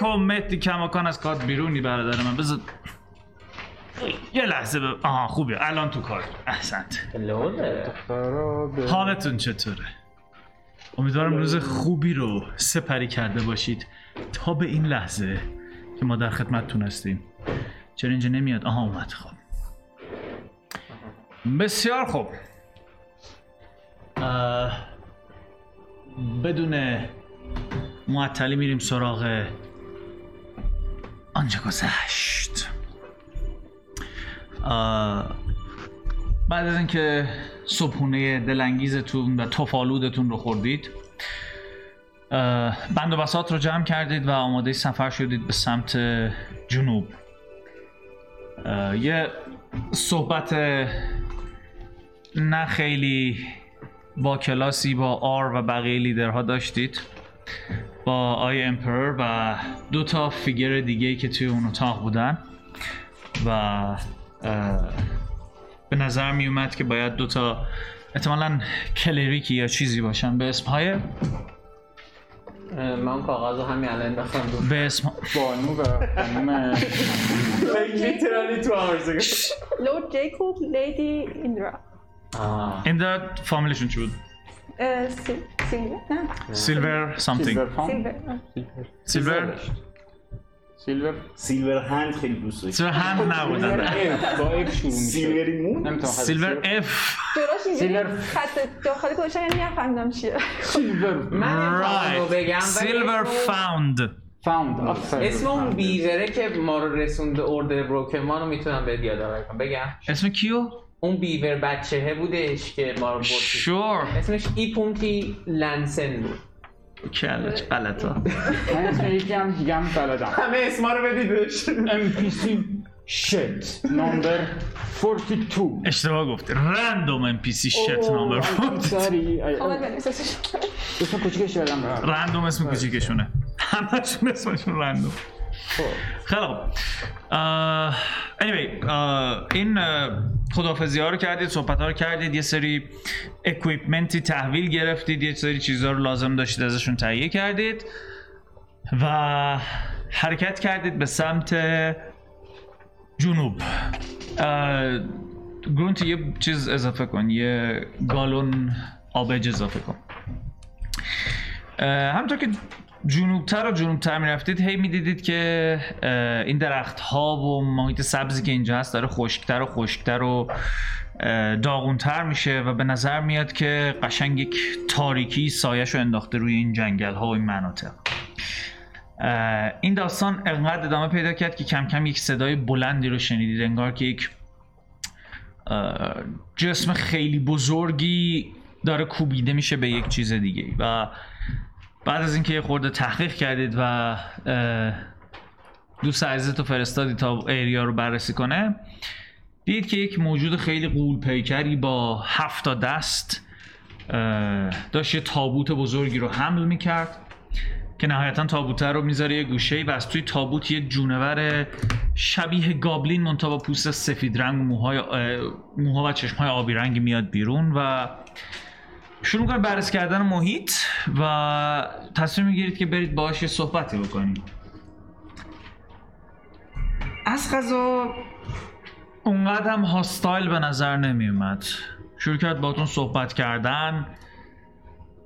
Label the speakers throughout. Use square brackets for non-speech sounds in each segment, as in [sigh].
Speaker 1: تو مهدی کماکان از کارت بیرونی برادر من بذار یه لحظه به آها خوبه الان تو کار احسنت
Speaker 2: لوله
Speaker 3: خرابه
Speaker 1: حالتون چطوره امیدوارم روز خوبی رو سپری کرده باشید تا به این لحظه که ما در خدمتتون هستیم چرا اینجا نمیاد آها اومد خب بسیار خوب اه، بدون معطلی میریم سراغ آنچه گذشت اه، بعد از اینکه صبحونه دلانگیزتون و تفالودتون رو خوردید اه، بند و بسات رو جمع کردید و آماده سفر شدید به سمت جنوب اه، یه صحبت نه خیلی با کلاسی با آر و بقیه لیدرها داشتید با آی امپرر و دو تا فیگر دیگه که توی اون اتاق بودن و اه، به نظر می اومد که باید دو تا احتمالا کلریکی یا چیزی باشن به اسم های
Speaker 2: من کاغذ رو همین الان انداختم رو
Speaker 1: به اسم
Speaker 3: بانو و خانم
Speaker 2: لیترالی تو آرزو
Speaker 4: لورد جیکوب لیدی ایندرا
Speaker 1: این در فامیلشون چی بود؟
Speaker 4: اه، سی- سیلور نه
Speaker 1: سیلور سامتینگ
Speaker 3: سیلور فام
Speaker 4: سیلور آه.
Speaker 1: سیلور
Speaker 3: سیلور
Speaker 5: سیلور هند خیلی دوست داشت
Speaker 1: سیلور هند نبودن
Speaker 3: اف با اف شروع میشه
Speaker 5: سیلوری مون
Speaker 3: نمیتونم
Speaker 1: سیلور اف
Speaker 4: جلوش اینجوری
Speaker 3: سیلور.
Speaker 4: خط داخلی گذاشتم یعنی نفهمیدم چیه [laughs]
Speaker 3: سیلور
Speaker 2: من نمی‌خوام اینو بگم ولی
Speaker 1: رایت سیلور
Speaker 2: اسم-
Speaker 1: فاوند
Speaker 3: فاوند آفرین.
Speaker 2: اسم اون بیوره که ما رو رسوند اوردر بروکر ما رو میتونم به یادآوری کنم بگم
Speaker 1: اسم کیو؟
Speaker 2: اون بیور بچهه بودش که ما رو برد
Speaker 1: شور
Speaker 2: اسمش ایپونتی لنسن بود
Speaker 1: کلش غلطا
Speaker 3: من اسم یکی هم دیگه هم بلدم
Speaker 2: همه اسما رو بدیدش
Speaker 3: NPC shit number 42
Speaker 1: اشتباه گفتی رندوم ام پی سی شت نامبر فورد
Speaker 3: ساری
Speaker 4: کامل بنویسش
Speaker 3: اسم کوچیکش یادم
Speaker 1: رندوم اسم کوچیکشونه همشون اسمشون رندوم خیلی خوب اه، anyway اه، این خدافزی ها رو کردید صحبت ها رو کردید یه سری اکویپمنتی تحویل گرفتید یه سری چیزها رو لازم داشتید ازشون تهیه کردید و حرکت کردید به سمت جنوب اه، گرونت یه چیز اضافه کن یه گالون آبج اضافه کن اه، همونطور که جنوبتر و جنوبتر میرفتید هی میدیدید که اه، این درخت ها و محیط سبزی که اینجا هست داره خشکتر و خشکتر و اه، داغونتر میشه و به نظر میاد که قشنگ یک تاریکی سایش رو انداخته روی این جنگل ها و این مناطق اه، این داستان انقدر ادامه پیدا کرد که کم کم یک صدای بلندی رو شنیدید انگار که یک اه، جسم خیلی بزرگی داره کوبیده میشه به یک چیز دیگه و بعد از اینکه یه خورده تحقیق کردید و اه، دوست عزیزت رو فرستادی تا ایریا رو بررسی کنه دید که یک موجود خیلی قول پیکری با هفت تا دست اه، داشت یه تابوت بزرگی رو حمل میکرد که نهایتا تابوته رو میذاره یه گوشه و از توی تابوت یه جونور شبیه گابلین منتها با پوست سفید رنگ و موهای اه، موها و چشمهای آبی رنگ میاد بیرون و شروع میکنه بررسی کردن محیط و تصمیم میگیرید که برید باهاش یه صحبتی بکنید از غذا اونقدر هم هاستایل به نظر نمیومد شروع کرد باتون صحبت کردن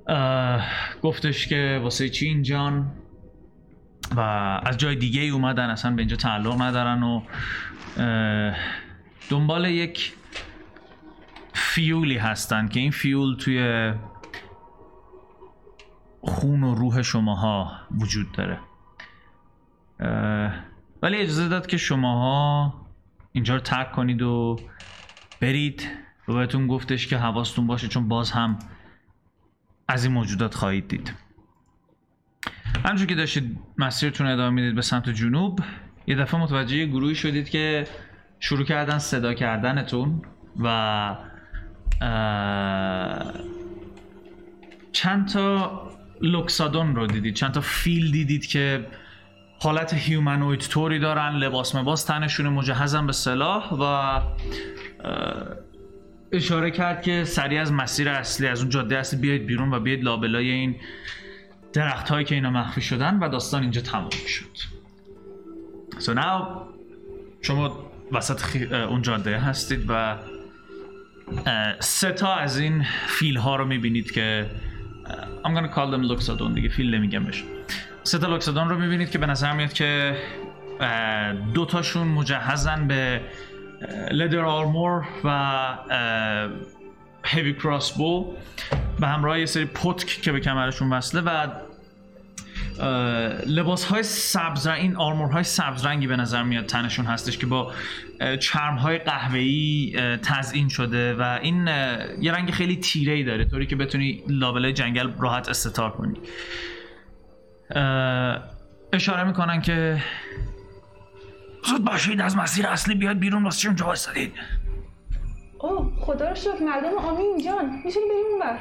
Speaker 1: اه، گفتش که واسه چی اینجان و از جای دیگه ای اومدن اصلا به اینجا تعلق ندارن و اه، دنبال یک فیولی هستن که این فیول توی خون و روح شماها وجود داره اه، ولی اجازه داد که شماها اینجا رو ترک کنید و برید و بهتون گفتش که حواستون باشه چون باز هم از این موجودات خواهید دید همچون که داشتید مسیرتون رو ادامه میدید به سمت جنوب یه دفعه متوجه یه گروهی شدید که شروع کردن صدا کردنتون و اه، چند تا لوکسادون رو دیدید چند تا فیل دیدید که حالت هیومانوید طوری دارن لباس مباس تنشون مجهزن به سلاح و اه، اشاره کرد که سریع از مسیر اصلی از اون جاده اصلی بیاید بیرون و بیاید لابلای این درخت که اینا مخفی شدن و داستان اینجا تمام شد So now شما وسط خی- اه، اون جاده هستید و اه، سه تا از این فیل ها رو میبینید که اه، I'm gonna call them لوکسادون دیگه فیل نمیگم بهش سه تا لوکسادون رو میبینید که به نظر میاد که اه، دو تاشون مجهزن به لدر آرمور و هیوی کراسبو به همراه یه سری پتک که به کمرشون وصله و لباس های سبز رنگ- این آرمور های سبز رنگی به نظر میاد تنشون هستش که با چرم های قهوه‌ای اه، تزئین شده و این اه، یه رنگ خیلی تیره ای داره طوری که بتونی لابلای جنگل راحت استتار کنی اه، اشاره میکنن که زود باشید از مسیر اصلی بیاد بیرون واسه چی اونجا وایسادید
Speaker 4: اوه خدا رو شکر مردم آمین جان میشه بریم اون بر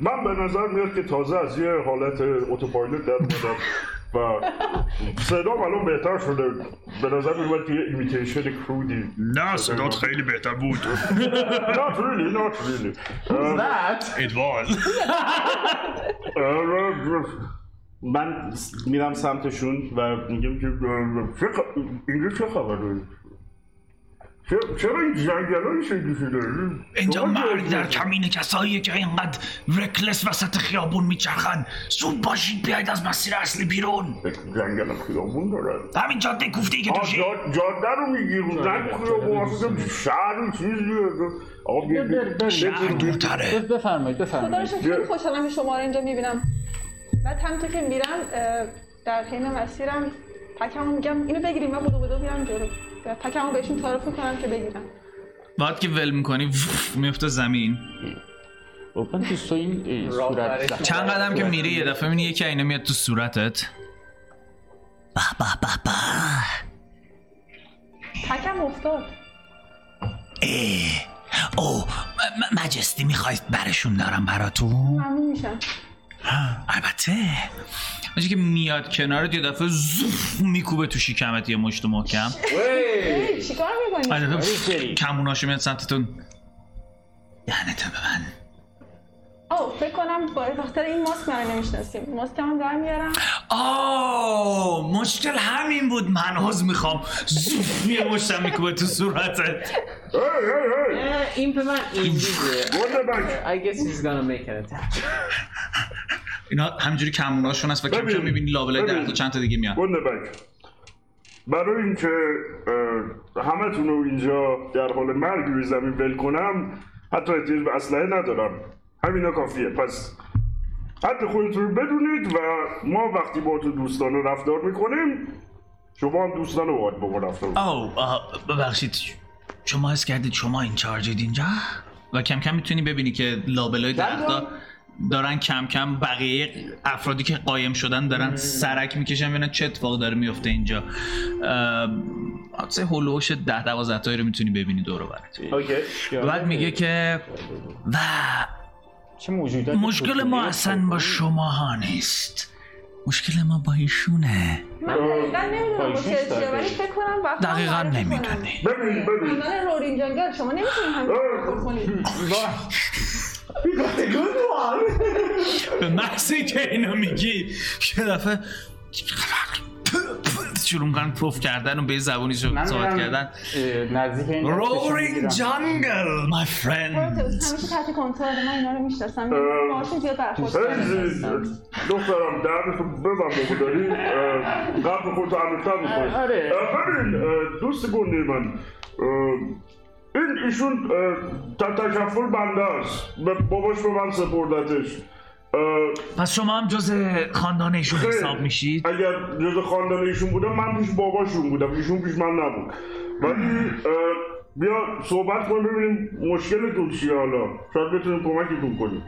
Speaker 6: من به نظر میاد که تازه از یه حالت اتوپایلوت در اومدم و صدام الان بهتر شده به نظر میاد که یه ایمیتیشن کرودی
Speaker 7: نه صدات خیلی بهتر بود
Speaker 6: Not really, not really. Um,
Speaker 7: It
Speaker 6: [laughs]
Speaker 7: was
Speaker 6: آره،
Speaker 5: من س- میرم سمتشون و میگم که
Speaker 6: چه خ- اینجا چه خبره؟ چه- چرا این جنگل های شکلی داره؟
Speaker 1: اینجا
Speaker 6: شما
Speaker 1: مرگ در
Speaker 6: جنگل-
Speaker 1: کمین کساییه که اینقدر رکلس وسط خیابون میچرخن زود باشید بیاید از مسیر اصلی بیرون
Speaker 6: جنگل هم خیابون داره
Speaker 1: همین جاده کوفتی که
Speaker 6: آه،
Speaker 1: توشی
Speaker 6: جا- جاده رو میگی نه خیابون آخه شهر و چیزی آقا بیا- بیا-
Speaker 3: بر- بر-
Speaker 6: بیا- بیا-
Speaker 1: دورتره
Speaker 3: بفرمایید
Speaker 4: خدا رو
Speaker 3: بفرمایید
Speaker 4: شکر خیلی خوشحالم که شما رو اینجا میبینم بعد همینطور که میرم اه، در حین مسیرم پکمو میگم اینو بگیریم من بودو بودو میرم جلو و پکمو بهشون تعارف میکنم که بگیرم
Speaker 1: بعد که ول میکنی میفته زمین
Speaker 3: اوپن تو سو این ای،
Speaker 2: راه
Speaker 3: صورت
Speaker 2: برش.
Speaker 1: چند قدم که میری یه دفعه میبینی یکی اینا میاد تو صورتت به به به به
Speaker 4: پکم افتاد
Speaker 1: اه. او م- مجستی میخواید برشون دارم براتون
Speaker 4: ممنون میشم
Speaker 1: البته ماشی که میاد کنارت یه دفعه زوف میکوبه تو شکمت یه مشت محکم
Speaker 2: وی!
Speaker 4: ای، چیکار
Speaker 1: بعد
Speaker 4: میکنی؟
Speaker 1: یه دفعه
Speaker 3: سری.
Speaker 1: کموناشو میاد سمتتون دهنتو ببند
Speaker 4: آه فکر کنم با بخاطر این ماسک من نمیشناسیم ماسک هم در میارم
Speaker 1: آه مشکل همین بود من عوض میخوام زوف یه مشتم میکوبه تو صورتت
Speaker 6: هی، هی، هی.
Speaker 2: اه، این به من اینجوریه
Speaker 6: گنده بک.
Speaker 2: I guess he's gonna make an attack.
Speaker 1: اینا همجوری کموناشون هست و کم
Speaker 6: ببین.
Speaker 1: کم میبینی لابلای
Speaker 6: ببین.
Speaker 1: درخت و چند تا دیگه میان
Speaker 6: گنده بک. برای اینکه همه رو اینجا در حال مرگ روی زمین ول کنم حتی احتیاج به اسلحه ندارم همینا کافیه پس حتی خودتون رو بدونید و ما وقتی با تو دوستانه رفتار میکنیم شما هم دوستانه باید با ما رفتار کنید.
Speaker 1: او ببخشید شما حس کردید شما این چارجید اینجا و کم کم میتونی ببینی که لابلای درختا دارن کم کم بقیه افرادی که قایم شدن دارن سرک میکشن ببینن چه اتفاقی داره میفته اینجا سه هلوش ده دوازده تایی رو میتونی ببینی دور و برت.
Speaker 5: اوکی
Speaker 1: بعد میگه که و
Speaker 3: چه موجودات
Speaker 1: مشکل ما اصلا با شما ها نیست مشکل ما با ایشونه
Speaker 4: من دقیقا نمیدونم با چه چیه، ولی فکر کنم وقت
Speaker 1: دقیقا نمیدونی
Speaker 6: ببین ببین
Speaker 4: من رورین جنگل شما نمیتونید همین کار کنید
Speaker 1: به محضی که اینو میگی یه دفعه شروع میکنن پف کردن و به زبونی شروع
Speaker 3: من
Speaker 1: صحبت
Speaker 3: میرم،
Speaker 1: کردن
Speaker 3: اه، نزدیک این
Speaker 1: رورینگ
Speaker 3: دستشون
Speaker 1: جنگل my friend
Speaker 4: پروتئوس همیشه تحت کنترل من اینا رو میشناسم باهاشون زیاد برخورد
Speaker 6: هی،
Speaker 4: کردم
Speaker 6: زی- دخترم دهنتو ببن بگو داری اه، قبل خودتو عمیق‌تر می‌کنی.
Speaker 3: آره.
Speaker 6: اه، ببین اه، دوست گنده من اه، این ایشون اه، ت- تکفل بنده است به- باباش به من سپردتش اه،
Speaker 1: پس شما هم جز خاندان ایشون
Speaker 6: خیلی.
Speaker 1: حساب میشید
Speaker 6: اگر جز خاندان ایشون بودم من پیش باباشون بودم ایشون پیش من نبود ولی اه، بیا صحبت کنیم ببینیم مشکلتون چیه حالا شاید بتونیم کمکتون کنیم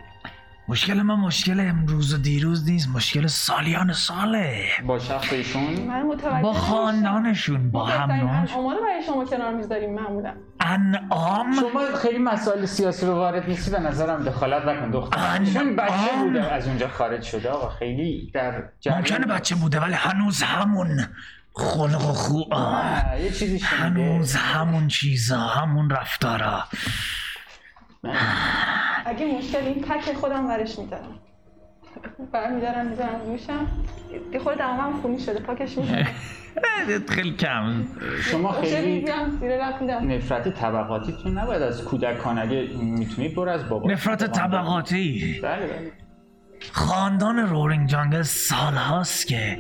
Speaker 1: مشکل من مشکل امروز و دیروز نیست مشکل سالیان ساله
Speaker 3: با شخص ایشون
Speaker 4: من متوجه خب،
Speaker 1: با خاندانشون با هم
Speaker 4: رو برای شما کنار میذاریم معمولا
Speaker 1: انعام
Speaker 3: شما خیلی مسائل سیاسی رو وارد نیستی به نظرم دخالت نکن دختر
Speaker 1: آن-
Speaker 3: چون بچه
Speaker 1: آن.
Speaker 3: بوده از اونجا خارج شده آقا خیلی در جریان
Speaker 1: ممکنه بچه بوده ولی هنوز همون خلق و خواه
Speaker 3: آه، یه چیزی شنیده
Speaker 1: هنوز همون چیزا همون رفتارا
Speaker 4: اگه مشکل این پک خودم ورش میدارم برمیدارم میذارم گوشم یه خورده دماغم خونی شده پاکش میشه
Speaker 1: خیلی کم
Speaker 3: شما خیلی
Speaker 4: میگم زیر لب میدم
Speaker 3: نفرت طبقاتی تو نباید از کودکان اگه میتونی برو از بابا
Speaker 1: نفرت طبقاتی
Speaker 3: بله بله
Speaker 1: خاندان رولینگ جانگل سال هاست که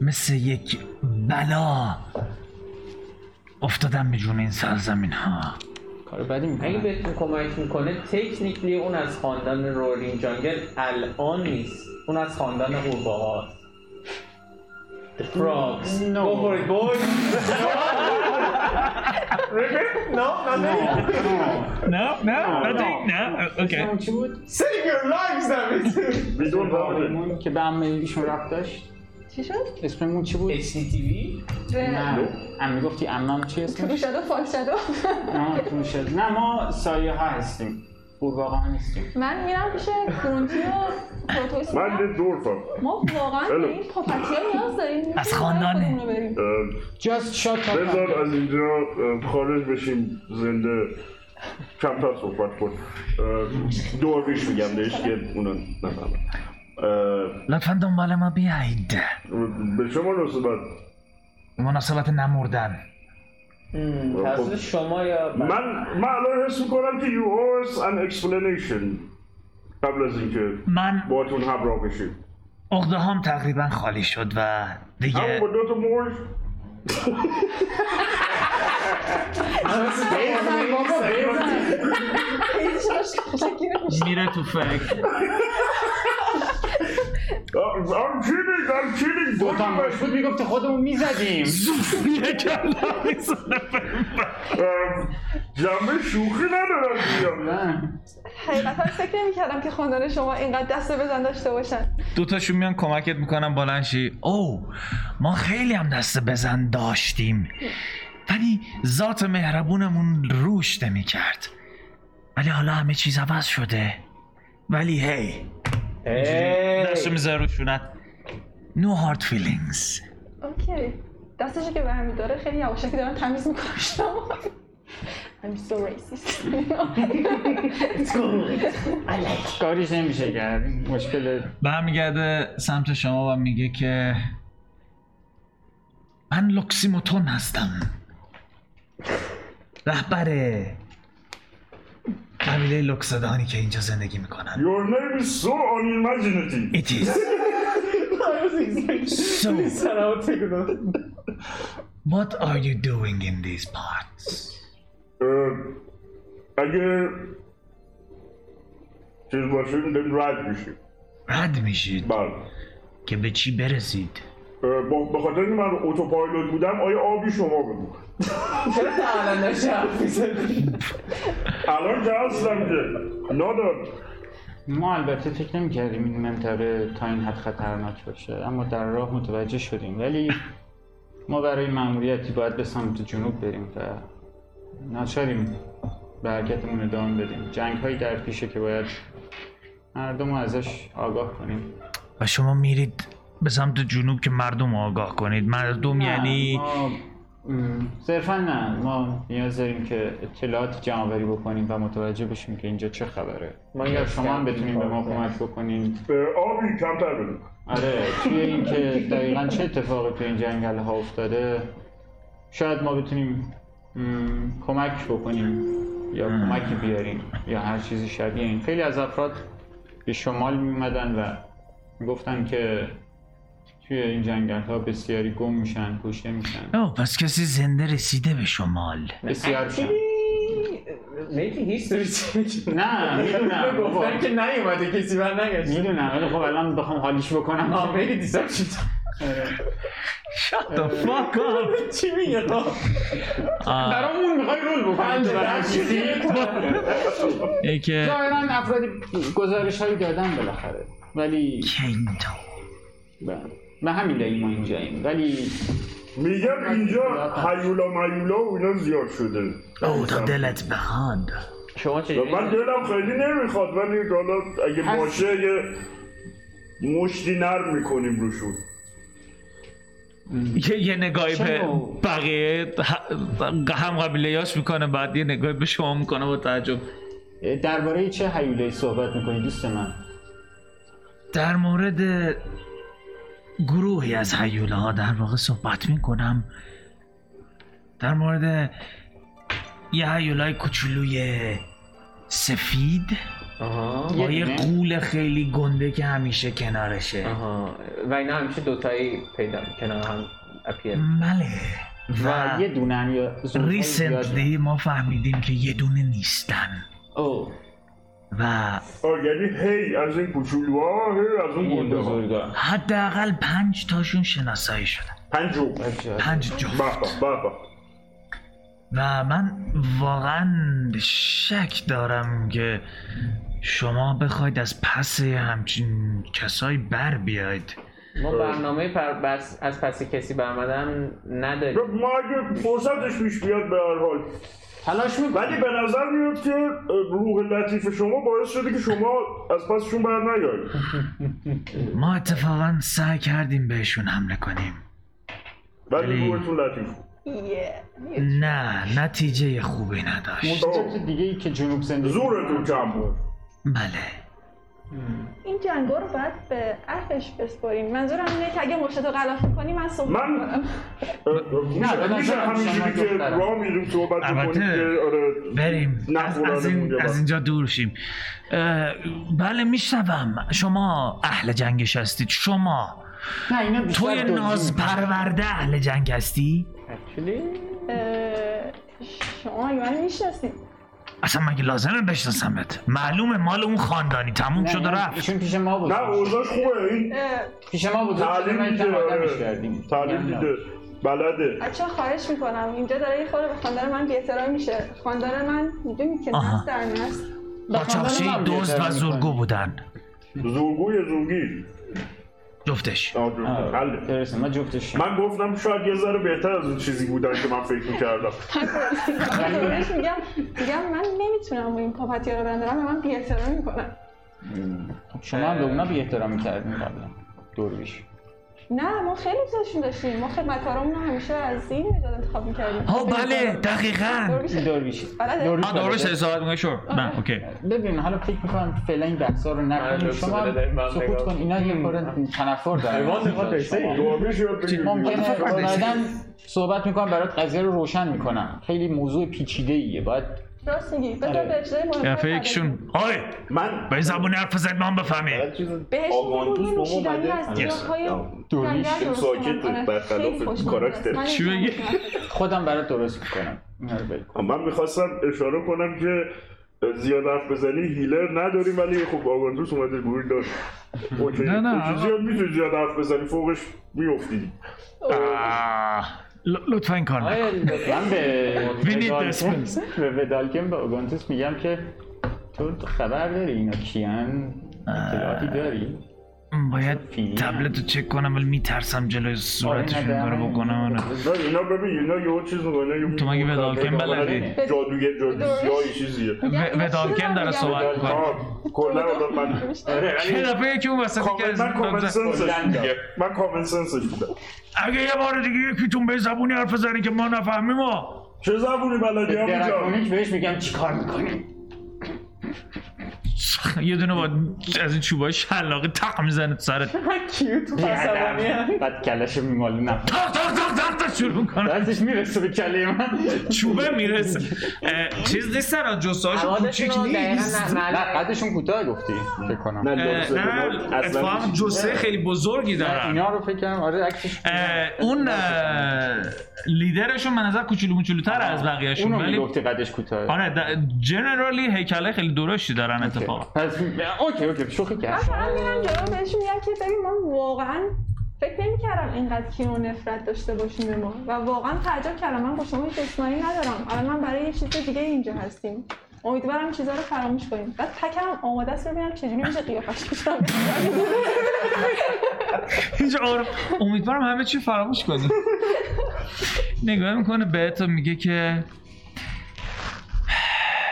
Speaker 1: مثل یک بلا افتادن به جون این سرزمین ها
Speaker 3: کار بدی
Speaker 2: اگه
Speaker 3: میکنه
Speaker 2: بهتون کمک میکنه تکنیکلی اون از خاندان رولینگ جانگل الان نیست اون از خاندان قورباغه هست Frogs.
Speaker 3: No.
Speaker 2: Go for it, boys. No, nothing.
Speaker 1: نه نه نه اوکی
Speaker 3: اون چی بود؟
Speaker 2: Save your lives, damn it.
Speaker 6: بدون رابطه
Speaker 3: اون که به هم ایشون ربط داشت
Speaker 4: چی شد؟
Speaker 3: اسممون چی بود؟
Speaker 2: HCTV.
Speaker 4: به
Speaker 3: نه امی گفتی امام چی اسمش؟
Speaker 4: تو شده فال شده
Speaker 3: نه تو میشه نه ما سایه ها هستیم قورباغه ها نیستیم
Speaker 4: من میرم پیش گرونتی و پروتویس
Speaker 6: من به
Speaker 4: میگم
Speaker 6: دورفم
Speaker 4: ما واقعا
Speaker 6: بله.
Speaker 4: به این پاپتی ها نیاز داریم
Speaker 1: از خاندانه.
Speaker 4: خودمون رو بریم.
Speaker 6: اه،
Speaker 3: جاست شات
Speaker 6: بذار از اینجا اه، خارج بشیم زنده کمتر صحبت کن اه، دارویش میگم بهش که اونا نفهمه اه،
Speaker 1: لطفا دنبال ما بیایید
Speaker 6: به شما نصبت
Speaker 1: مناسبت نمردن
Speaker 2: توسط شما یا
Speaker 6: من من الان حس میکنم که you owe us an explanation قبل از اینکه
Speaker 1: من
Speaker 6: باتون همراه بشیم
Speaker 1: اغده هم تقریبا خالی شد و
Speaker 6: همون
Speaker 1: دیگه
Speaker 6: با دوتا مول بله،
Speaker 4: بله، خیلی شاش شکیره میشه
Speaker 1: میره تو فکر
Speaker 6: I'm kidding I'm kidding
Speaker 3: بوتان باش بود میگفت خودمون میزدیم
Speaker 1: یه کلا میزنه
Speaker 6: [laughs] اه، جنبه شوخی ندارم میگم
Speaker 4: حقیقتا فکر نمی‌کردم که خاندان شما اینقدر دست بزن داشته باشن
Speaker 1: دوتاشون میان کمکت میکنن بلند شی او ما خیلی هم دست بزن داشتیم ولی ذات مهربونمون روش نمی کرد ولی حالا همه چیز عوض شده ولی هی
Speaker 2: بله.
Speaker 1: دستو میذاره رو شونت نو هارت فیلینگز
Speaker 4: اوکی دستش که برمی داره خیلی یواشکی دارن تمیز میکنم شما I'm so racist
Speaker 3: کاریش نمیشه کرد این مشکل
Speaker 1: برمیگرده سمت شما و میگه که من لوکسیموتون هستم رهبر قبیله لوکسدانی که اینجا زندگی میکنن
Speaker 6: Your name is so unimaginative
Speaker 1: It is so What are you doing in these parts?
Speaker 6: اه، اگه چیز باشیم داریم رد میشیم
Speaker 1: رد میشید
Speaker 6: بله
Speaker 1: که به چی برسید
Speaker 6: اه، با- به خاطر اینکه من اتوپایلوت بودم آیا آبی شما بگو
Speaker 2: چرا تا الان داشتی حرف می‌زدی؟
Speaker 6: الان که هستم که نادر
Speaker 3: ما البته فکر نمی کردیم این منطقه تا این حد خطرناک باشه اما در راه متوجه شدیم ولی ما برای مأموریتی باید به سمت جنوب بریم و ناچاریم به حرکتمون ادامه بدیم جنگ هایی در پیشه که باید مردم رو ازش آگاه کنیم
Speaker 1: و شما میرید به سمت جنوب که مردم رو آگاه کنید مردم یعنی
Speaker 3: ما م، صرفا نه ما نیاز داریم که اطلاعات جمع آوری بکنیم و متوجه بشیم که اینجا چه خبره
Speaker 2: ما
Speaker 3: اگر
Speaker 2: یاد
Speaker 3: شما هم
Speaker 2: کردیم
Speaker 3: بتونیم به ما
Speaker 2: کار
Speaker 3: کمک بکنیم
Speaker 6: اه، آبی کمتر بگو
Speaker 3: آره توی اینکه دقیقا چه اتفاقی توی این جنگل ها افتاده شاید ما بتونیم م، کمک بکنیم یا کمکی بیاریم یا هر چیزی شبیه این خیلی از افراد به شمال میمدن و گفتن که توی این جنگل ها بسیاری گم میشن کشته میشن
Speaker 1: او پس کسی زنده رسیده به شمال
Speaker 3: بسیار میشن
Speaker 2: Maybe history check.
Speaker 3: نه
Speaker 2: [laughs]
Speaker 3: میدونم
Speaker 2: گفتن
Speaker 3: بابا.
Speaker 2: که نیومده کسی بر نگشت
Speaker 3: میدونم ولی خب الان بخوام حالیش بکنم
Speaker 2: آه، maybe deception.
Speaker 1: Shut the fuck up
Speaker 2: چی میگه خب؟
Speaker 3: برامون میخوای رول بکنم تو برام چیزی
Speaker 1: ای که
Speaker 3: ظاهرا افرادی گزارش هایی دادن بالاخره ولی
Speaker 1: کینتو
Speaker 3: بله. به همین دلیل ما اینجاییم ولی
Speaker 6: میگم اینجا هیولا میولا و اینا زیاد شده
Speaker 1: او تا دلت بخواد
Speaker 2: شما چه
Speaker 6: من دلم خیلی نمیخواد ولی حالا اگه
Speaker 3: هست.
Speaker 6: باشه یه مشتی نرم میکنیم روشون
Speaker 1: یه, یه نگاهی به
Speaker 3: چرا؟
Speaker 1: بقیه ه- هم قبیله یاش میکنه بعد یه نگاهی به شما میکنه با تعجب
Speaker 3: درباره چه حیوله‌ای صحبت میکنی دوست من
Speaker 1: در مورد گروهی از حیوله ها در واقع صحبت میکنم در مورد یه حیولای کوچولوی سفید
Speaker 2: آها
Speaker 1: با
Speaker 3: یه
Speaker 1: یه
Speaker 3: دونه.
Speaker 1: قول خیلی گنده که همیشه کنارشه
Speaker 2: آها و اینا همیشه دوتایی پیدا کنار هم اپیر
Speaker 1: بله
Speaker 3: و
Speaker 1: و
Speaker 3: یه دونه هم یا زورهای زیاد نه.
Speaker 1: ریسنتلی ما فهمیدیم که یه دونه نیستن
Speaker 3: اوه
Speaker 1: و
Speaker 6: آه یعنی هی از این کوچولوها هی از اون
Speaker 3: این
Speaker 6: گنده ها
Speaker 3: بزرگا
Speaker 1: حداقل پنج تاشون شناسایی شدن
Speaker 6: پنج رو به
Speaker 3: بچه‌ها.
Speaker 1: پنج جفت
Speaker 6: به به به.
Speaker 1: و من واقعا شک دارم که شما بخواید از پس همچین کسایی بر بیاید
Speaker 2: ما برنامه پر بس از پس کسی برمدن نداریم
Speaker 6: ما اگه فرصتش پیش بیاد به هر حال
Speaker 2: تلاش میکنیم
Speaker 6: ولی به نظر میاد که روح لطیف شما باعث شده که شما از پسشون بر نیایید
Speaker 1: ما اتفاقا سعی کردیم بهشون حمله کنیم
Speaker 6: ولی
Speaker 1: ولی-
Speaker 6: روحتون لطیف بود.
Speaker 4: یه
Speaker 1: نه نتیجه خوبی نداشت
Speaker 3: موجودات دیگه ای که جنوب زندگی
Speaker 6: زورتون کم بود
Speaker 1: بله
Speaker 4: این جنگا رو باید به عرفش بسپریم منظورم اینه که اگه مشتتو غلافی کنی من صحبت
Speaker 6: من-
Speaker 4: کنم
Speaker 6: اه، اه،
Speaker 3: به
Speaker 6: میشه
Speaker 3: نظرم
Speaker 6: میشه
Speaker 3: شما
Speaker 6: همینجوری که
Speaker 3: دخترم.
Speaker 6: راه میریم صحبت
Speaker 1: البته.
Speaker 6: کنیم که آره
Speaker 1: بریم از,
Speaker 6: نخورانه
Speaker 1: از, این-
Speaker 6: بوده
Speaker 1: از
Speaker 6: با.
Speaker 1: اینجا دور شیم اه، بله میشنوم شما اهل جنگش هستید شما
Speaker 3: نه اینا بیشتر
Speaker 1: توی
Speaker 3: دزدی
Speaker 1: ناز
Speaker 3: می‌کنن.
Speaker 1: پرورده اهل جنگ هستی؟
Speaker 2: Actually،
Speaker 4: اه، شما اگه من میشناسید
Speaker 1: اصلا مگه لازمه بشناسمت معلومه مال اون خاندانی تموم
Speaker 3: نه،
Speaker 1: شد و
Speaker 3: اینا-
Speaker 1: رفت
Speaker 3: ایشون پیش ما بود
Speaker 6: نه اوضاعش خوبه این
Speaker 3: پیش ما بود
Speaker 6: تعلیم
Speaker 3: من
Speaker 6: دیده
Speaker 3: کم
Speaker 6: آره.
Speaker 3: آدمش کردیم
Speaker 6: تعلیم
Speaker 3: نه.
Speaker 6: دیده بلده
Speaker 4: بچه خواهش میکنم اینجا داره یه خورده به خاندان من بی‌احترامی میشه خاندان من میدونی که
Speaker 1: آها.
Speaker 4: نست در نست
Speaker 1: قاچاقچی
Speaker 3: من بیعترامی
Speaker 1: دزد و زورگو
Speaker 3: می‌کنی.
Speaker 1: بودن
Speaker 6: زورگوی زورگی
Speaker 1: جفتش
Speaker 6: آه، جون.
Speaker 3: آره.
Speaker 6: حله.
Speaker 3: درسته ما جفتش
Speaker 6: من گفتم شاید یه ذره بهتر از اون چیزی بودن که من فکر میکردم
Speaker 4: خب.
Speaker 1: [laughs]
Speaker 4: بهش میگم میگم من نمیتونم با این پاپتی رو بندارم و من بی‌احترامی میکنم
Speaker 3: شما هم به اونا بی احترامی کردین قبلا درویش
Speaker 4: نه ما خیلی دوستشون داشتیم ما خدمتکارامون رو همیشه از این نژاد انتخاب میکردیم
Speaker 3: خب،
Speaker 1: ها بله دقیقا
Speaker 3: درویش
Speaker 4: بلده.
Speaker 1: آه داروش اصابت میگه شور نه اوکی
Speaker 3: ببین حالا فکر میکنم فعلا این بحثا رو
Speaker 2: آره،
Speaker 3: نکنیم
Speaker 2: لطفی
Speaker 3: شما
Speaker 2: بده، من
Speaker 3: سکوت
Speaker 2: نگاه.
Speaker 3: کن اینا یه کار تنفر دارن
Speaker 2: حیوان نگاه
Speaker 3: شما.
Speaker 2: داشته.
Speaker 6: داروش یاد بگیر.
Speaker 3: ممکنه بعدا صحبت میکنم برات قضیه رو روشن میکنم خیلی موضوع پیچیده ایه باید
Speaker 4: راست میگی بذار
Speaker 3: آره.
Speaker 4: به اجرای مهمتر
Speaker 1: افیکشن آی
Speaker 5: من
Speaker 1: به این زبون حرف بزنید من بفهمه
Speaker 5: هر چیز
Speaker 4: بهش
Speaker 5: آگانتوس
Speaker 4: میگم
Speaker 5: با ما
Speaker 4: نوشیدنی
Speaker 5: اومده.
Speaker 4: از گیاهای
Speaker 3: درویش
Speaker 4: جنگل
Speaker 5: ساکت
Speaker 4: درست کنن.
Speaker 5: برخلاف
Speaker 4: آره، خیلی خوشمزه
Speaker 5: کاراکتر.
Speaker 4: است. من
Speaker 1: چی
Speaker 4: اینجا
Speaker 1: بگی؟
Speaker 4: نمی‌تونم.
Speaker 3: خودم برات درست میکنم اینا رو بگو.
Speaker 6: من میخواستم اشاره کنم که زیاد حرف بزنی هیلر نداریم ولی خب آگانتوس اومده گوری داشت اوکی.
Speaker 1: نه، نه،
Speaker 6: اوکی،
Speaker 1: آقا.
Speaker 6: زیاد میتونی زیاد حرف بزنی فوقش میفتی
Speaker 3: بله.
Speaker 1: آه، ل- لطفا این کار نکن.
Speaker 2: آیا
Speaker 3: من به
Speaker 1: We need
Speaker 3: ودالکن-
Speaker 1: this
Speaker 3: به ودالکن به اوگانتوس میگم که تو خبر داری اینا کیان اطلاعاتی داری
Speaker 1: باید تبلت رو چک کنم ولی میترسم جلوی صورتشون
Speaker 3: آره، نه،
Speaker 1: کارو
Speaker 3: نه.
Speaker 1: بکنم آره.
Speaker 6: نه اینا ببین اینا یه چیز می‌کنه، یه
Speaker 1: تو مگه
Speaker 6: می‌کنه،
Speaker 1: ودالکن
Speaker 6: می‌کنه،
Speaker 1: بلدی؟
Speaker 6: می‌کنه، جادوی جادوی سیاهی چیزیه
Speaker 4: میگم
Speaker 1: و-
Speaker 4: اینا
Speaker 1: ودالکن
Speaker 4: چی
Speaker 1: داره
Speaker 4: دارن
Speaker 1: صحبت
Speaker 4: میگن؟
Speaker 1: میکنه
Speaker 6: آه، کلا حالا من
Speaker 3: آره ولی
Speaker 1: یه دفعه یکی اون وسط
Speaker 6: کامل-
Speaker 1: که از-
Speaker 6: من کامن سنسش
Speaker 3: کلاً
Speaker 6: بودم من کامن سنسش بودم
Speaker 1: اگه یه بار دیگه یکیتون به زبونی حرف زنی که ما نفهمیم ما
Speaker 6: چه زبونی بلدی
Speaker 3: به
Speaker 6: هم
Speaker 3: دراکونیک بهش میگم چیکار میکنی
Speaker 1: یه دونه با از این چوبای شلاقی تق میزنه تو سرت
Speaker 3: بعد کلش میمالی نه
Speaker 1: تق تق تق تق تق شروع کنه
Speaker 3: بعدش میرسه به کله من
Speaker 1: چوبه میرسه اه، چیز نیستن جستهاشون
Speaker 2: موادشون
Speaker 1: کوچیک
Speaker 2: رو دقیقاً
Speaker 1: نیست
Speaker 3: نه
Speaker 2: نه- معلومه.
Speaker 3: قدشون کوتاه گفتی فکر کنم
Speaker 5: نه
Speaker 1: اه،
Speaker 5: لباس
Speaker 1: نه
Speaker 5: اصلا
Speaker 1: اتفاقا
Speaker 5: هیچ-
Speaker 1: جسه خیلی بزرگی دارن
Speaker 3: اینا رو فکر کنم آره عکسش
Speaker 1: اه، اون اه، لیدرشون به نظر کوچولو موچولوتر از بقیهشون
Speaker 3: اونو
Speaker 1: ولی
Speaker 3: میگفتی قدش کوتاه
Speaker 1: آره د- جنرالی هیکله خیلی درشتی دارن اتفاقا
Speaker 3: پس اوکی اوکی شوخی
Speaker 4: من
Speaker 3: کرد
Speaker 4: فقط میرم جلو بهشون میگم که ببین ما واقعا فکر نمیکردم اینقدر کین و نفرت داشته باشیم به ما و واقعا تعجب کردم من با شما هیچ آشنایی ندارم الان من برای یه چیز دیگه اینجا هستیم امیدوارم چیزا رو فراموش کنیم بعد تکم آماده است ببینم چجوری میشه قیافش کشم [laughs]
Speaker 1: اینجا آره امیدوارم همه چی فراموش کنی نگاه میکنه بهت و میگه که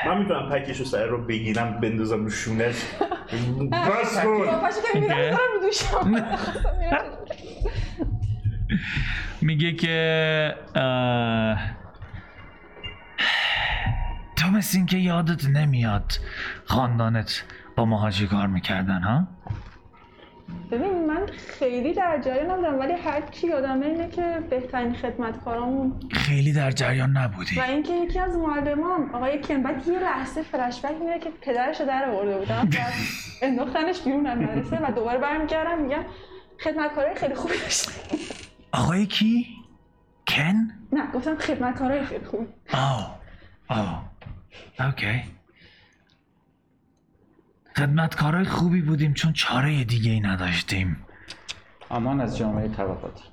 Speaker 5: من میتونم پکش و سر رو بگیرم بندازم رو شونش
Speaker 6: بس کن
Speaker 4: قیافش که میبینم
Speaker 1: دیگه؟
Speaker 4: میذارم رو دوشم میرم.
Speaker 1: میگه که اه، تو مثل اینکه یادت نمیاد خاندانت با ماها چی کار میکردن ها؟
Speaker 4: ببین من خیلی در جریان نبودم ولی هر کی آدمه اینه که بهترین خدمتکارامون
Speaker 1: خیلی در جریان نبودی
Speaker 4: و اینکه یکی از معلمام آقای کن بعد یه لحظه فلش بک میره که پدرش رو در آورده بودم بعد انداختنش بیرون از مدرسه و دوباره برمیگردم میگم خدمتکارای خیلی خوبی داشتم
Speaker 1: آقای کی؟ کن؟
Speaker 4: نه گفتم خدمتکارای خیلی خوبی
Speaker 1: آو آو اوکی خدمتکارای خوبی بودیم چون چاره دیگه ای [laughs] نداشتیم
Speaker 3: امان از جامعه طبقاتی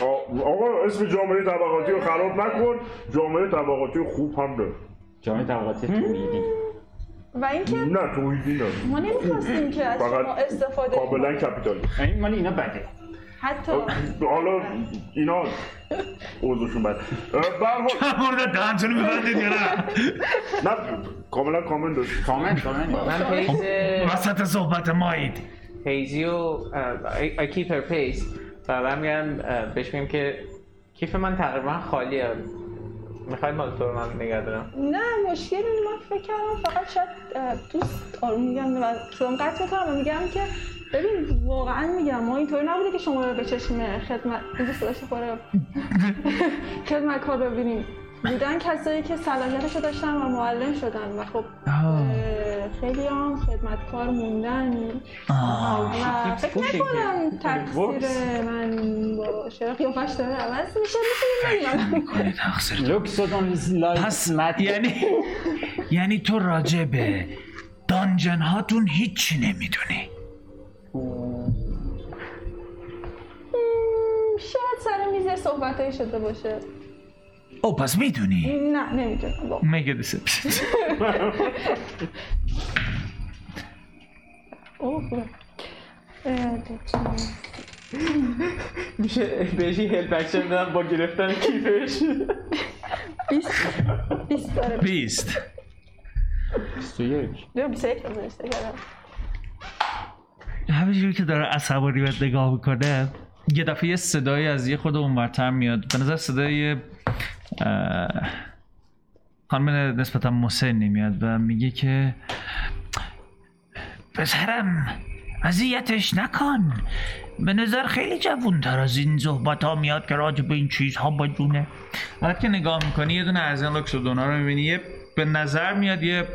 Speaker 6: آ- آقا اسم جامعه طبقاتی رو خراب نکن جامعه طبقاتی خوب هم داره
Speaker 3: جامعه طبقاتی تولیدی
Speaker 4: و اینکه
Speaker 6: نه توحیدی نه
Speaker 4: ما نمیخواستیم که از شما
Speaker 6: فقط
Speaker 4: استفاده
Speaker 6: کاملا
Speaker 4: کنیم.
Speaker 6: کپیتالی
Speaker 3: این مال اینا بده
Speaker 4: حتی
Speaker 6: خب. حالا اینا اوضوشون بد اه، به هر حال،
Speaker 1: مورد دهنتون میبندید یا نه
Speaker 6: نه کاملا کامل داشت
Speaker 3: کامنت کامنت
Speaker 2: من پیج
Speaker 1: [laughs] وسط صحبت مایید
Speaker 2: پیجی و uh, I keep her pace و من میگم اه، بهش میگم uh, که کیف من تقریبا خالیه میخوای مال تو رو من نگه دارم
Speaker 4: نه مشکل اینه من فکر کردم فقط شاید اه، دوست آره، آروم میگم و صدام قطع میکنم و میگم که ببین واقعا میگم ما اینطوری نبوده که شما رو به چشم خدمت اینجا صداش خوره آره. خدمت کار ببینیم بودن کسایی که صلاحیتش رو داشتن و معلم شدن و خب خیلی هم خدمتکار موندن
Speaker 1: Oh.
Speaker 4: و فکر نکنم تقصیر من با شعر قیافش داره عوض میشه میشه
Speaker 1: [laughs] کنید تقصیر
Speaker 3: لوکس اون لایس
Speaker 1: پس
Speaker 3: مت
Speaker 1: یعنی یعنی تو راجع به دانجن هاتون هیچی نمیدونی
Speaker 4: شاید سر میز صحبتایی شده باشه
Speaker 1: او پس میدونی
Speaker 4: نه نمیدونم واقعا.
Speaker 1: مگه دیسپشن
Speaker 4: اوه، خوبه. اه، بچه‌ها.
Speaker 2: میشه بهش هلپ اکشن بدم با گرفتن کیفش
Speaker 4: بیست بیست داره
Speaker 1: [laughs] بیست
Speaker 3: 21
Speaker 4: بیا بیست و یک رو نوشته کردم.
Speaker 1: همینجوری که داره عصبانی بهت نگاه میکنه یه دفعه یه صدایی از یه خود اونورتر میاد به نظر صدای اه، خانم نسبتا مسنی میاد و میگه که پسرم اذیتش نکن به نظر خیلی جوونتر از این صحبت ها میاد که راجع به این چیزها بدونه وقتی که نگاه میکنی یه دونه از این لوکسودونا رو میبینی یه به نظر میاد یه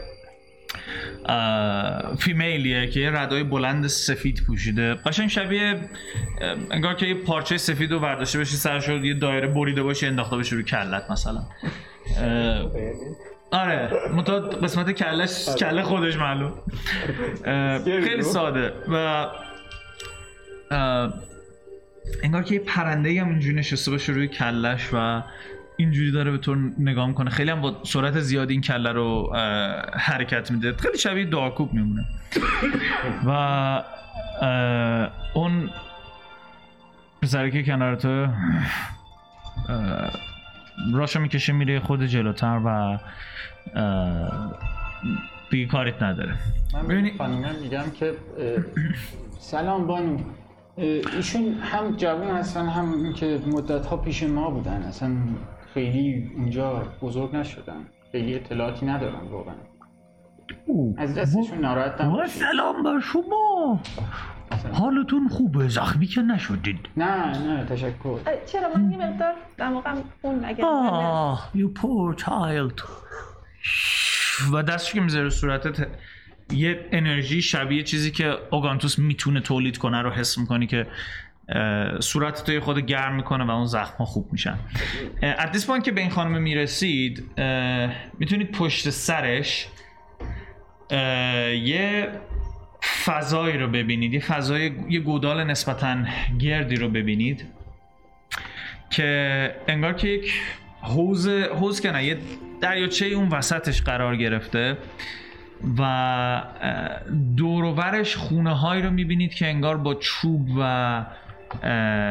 Speaker 1: اه، فیمیلیه که یه ردای بلند سفید پوشیده قشنگ شبیه اه، انگار که یه پارچه سفید رو برداشته باشی سرش رو یه دایره بریده باشی انداخته باشی روی کلت مثلا اه، آره منتها قسمت کلش کله خودش معلوم اه، خیلی ساده و اه، انگار که یه پرنده هم اینجوری نشسته باشه روی کلش و اینجوری داره به تو نگاه میکنه خیلی هم با سرعت زیادی این کله رو اه، حرکت میده خیلی شبیه دارکوب میمونه و اه، اون پسری که کنار تو اه، راشو میکشه میره خود جلوتر و اه، دیگه کاریت نداره
Speaker 3: من
Speaker 1: ببینی-
Speaker 3: ببینی خانم میگم که اه، سلام بانو اه، ایشون هم جوان هستن هم این که مدت ها پیش ما بودن اصلا خیلی اونجا بزرگ نشدن خیلی اطلاعاتی ندارم واقعا از دستشون ناراحت
Speaker 1: با
Speaker 3: نباشید
Speaker 1: سلام بر شما حالتون خوبه زخمی که نشدید
Speaker 3: نه نه تشکر
Speaker 4: اه، چرا من یه مقدار دماغم اون اگه
Speaker 1: آه you poor child و دستش که میذاره صورتت یه انرژی شبیه چیزی که اوگانتوس میتونه تولید کنه رو حس میکنی که اه، صورتت رو یه خود گرم میکنه و اون زخم ها خوب میشن ادیس که به این خانم میرسید میتونید پشت سرش اه، یه فضایی رو ببینید یه فضای یه گودال نسبتا گردی رو ببینید که انگار که یک حوز حوز که نه یه دریاچه اون وسطش قرار گرفته و اه، دور و ورش خونه هایی رو میبینید که انگار با چوب و اه،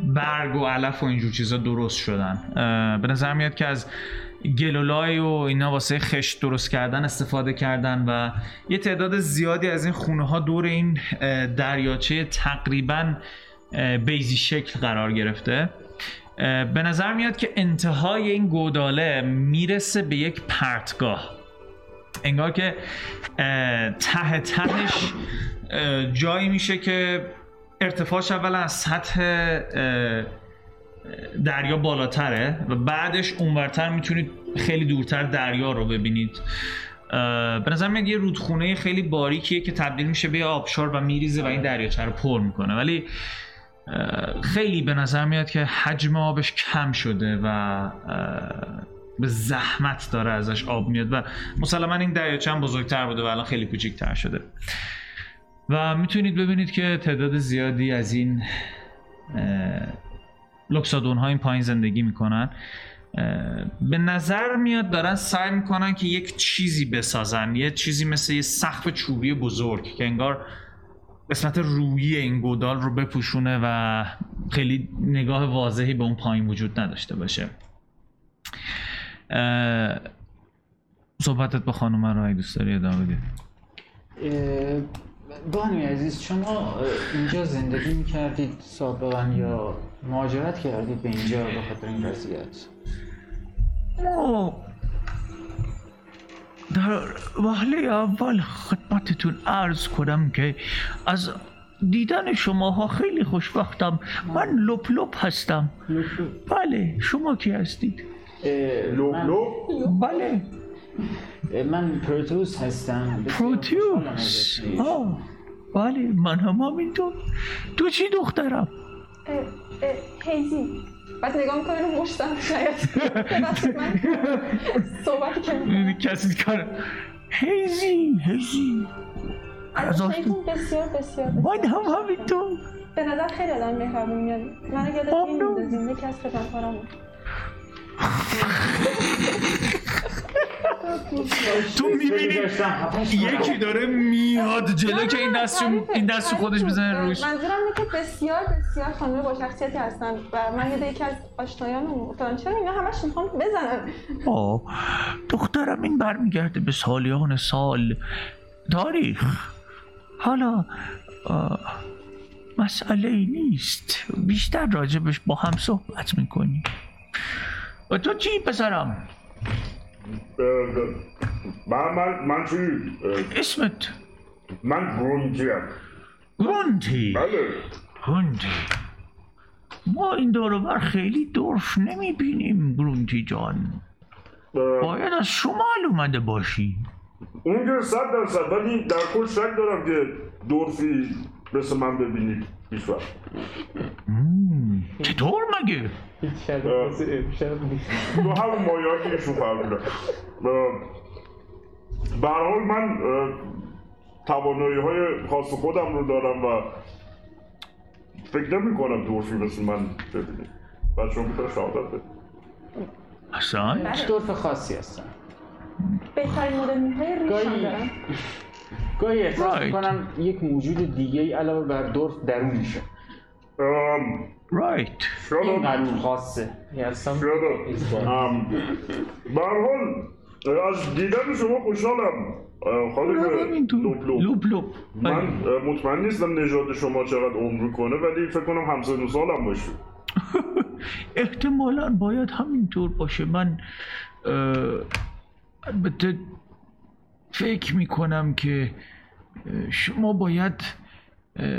Speaker 1: برگ و علف و اینجور چیزا درست شدن اه، به نظر میاد که از گلولای و اینا واسه خشت درست کردن استفاده کردن و یه تعداد زیادی از این خونه ها دور این اه، دریاچه تقریبا اه، بیزی شکل قرار گرفته اه، به نظر میاد که انتهای این گوداله میرسه به یک پرتگاه انگار که اه، ته تهش اه، جایی میشه که ارتفاعش اولا از سطح اه، دریا بالاتره و بعدش اونورتر میتونید خیلی دورتر دریا رو ببینید اه، به نظر میاد یه رودخونه خیلی باریکیه که تبدیل میشه به یه آبشار و میریزه و این دریاچه رو پر میکنه ولی اه، خیلی به نظر میاد که حجم آبش کم شده و اه، به زحمت داره ازش آب میاد و مسلما این دریاچه هم بزرگتر بوده و الان خیلی کوچیک‌تر شده و میتونید ببینید که تعداد زیادی از این اه، لوکسادون ها این پایین زندگی میکنن به نظر میاد دارن سعی میکنن که یک چیزی بسازن یه چیزی مثل یه سقف چوبی بزرگ که انگار قسمت رویی این گودال رو بپوشونه و خیلی نگاه واضحی به اون پایین وجود نداشته باشه اه، صحبتت با خانم رو اگه دوست داری ادامه بده
Speaker 3: اه، بانوی عزیز شما اه، اینجا زندگی میکردید سابقا یا مهاجرت کردید به اینجا به خاطر این وضعیت
Speaker 1: ما در وهله اول خدمتتون عرض کنم که از دیدن شماها خیلی خوشبختم من لپ لپ هستم بله شما کی هستید؟
Speaker 3: اه،
Speaker 5: لوب
Speaker 3: من-
Speaker 5: لوب
Speaker 1: بله
Speaker 3: اه، من پروتوس هستم بسیار خوشحالم
Speaker 1: پروتیوس
Speaker 3: ازتون.
Speaker 1: آه، بله من هم همینطور تو چی دخترم؟
Speaker 4: اه، اه، هیزی بعد نگاه میکنه رو مشتم شاید ببخشید من صحبت کردم
Speaker 1: یعنی کسی کار هیزی هیزی
Speaker 4: هیزی بسیار بسیار
Speaker 1: من هم همینطور
Speaker 4: به نظر خیلی آدم مهربون میاد منو یاد این
Speaker 1: ممنون.
Speaker 4: میندازیم یکی از خدمتکارامون
Speaker 1: تو میبینی یکی داره میاد جلو
Speaker 4: نه،
Speaker 1: که این
Speaker 4: نه،
Speaker 1: دست رو-
Speaker 4: تعریفه،
Speaker 1: این دست رو خودش
Speaker 4: تعریف
Speaker 1: بزنه
Speaker 4: بود.
Speaker 1: روش
Speaker 4: منظورم اینه که بسیار بسیار خانم با شخصیتی هستن و من یاد یکی از آشنایانم افتادم چرا اینا همش میخوام بزنن
Speaker 1: آه، دخترم این برمیگرده به سالیان سال تاریخ حالا آه، مسئله ای نیست بیشتر راجبش با هم صحبت میکنیم و تو چی پسرم؟
Speaker 6: من من من چی اه،
Speaker 1: اسمت
Speaker 6: من گرونگیم
Speaker 1: گونتی
Speaker 6: بله
Speaker 1: گونتی ما این دوروبر خیلی دورف نمیبینیم گرونتی جان
Speaker 6: اه،
Speaker 1: باید از شمال اومده باشی
Speaker 6: اون که صد درصد ولی در کل شک دارم که دورفی مثل من ببینید هیچ وقت
Speaker 1: مم، چطور مگه؟
Speaker 2: هیچ شب واسه امشب نیست
Speaker 6: با همون مایه که ایشون فرمودن به هر حال من توانایی های خاص خودم رو دارم و فکر نمی کنم دورفی مثل من ببینید و شما میتونه شهادت بده
Speaker 1: حسن؟
Speaker 3: هیچ دورف خاصی هستم
Speaker 4: بهترین مدل های ریشم
Speaker 3: گاهی
Speaker 4: دارن
Speaker 3: گاهی احساس
Speaker 1: Right.
Speaker 3: میکنم یک موجود دیگه ای علاوه بر دورف درونشه
Speaker 6: ام،
Speaker 1: رایت
Speaker 6: شاید
Speaker 3: اینقدر خاصه
Speaker 2: هستم
Speaker 6: شاید ام، به هر حال از دیدن شما خوشحالم اه، خانم لوب لوب.
Speaker 1: لوب لوب
Speaker 6: من
Speaker 1: بله.
Speaker 6: اه، مطمئن نیستم نژاد شما چقدر عمر کنه ولی فکر کنم همسن و سالم باشه
Speaker 1: احتمالا باید همینطور باشه من اه، البته فکر میکنم که اه، شما باید اه،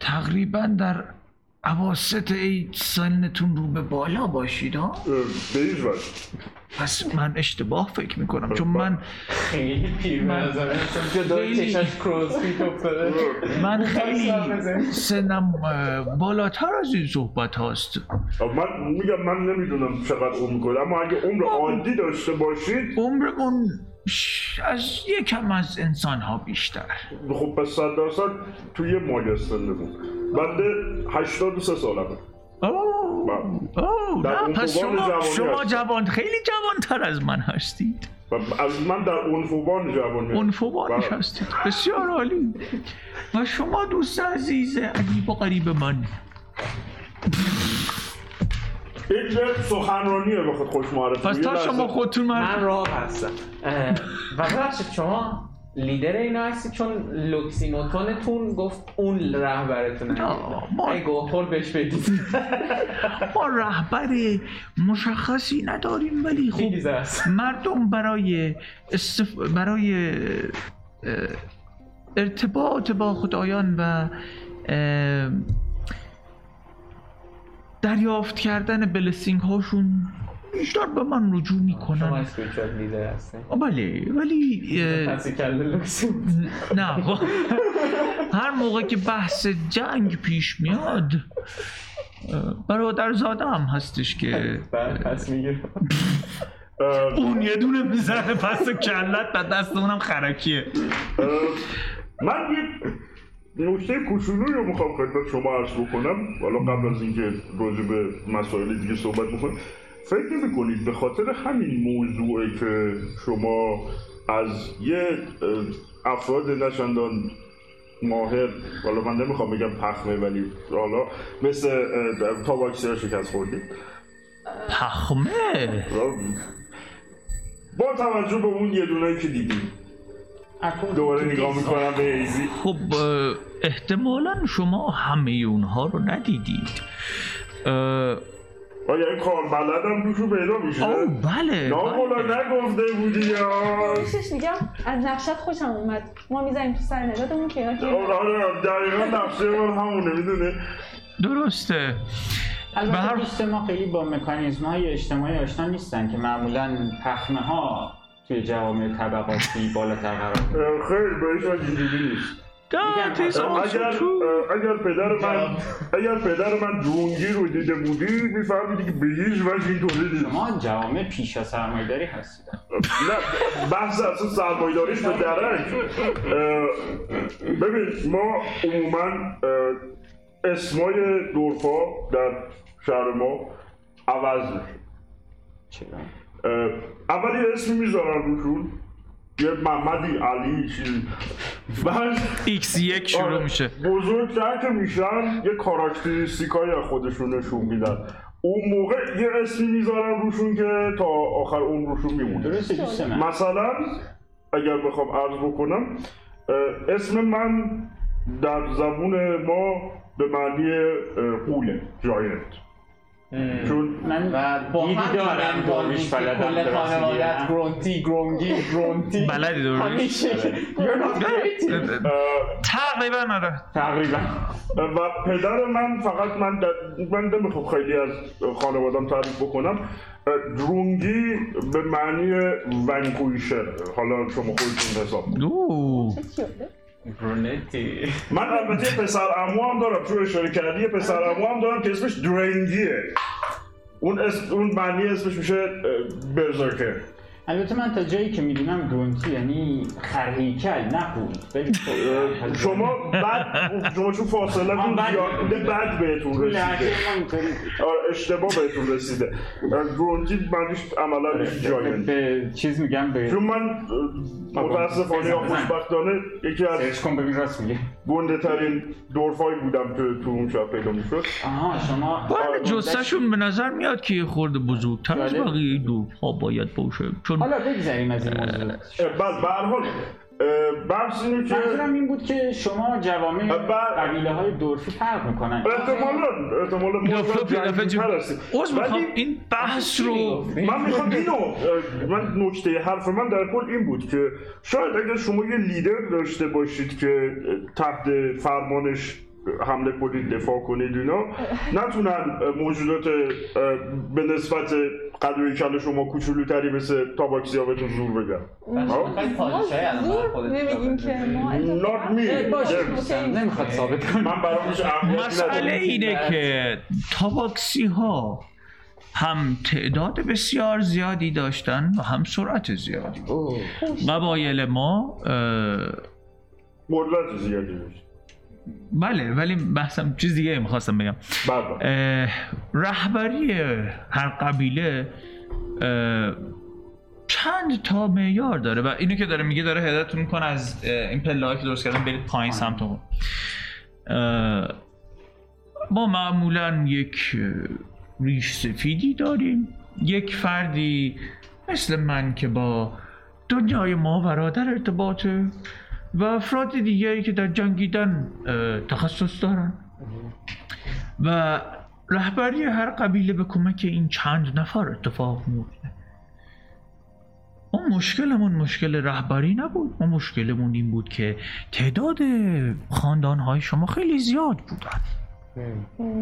Speaker 1: تقریبا در عواست ای سنتون رو به بالا باشید ها
Speaker 6: اه، به هیچ وجه
Speaker 1: پس من اشتباه فکر میکنم چون من
Speaker 2: خب. خیلی پیر منظره که داره
Speaker 1: خیلی.
Speaker 2: چشاش کروسفیت افتاده
Speaker 1: من خیلی
Speaker 2: سال بزن.
Speaker 1: سنم اه، بالاتر از این صحبت هاست
Speaker 6: من میگم من نمیدونم چقدر عمر کنه اما اگه
Speaker 1: خب.
Speaker 6: عمر عادی داشته باشید
Speaker 1: عمرمون ش- از یکم از انسان ها بیشتر
Speaker 6: خب پس صد درصد توی یه مایه سنده بود بنده 83 سالمه
Speaker 1: اوه، اوه،
Speaker 6: در
Speaker 1: نه
Speaker 6: اون
Speaker 1: پس
Speaker 6: قوام
Speaker 1: شما
Speaker 6: جوانی
Speaker 1: شما
Speaker 6: هستم.
Speaker 1: جوان خیلی جوانتر از من هستید
Speaker 6: و از من در عنفوان جوانی
Speaker 1: انفوانش
Speaker 6: بله.
Speaker 1: هستید بسیار عالی و شما دوست عزیز عجیب و غریب من
Speaker 6: این یه سخنرانیه بخواد خوش معرفی
Speaker 1: پس
Speaker 6: یه
Speaker 1: تا
Speaker 2: آره.
Speaker 6: لحظه.
Speaker 1: شما خودتون من
Speaker 2: من راه هستم اه، و ببخشید شما لیدر اینا هستی چون لوکسینوتونتون گفت اون رهبرتون
Speaker 1: آه، ما-
Speaker 2: ای گوخور بهش بگید
Speaker 1: ما رهبر مشخصی نداریم ولی خب
Speaker 2: چیز هست
Speaker 1: مردم برای استف... برای اه، ارتباط با خدایان و اه، دریافت کردن بلسینگ هاشون بیشتر به من رجوع
Speaker 2: شما
Speaker 1: میکنن
Speaker 2: اسپیچوال لیدر هستی
Speaker 1: آه، بله ولی اه،
Speaker 2: پس کله لوکسین
Speaker 1: نه [laughs] خب، هر موقع که بحث جنگ پیش میاد اه، برادر زاده هم هستش که
Speaker 2: بعد پس میگیرم
Speaker 6: اه،
Speaker 1: [laughs] اون یه دونه میزنه پس کلت و دست اونم خرکیه
Speaker 6: من یه نکته کوچولو رو میخوام خدمت شما عرض بکنم حالا قبل از اینکه راجع به مسائل دیگه صحبت بکنیم فکر نمیکنید به خاطر همین موضوعه که شما از یه اه، افراد نشندان ماهر حالا من نمیخوام بگم پخمه ولی حالا مثل اه، تاباکسر شکست خوردید
Speaker 1: پخمه
Speaker 6: با توجه به اون یه دونه که دیدیم دوباره نگاه میکنم به ایزی
Speaker 1: خب اه، احتمالا شما همه اونها رو ندیدید اه،
Speaker 6: آیا این کار بلدم روشو پیدا میشه
Speaker 1: آه بله,
Speaker 6: نامولا
Speaker 1: بله.
Speaker 6: نگفته بودی یا
Speaker 4: راستش میگم از نقشت خوشم اومد ما میزنیم تو سر نگاتمون که اینا که
Speaker 6: آره دقیقا نقشه من همونه میدونه
Speaker 1: درسته به
Speaker 3: البته
Speaker 1: هر-
Speaker 3: دوست ما خیلی با مکانیزم های اجتماعی آشنا نیستن که معمولا پخمه ها توی جوامع طبقاتی بالاتر قرار می‌گیرن.
Speaker 6: خیلی بهش من اینجوری نیست
Speaker 1: That is also
Speaker 6: اگر
Speaker 1: true.
Speaker 6: اه، اگر پدر من اگر پدر من درونگی رو دیده بودی میفهمیدی که به هیچ وجه اینطوری نیست
Speaker 3: ما جوامع پیش از سرمایه‌داری هستیم
Speaker 6: نه بحث اصلا سرمایداریش به درک اه، ببین ما عموما اه، اسمای دورفا در شهر ما عوض میشه
Speaker 3: چرا؟
Speaker 6: اه، اول یه اسمی میذارن روشون یه محمدی علی چیزی بعد
Speaker 1: ایکس یک شروع
Speaker 6: آره،
Speaker 1: میشه
Speaker 6: بزرگتر که میشن یه کاراکتریستیکای از خودشون نشون میدن اون موقع یه اسمی میذارن روشون که تا آخر عمرشون میمونه
Speaker 3: درسته دوست من
Speaker 6: مثلا اگر بخوام عرض بکنم اه، اسم من در زبون ما به معنی اه، قوله جاینت چون
Speaker 3: من با
Speaker 2: هم
Speaker 3: دیدی دارم
Speaker 2: دارم
Speaker 3: داروش
Speaker 2: که
Speaker 3: بلدم
Speaker 2: کل
Speaker 3: درست
Speaker 2: خانوادت
Speaker 3: می‌گیرم.
Speaker 2: گرونتی گرونگی گرونتی
Speaker 1: بلدی درست
Speaker 2: همیشه You're not creative.
Speaker 6: اه،
Speaker 1: تقریبا آره
Speaker 3: تقریبا
Speaker 6: و پدر من فقط من در... من نمیخوام خیلی از خانوادم تعریف بکنم اه، درونگی به معنی ونکویشر حالا شما خودتون حساب کنید.
Speaker 1: اوه.
Speaker 4: چه کیوله؟
Speaker 2: گرونتی
Speaker 6: من البته پسر امو هم دارم چون اشاره کردی یه پسر امو هم دارم که اسمش درنگیه اون اسم اون معنی اسمش میشه اه، برزرکر
Speaker 3: البته من تا جایی که میدونم گونتی یعنی خرهیکل نه قول بگی خب.
Speaker 6: شما بعد شما چون فاصله
Speaker 3: آن
Speaker 6: بود
Speaker 3: بد.
Speaker 6: زیاده بعد بهتون
Speaker 3: لحظه
Speaker 6: رسیده
Speaker 3: ما اینطوری
Speaker 6: آره، اشتباه بهتون رسیده اه، درونگی معنیش
Speaker 3: آره.
Speaker 6: عملا میشه جاینت
Speaker 3: به چیز میگم به
Speaker 6: چون من اه، متاسفانه یا خوشبختانه یکی از
Speaker 3: سرچ کن ببین راست میگه
Speaker 6: گنده ترین دورفایی بودم که تو اون شب پیدا میشد
Speaker 3: آها شما
Speaker 1: بله
Speaker 6: آره.
Speaker 1: جستشون به نظر میاد که یه خورده بزرگتر از
Speaker 3: بله.
Speaker 1: بقیه دورها باید باشه چون
Speaker 3: حالا بگذریم از این موضوع
Speaker 6: بعد به هر حال اه، بحث اینه که
Speaker 3: منظورم این بود که شما
Speaker 6: بله.
Speaker 3: جوامع قبیله های دورفی فرق میکنن
Speaker 6: احتمالا احتمالا ما شاید جنگی‌تر هستیم.
Speaker 1: عوض میخوام
Speaker 6: ولی
Speaker 1: این بحث رو
Speaker 6: من میخوام
Speaker 1: خب.
Speaker 6: اینو اه، من نکته حرف من در کل این بود که شاید اگر شما یه لیدر داشته باشید که اه، تحت فرمانش حمله کنید دفاع کنید اینا نتونن اه، موجودات اه، به نسبت قدوی کل شما کوچولوتری مثل تاباکسی ها بهتون زور بگن ها؟
Speaker 4: ما زور نمیگیم که ما
Speaker 6: Not me.
Speaker 4: اتفاقاً- باشه،
Speaker 6: Yes.
Speaker 4: اوکی.
Speaker 2: نمیخواد ثابت کنم
Speaker 6: من برامش اهمیت
Speaker 1: مسئله
Speaker 6: ندارم.
Speaker 1: اینه که تاباکسی ها هم تعداد بسیار زیادی داشتن و هم سرعت زیادی قبایل ما اه،
Speaker 6: قدرت زیادی داشت
Speaker 1: بله ولی بحثم چیز دیگه میخواستم بگم
Speaker 6: بله بله.
Speaker 1: اه، رهبری هر قبیله اه، چند تا معیار داره و اینو که داره میگه داره هدایتتون میکنه از اه، این پله که درست کردن برید پایین سمت اون اه، ما معمولا یک اه، ریش سفیدی داریم یک فردی مثل من که با دنیای ماورا در ارتباطه و افراد دیگری که در جنگیدن اه، تخصص دارن و رهبری هر قبیله به کمک این چند نفر اتفاق میفته ما مشکلمون مشکل رهبری نبود ما مشکلمون این بود که تعداد خاندانهای شما خیلی زیاد بودن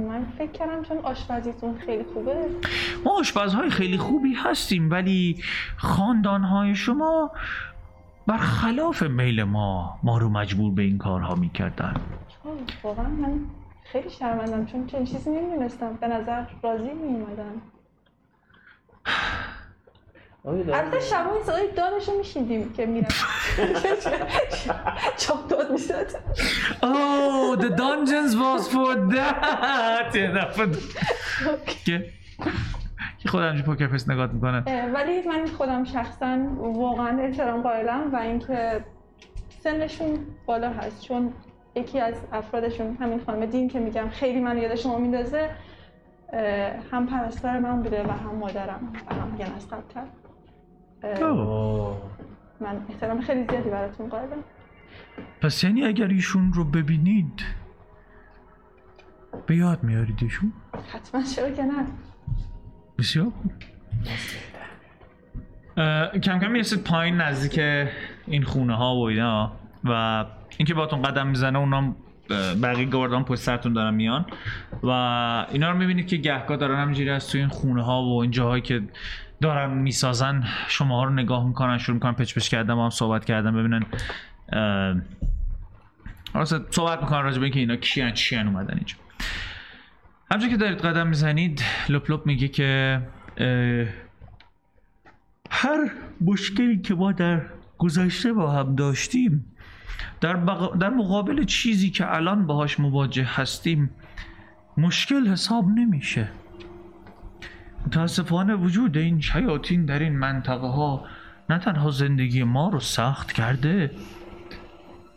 Speaker 4: من فکر کردم چون آشپزیتون خیلی خوبه
Speaker 1: ما آشپزهای خیلی خوبی هستیم ولی خاندانهای شما برخلاف میل ما ما رو مجبور به این کارها میکردن
Speaker 4: آه، واقعا من خیلی شرمندم چون چنین چیزی نمیدونستم به نظر راضی میومدم
Speaker 2: آقای دارم.
Speaker 4: البته شبا این صدای دادشو میشیدیم که میرم [laughs] چاپ داد میزد
Speaker 1: Oh, the dungeons was for that یه دفعه [laughs] که- که خود همجور پوکر فیس نگاه میکنه
Speaker 4: ولی من خودم شخصا واقعا احترام قائلم و اینکه سنشون بالا هست چون یکی از افرادشون همین خانم دین که میگم خیلی من یاد شما میندازه اه، هم پرستار من بوده و هم مادرم و هم یه از قبل‌تر. اه،
Speaker 1: Oh.
Speaker 4: من احترام خیلی زیادی براتون قائلم
Speaker 1: پس یعنی اگر ایشون رو ببینید به یاد میارید ایشون
Speaker 4: حتما چرا که نه
Speaker 1: بسیار خوب. اه، کم کم میرسید پایین نزدیک این خونه ها و اینا و اینکه باتون قدم میزنه اونا هم، اه، بقیه گاردان پشت سرتون دارن میان و اینا رو میبینید که گهگاه دارن همینجوری از توی این خونه ها و این جاهایی که دارن میسازن شماها رو نگاه میکنن شروع میکنن پچپچ کردن با هم صحبت کردن ببینن اه، راسته صحبت میکنن راجع به اینکه اینا کیان چیان اومدن اینجا همچون که دارید قدم میزنید لپ لپ میگه که اه، هر مشکلی که ما در گذشته با هم داشتیم در, بق- در مقابل چیزی که الان باهاش مواجه هستیم مشکل حساب نمیشه متاسفانه وجود این شیاطین در این منطقه ها نه تنها زندگی ما رو سخت کرده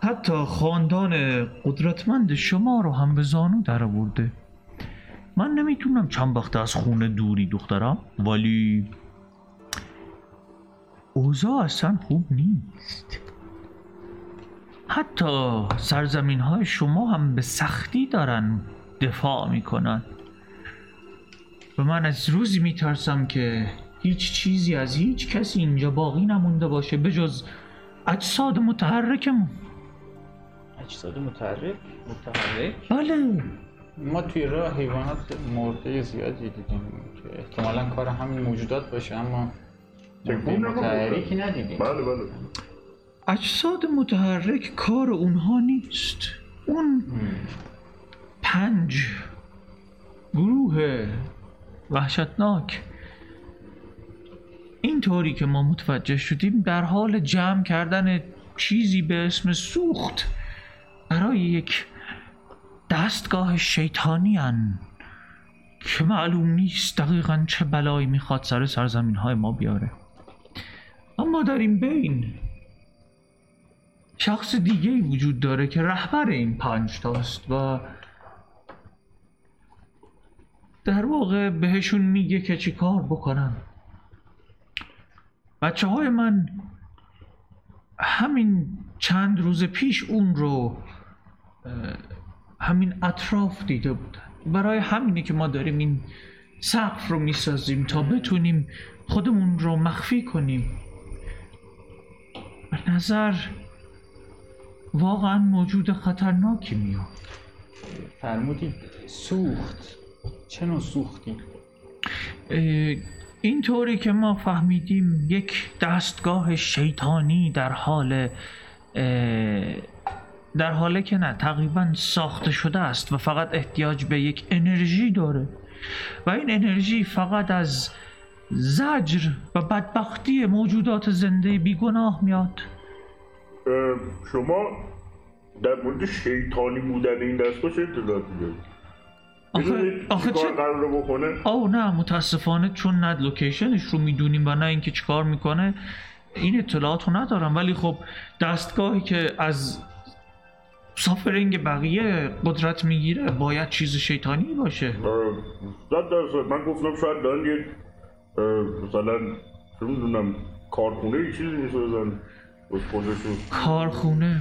Speaker 1: حتی خاندان قدرتمند شما رو هم به زانو در آورده من نمیتونم چند وقت از خونه دوری دخترم ولی اوضاع اصلا خوب نیست حتی سرزمین های شما هم به سختی دارن دفاع میکنن و من از روزی میترسم که هیچ چیزی از هیچ کسی اینجا باقی نمونده باشه بجز اجساد متحرکمون
Speaker 2: اجساد متحرک متحرک
Speaker 1: بله
Speaker 3: ما توی راه حیوانات مرده زیادی دیدیم که احتمالا کار همین موجودات باشه اما مرده
Speaker 6: نکنم.
Speaker 3: متحرکی ندیدیم
Speaker 6: بله بله
Speaker 1: اجساد متحرک کار اونها نیست اون پنج گروه وحشتناک این طوری که ما متوجه شدیم در حال جمع کردن چیزی به اسم سوخت برای یک دستگاه شیطانی هن که معلوم نیست دقیقا چه بلایی میخواد سر سرزمین های ما بیاره اما در این بین شخص دیگه ای وجود داره که رهبر این پنج تاست و در واقع بهشون میگه که چی کار بکنن بچه های من همین چند روز پیش اون رو اه، همین اطراف دیده بودن برای همینه که ما داریم این سقف رو میسازیم تا بتونیم خودمون رو مخفی کنیم به نظر واقعا موجود خطرناکی میاد
Speaker 3: فرمودید سوخت چه نوع سوختی
Speaker 1: اه، این طوری که ما فهمیدیم یک دستگاه شیطانی در حال اه، در حاله که نه تقریبا ساخته شده است و فقط احتیاج به یک انرژی داره و این انرژی فقط از زجر و بدبختی موجودات زنده بیگناه میاد
Speaker 6: اه، شما در مورد شیطانی بودن این دستگاه چه اطلاعاتی دارید؟
Speaker 1: آخه,
Speaker 6: می‌دونید
Speaker 1: آخه
Speaker 6: چی
Speaker 1: چه
Speaker 6: کار قراره بکنه؟
Speaker 1: آه نه متاسفانه چون نه لوکیشنش رو میدونیم و نه اینکه چیکار میکنه این اطلاعات رو ندارم ولی خب دستگاهی که از سافرینگ بقیه قدرت میگیره باید چیز شیطانی باشه
Speaker 6: اه، صد درصد من گفتم شاید دارن یه اه، مثلا چه میدونم کارخونه یه چیزی نیست بزن از خودشون
Speaker 1: کارخونه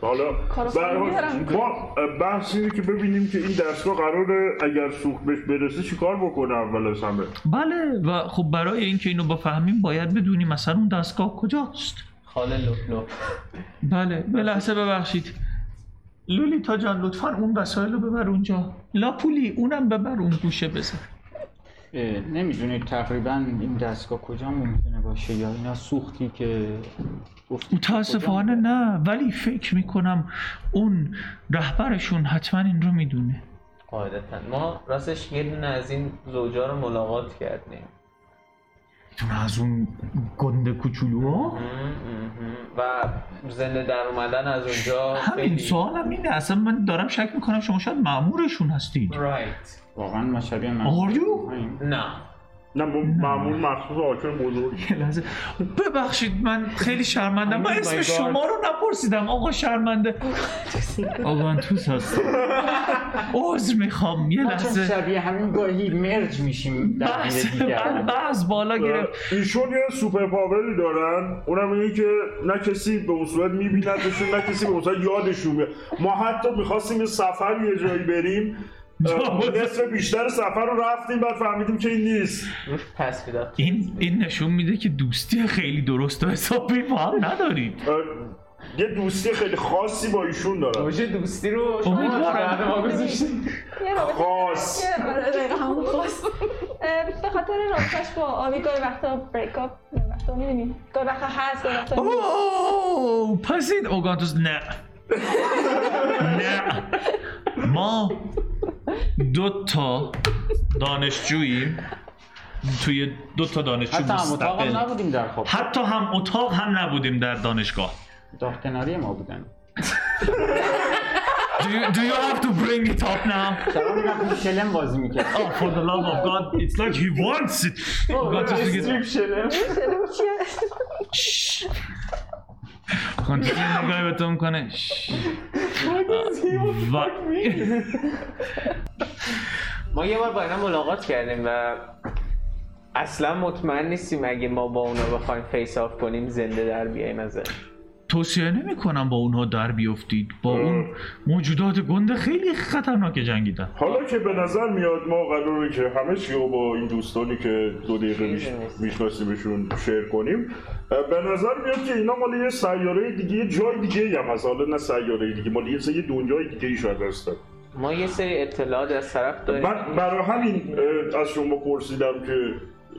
Speaker 6: حالا
Speaker 4: کارخونه
Speaker 6: به هر حال
Speaker 4: می‌دارن.
Speaker 6: ما بحث اینه که ببینیم که این دستگاه قراره اگر سوخت بهش برسه چیکار بکنه اول از همه
Speaker 1: بله و خب برای اینکه اینو بفهمیم باید بدونیم مثلا اون دستگاه کجاست
Speaker 2: خاله لپ لپ
Speaker 1: بله به لحظه ببخشید لولیتا جان لطفا اون وسایل رو ببر اونجا لاپولی اونم ببر اون گوشه بذار
Speaker 3: اه، نمیدونید تقریبا این دستگاه کجا ممکنه باشه یا اینا سوختی که گفتید
Speaker 1: متاسفانه
Speaker 3: کجا؟
Speaker 1: نه ولی فکر میکنم اون رهبرشون حتما این رو میدونه
Speaker 2: قاعدتا ما راستش یه دونه از این زوجا رو ملاقات کردیم
Speaker 1: میدونه از اون گنده کوچولو
Speaker 2: م- مهم. و زنده در اومدن از اونجا
Speaker 1: همین
Speaker 2: خیلی-
Speaker 1: سوالم اینه اصلا من دارم شک میکنم شما شاید معمورشون هستید
Speaker 2: رایت
Speaker 3: واقعا ما شبیه من
Speaker 1: Are you?
Speaker 2: نه
Speaker 6: نه ما معمول مخصوص حاکم بزرگ
Speaker 1: یه لحظه. ببخشید من خیلی شرمندم من
Speaker 2: Oh my
Speaker 1: اسم
Speaker 2: God.
Speaker 1: شما رو نپرسیدم آقا شرمنده آگانتوس هست عذر میخوام یه
Speaker 3: ما چون
Speaker 1: لحظه
Speaker 3: شبیه همین گاهی مرج میشیم در
Speaker 1: بحث
Speaker 3: بین دیگران
Speaker 1: بحث بالا گرفت
Speaker 6: ایشون یه سوپر پاوری دارن اونم اینه که نه کسی به اون صورت میبیندشون نه کسی به اون صورت یادشون میاد ما حتی میخواستیم یه سفر یه جایی بریم
Speaker 2: Oh.
Speaker 6: اه، نصف بیشتر سفر رو رفتیم بعد فهمیدیم که این نیست
Speaker 2: روش پس میداد
Speaker 1: این این نشون میده که دوستی خیلی درست و حسابی با هم ندارید
Speaker 6: اه، یه دوستی خیلی خاصی با ایشون دارم
Speaker 2: روش دوستی رو شما
Speaker 1: امیدوارم.
Speaker 2: بعد ما گذاشتیم
Speaker 4: یه رابطه
Speaker 6: خاص
Speaker 4: یه- آره، دقیقاً همون خواست. اه، به خاطر رابطش با آبی گاهی وقتا بریک اپ گاهی وقتا می‌بینی. گاهی وقتا هست گاهی وقتا نیست.
Speaker 1: اوه پس این اوگانتوس نه نه ما دو تا دانشجوییم توی دو تا دانشجو
Speaker 3: حتی هم اتاق هم
Speaker 1: مستقل
Speaker 3: نبودیم در خب. خواب
Speaker 1: حتی هم اتاق هم نبودیم در دانشگاه
Speaker 3: اتاق کناری ما بودن
Speaker 1: Do you, do you have to bring it up now?
Speaker 3: شبان میرفتیم شلم بازی میکرد
Speaker 1: Oh, for the love of God, it's like he wants it.
Speaker 3: Oh,
Speaker 1: Ougantus میگه- کنترل نگاهی به تو میکنه شش. و
Speaker 2: ما یه بار با اینا ملاقات کردیم و اصلا مطمئن نیستیم اگه ما با اونا بخوایم فیس آف کنیم زنده در بیایم از
Speaker 1: توصیه نمی کنم با اونها در بیفتید با اون موجودات گنده خیلی خطرناک جنگیدن
Speaker 6: حالا که به نظر میاد ما قراره که همه چی رو با این دوستانی که دو دقیقه میش- میشناسیمشون شیر کنیم اه، به نظر میاد که اینا مال یه سیاره دیگه یه جای دیگه هم هست حالا نه سیاره دیگه مال یه سری دنیای دیگه ای شاید هستن
Speaker 2: ما یه سری اطلاعات از طرف داریم
Speaker 6: من برای همین اه، از شما پرسیدم که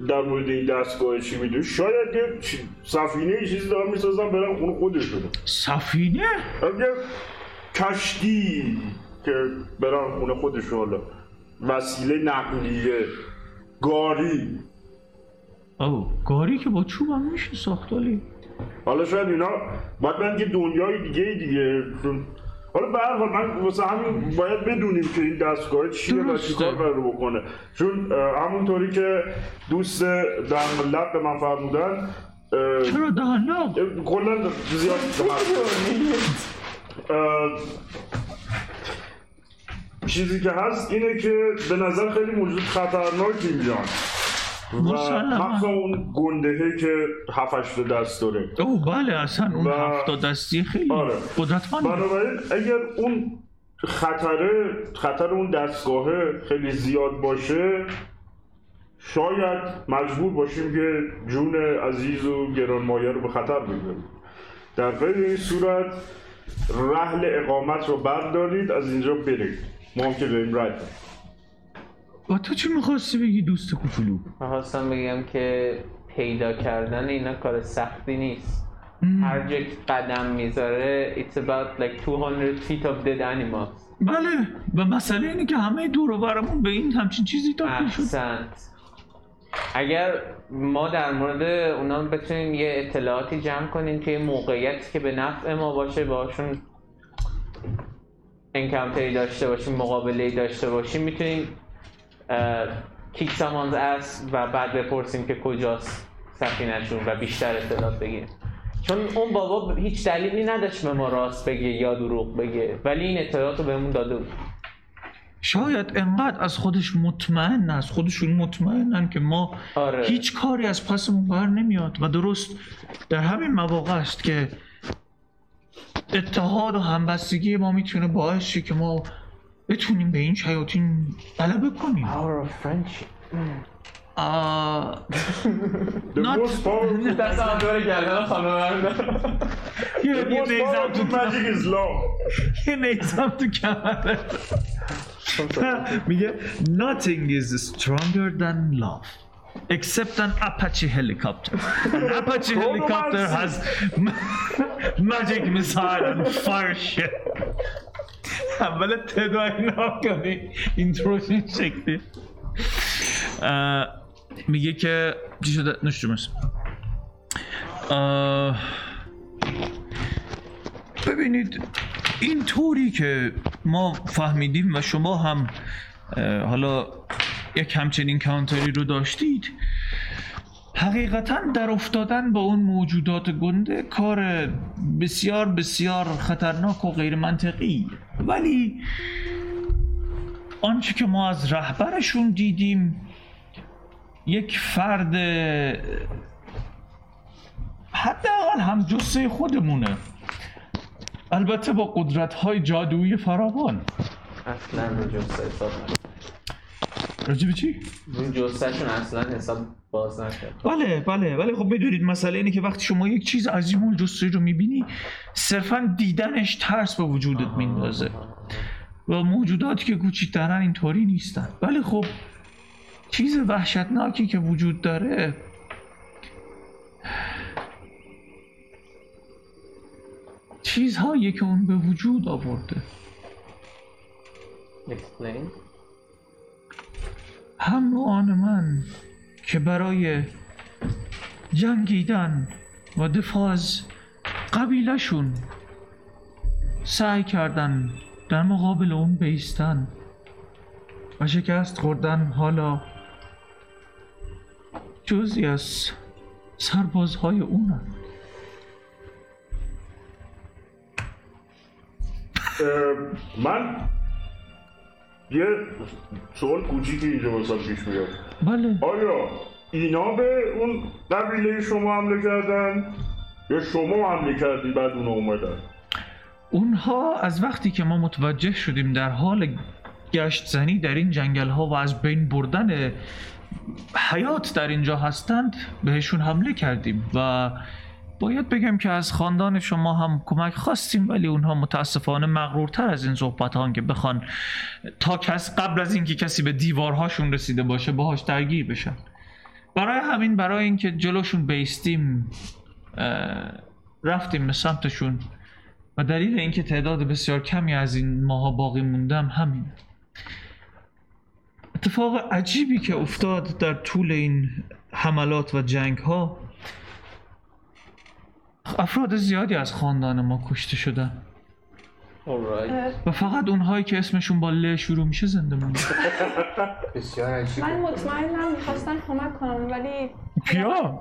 Speaker 6: در مورد این دستگاه چی میدونی شاید یه چی- سفینه یه چیزی دارم میسازم برم خونه خودشون
Speaker 1: سفینه
Speaker 6: یه کشتی که برن خونه خودش حالا وسیله نقلیه گاری
Speaker 1: او گاری که با چوب هم میشه ساخت ولی
Speaker 6: حالا شاید اینا باید برن که دنیای دیگه دیگه چون- حالا به هر حال من واسه همین باید بدونیم که این دستگاه چیه و
Speaker 1: درسته.
Speaker 6: چی کار قراره بکنه چون اه، همونطوری که دوست در لب به من فرمودن اه،
Speaker 1: چرا دهنلاق
Speaker 6: کلا زیاد اه، چیزی که هست اینه که به نظر خیلی موجود خطرناکی میان و
Speaker 1: مسلما.
Speaker 6: مخصوصا اون گندهه که هفتش تا دست داره
Speaker 1: او بله اصلا اون
Speaker 6: و-
Speaker 1: هفتا دستی خیلی
Speaker 6: آره.
Speaker 1: قدرتمند
Speaker 6: بنابراین اگر اون خطره خطر اون دستگاهه خیلی زیاد باشه شاید مجبور باشیم که جون عزیز و گرانمایه رو به خطر بگذاریم در غیر این صورت رحل اقامت رو بردارید از اینجا برید ما هم که بریم رد
Speaker 1: و تو چی میخواستی بگی دوست کوچولو
Speaker 2: من خواستم بگم که پیدا کردن اینا کار سختی نیست هر جا که قدم میذاره it's about like 200 feet of dead animals
Speaker 1: بله و مسئله اینه که همه دور و برمون به این همچین چیزی داخل شد
Speaker 2: احسنت اگر ما در مورد اونا بتونیم یه اطلاعاتی جمع کنیم که یه موقعیتی که به نفع ما باشه باشون انکمپری داشته باشیم مقابله داشته باشیم میتونیم کیک سامانز اس و بعد بپرسیم که کجاست سفینهشون و بیشتر اطلاعات بگیریم چون اون بابا هیچ دلیلی نداشت به ما راست بگه یا دروغ بگه ولی این اطلاعات رو بهمون داده بود
Speaker 1: شاید انقدر از خودش مطمئن از خودشون مطمئنن که ما
Speaker 2: آره.
Speaker 1: هیچ کاری از پسمون بر نمیاد و درست در همین مواقع است که اتحاد و همبستگی ما میتونه باعث شه که ما بتونیم به این شیاطین بله غلبه کنیم
Speaker 2: Power of friendship
Speaker 1: آه،
Speaker 6: The
Speaker 1: Not-
Speaker 6: most
Speaker 1: [laughs]
Speaker 6: powerful, [laughs]
Speaker 2: دست هم دور گردن خانم من دارم.
Speaker 1: یه
Speaker 6: the most
Speaker 1: نیزم تو
Speaker 6: powerful magic is love.
Speaker 1: [laughs] یه نیزم تو [laughs] کمرت میگه nothing is stronger than love except an Apache helicopter an Apache helicopter has ma- magic missile and fire shit اول تدایی نکنی اینتروش این شکلی اه، میگه که چی شده نوش جونش. اه، ببینید این طوری که ما فهمیدیم و شما هم اه، حالا یک همچنین کانتری رو داشتید حقیقتا در افتادن با اون موجودات گنده کار بسیار بسیار خطرناک و غیر منطقی ولی آنچه که ما از رهبرشون دیدیم یک فرد حداقل هم جسه خودمونه البته با قدرت های جادویی فراوان
Speaker 2: اصلا رو جسته حساب نکن
Speaker 1: راجب چی؟
Speaker 2: رو جستشون اصلا حساب باز نکن
Speaker 1: بله بله ولی خب میدونید مسئله اینه که وقتی شما یک چیز عظیم و جسری رو میبینی صرفا دیدنش ترس به وجودت میندازه و موجوداتی که کوچیکترن اینطوری نیستن ولی خب چیز وحشتناکی که وجود داره چیزهایی که اون به وجود آورده
Speaker 2: Explain
Speaker 1: هم آن من که برای جنگیدن و دفاع از قبیلشون سعی کردن در مقابل اون بیستن و شکست خوردن حالا جزی از سربازهای اونن
Speaker 6: اه، من یه سوال کوچیکی اینجا واسم پیش میاد
Speaker 1: بله
Speaker 6: آیا اینا به اون قبیله شما حمله کردن یا شما حمله کردی بعد اونا اومدن
Speaker 1: اونها از وقتی که ما متوجه شدیم در حال گشت زنی در این جنگل ها و از بین بردن حیات در اینجا هستند بهشون حمله کردیم و باید بگم که از خاندان شما هم کمک خواستیم ولی اونها متاسفانه مغرورتر از این صحبت ها که بخوان تا کس قبل از اینکه کسی به دیوارهاشون رسیده باشه باهاش درگیر بشن برای همین برای اینکه جلوشون بیستیم اه، رفتیم به سمتشون و دلیل اینکه تعداد بسیار کمی از این ماها باقی موندم همینه اتفاق عجیبی که افتاد در طول این حملات و جنگ ها افراد زیادی از خاندان ما کشته شدن
Speaker 2: Alright
Speaker 1: و فقط اونهایی که اسمشون با ل شروع میشه زنده مونده
Speaker 3: بسیار عجیب
Speaker 4: من مطمئنم میخواستن کمک کنم ولی
Speaker 1: کیا؟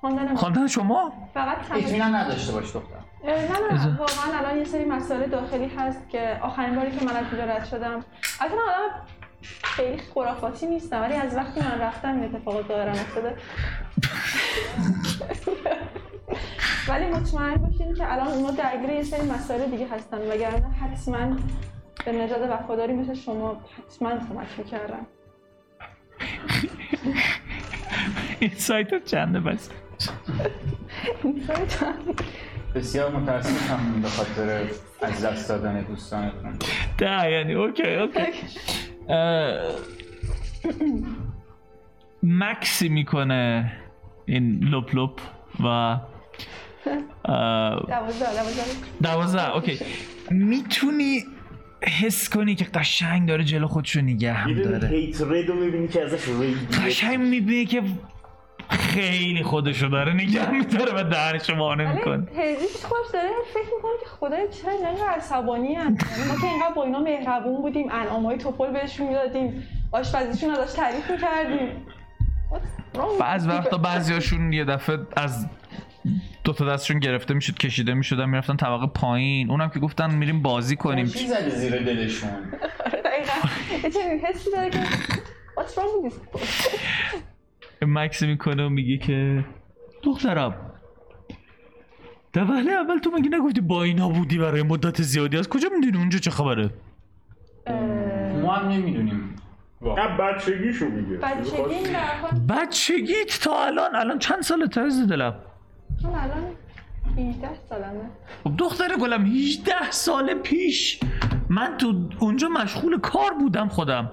Speaker 4: خواندن
Speaker 1: خاندان شما؟
Speaker 4: فقط تمرین
Speaker 3: اطمینان نداشته باش دختر
Speaker 4: نه
Speaker 1: از-
Speaker 4: نه واقعا الان یه سری مسائل داخلی هست که آخرین باری که من از اونجا رد شدم البته من آدم خیلی خرافاتی نیستم ولی از وقتی من رفتم این اتفاقات دارم افتاده [laughs] ولی مطمئن باشین که الان اونا درگیر یه سری مسائل دیگه هستن وگرنه حتما به نجات وفاداری مثل شما حتما کمک میکردم
Speaker 1: این سایت
Speaker 4: [laughs]
Speaker 1: چنده بس
Speaker 3: بسیار متاسفم به خاطر از دست دادن دوستانتون
Speaker 1: ده یعنی اوکی اوکی اه، مکسی میکنه این لپ لپ و اه،
Speaker 4: دوازده دوازده
Speaker 1: دوازده اوکی میتونی حس کنی که قشنگ داره جلو خودشو نگه هم
Speaker 5: میدونی
Speaker 1: داره
Speaker 5: هیت رید رو میبینی که ازش
Speaker 1: قشنگ
Speaker 5: رید
Speaker 1: میبینی که خیلی خودشو داره نگه میداره و دهن شما نمیکنه
Speaker 4: ولی هرگیز خودش داره یعنی فکر میکنه که خدای چرا اینا اینقدر عصبانی هن. ما که اینقدر با اینا مهربون بودیم انعام های توپل بهشون میدادیم آشپزیشون ازش تعریف میکردیم [laughs]
Speaker 1: بعض وقتا بعضیاشون یه دفعه از دو تا دستشون گرفته میشد کشیده میشدن میرفتن طبقه پایین اونم که گفتن میریم بازی کنیم
Speaker 3: چی زده زیر دلشون
Speaker 4: دقیقا یه چنین حسی داره که What's wrong with this person؟
Speaker 1: مکس میکنه و میگه که دخترم در وهله اول تو مگه نگفتی با اینا بودی برای مدت زیادی از کجا میدونی اونجا چه خبره
Speaker 4: اه،
Speaker 3: ما هم نمیدونیم
Speaker 6: نه بچگیشو میگه
Speaker 4: بچگی این برخورد
Speaker 1: بچگیت تا الان الان چند سال از دلم
Speaker 4: من الان 18 سالمه
Speaker 1: خب دختر گلم 18 سال پیش من تو اونجا مشغول کار بودم خودم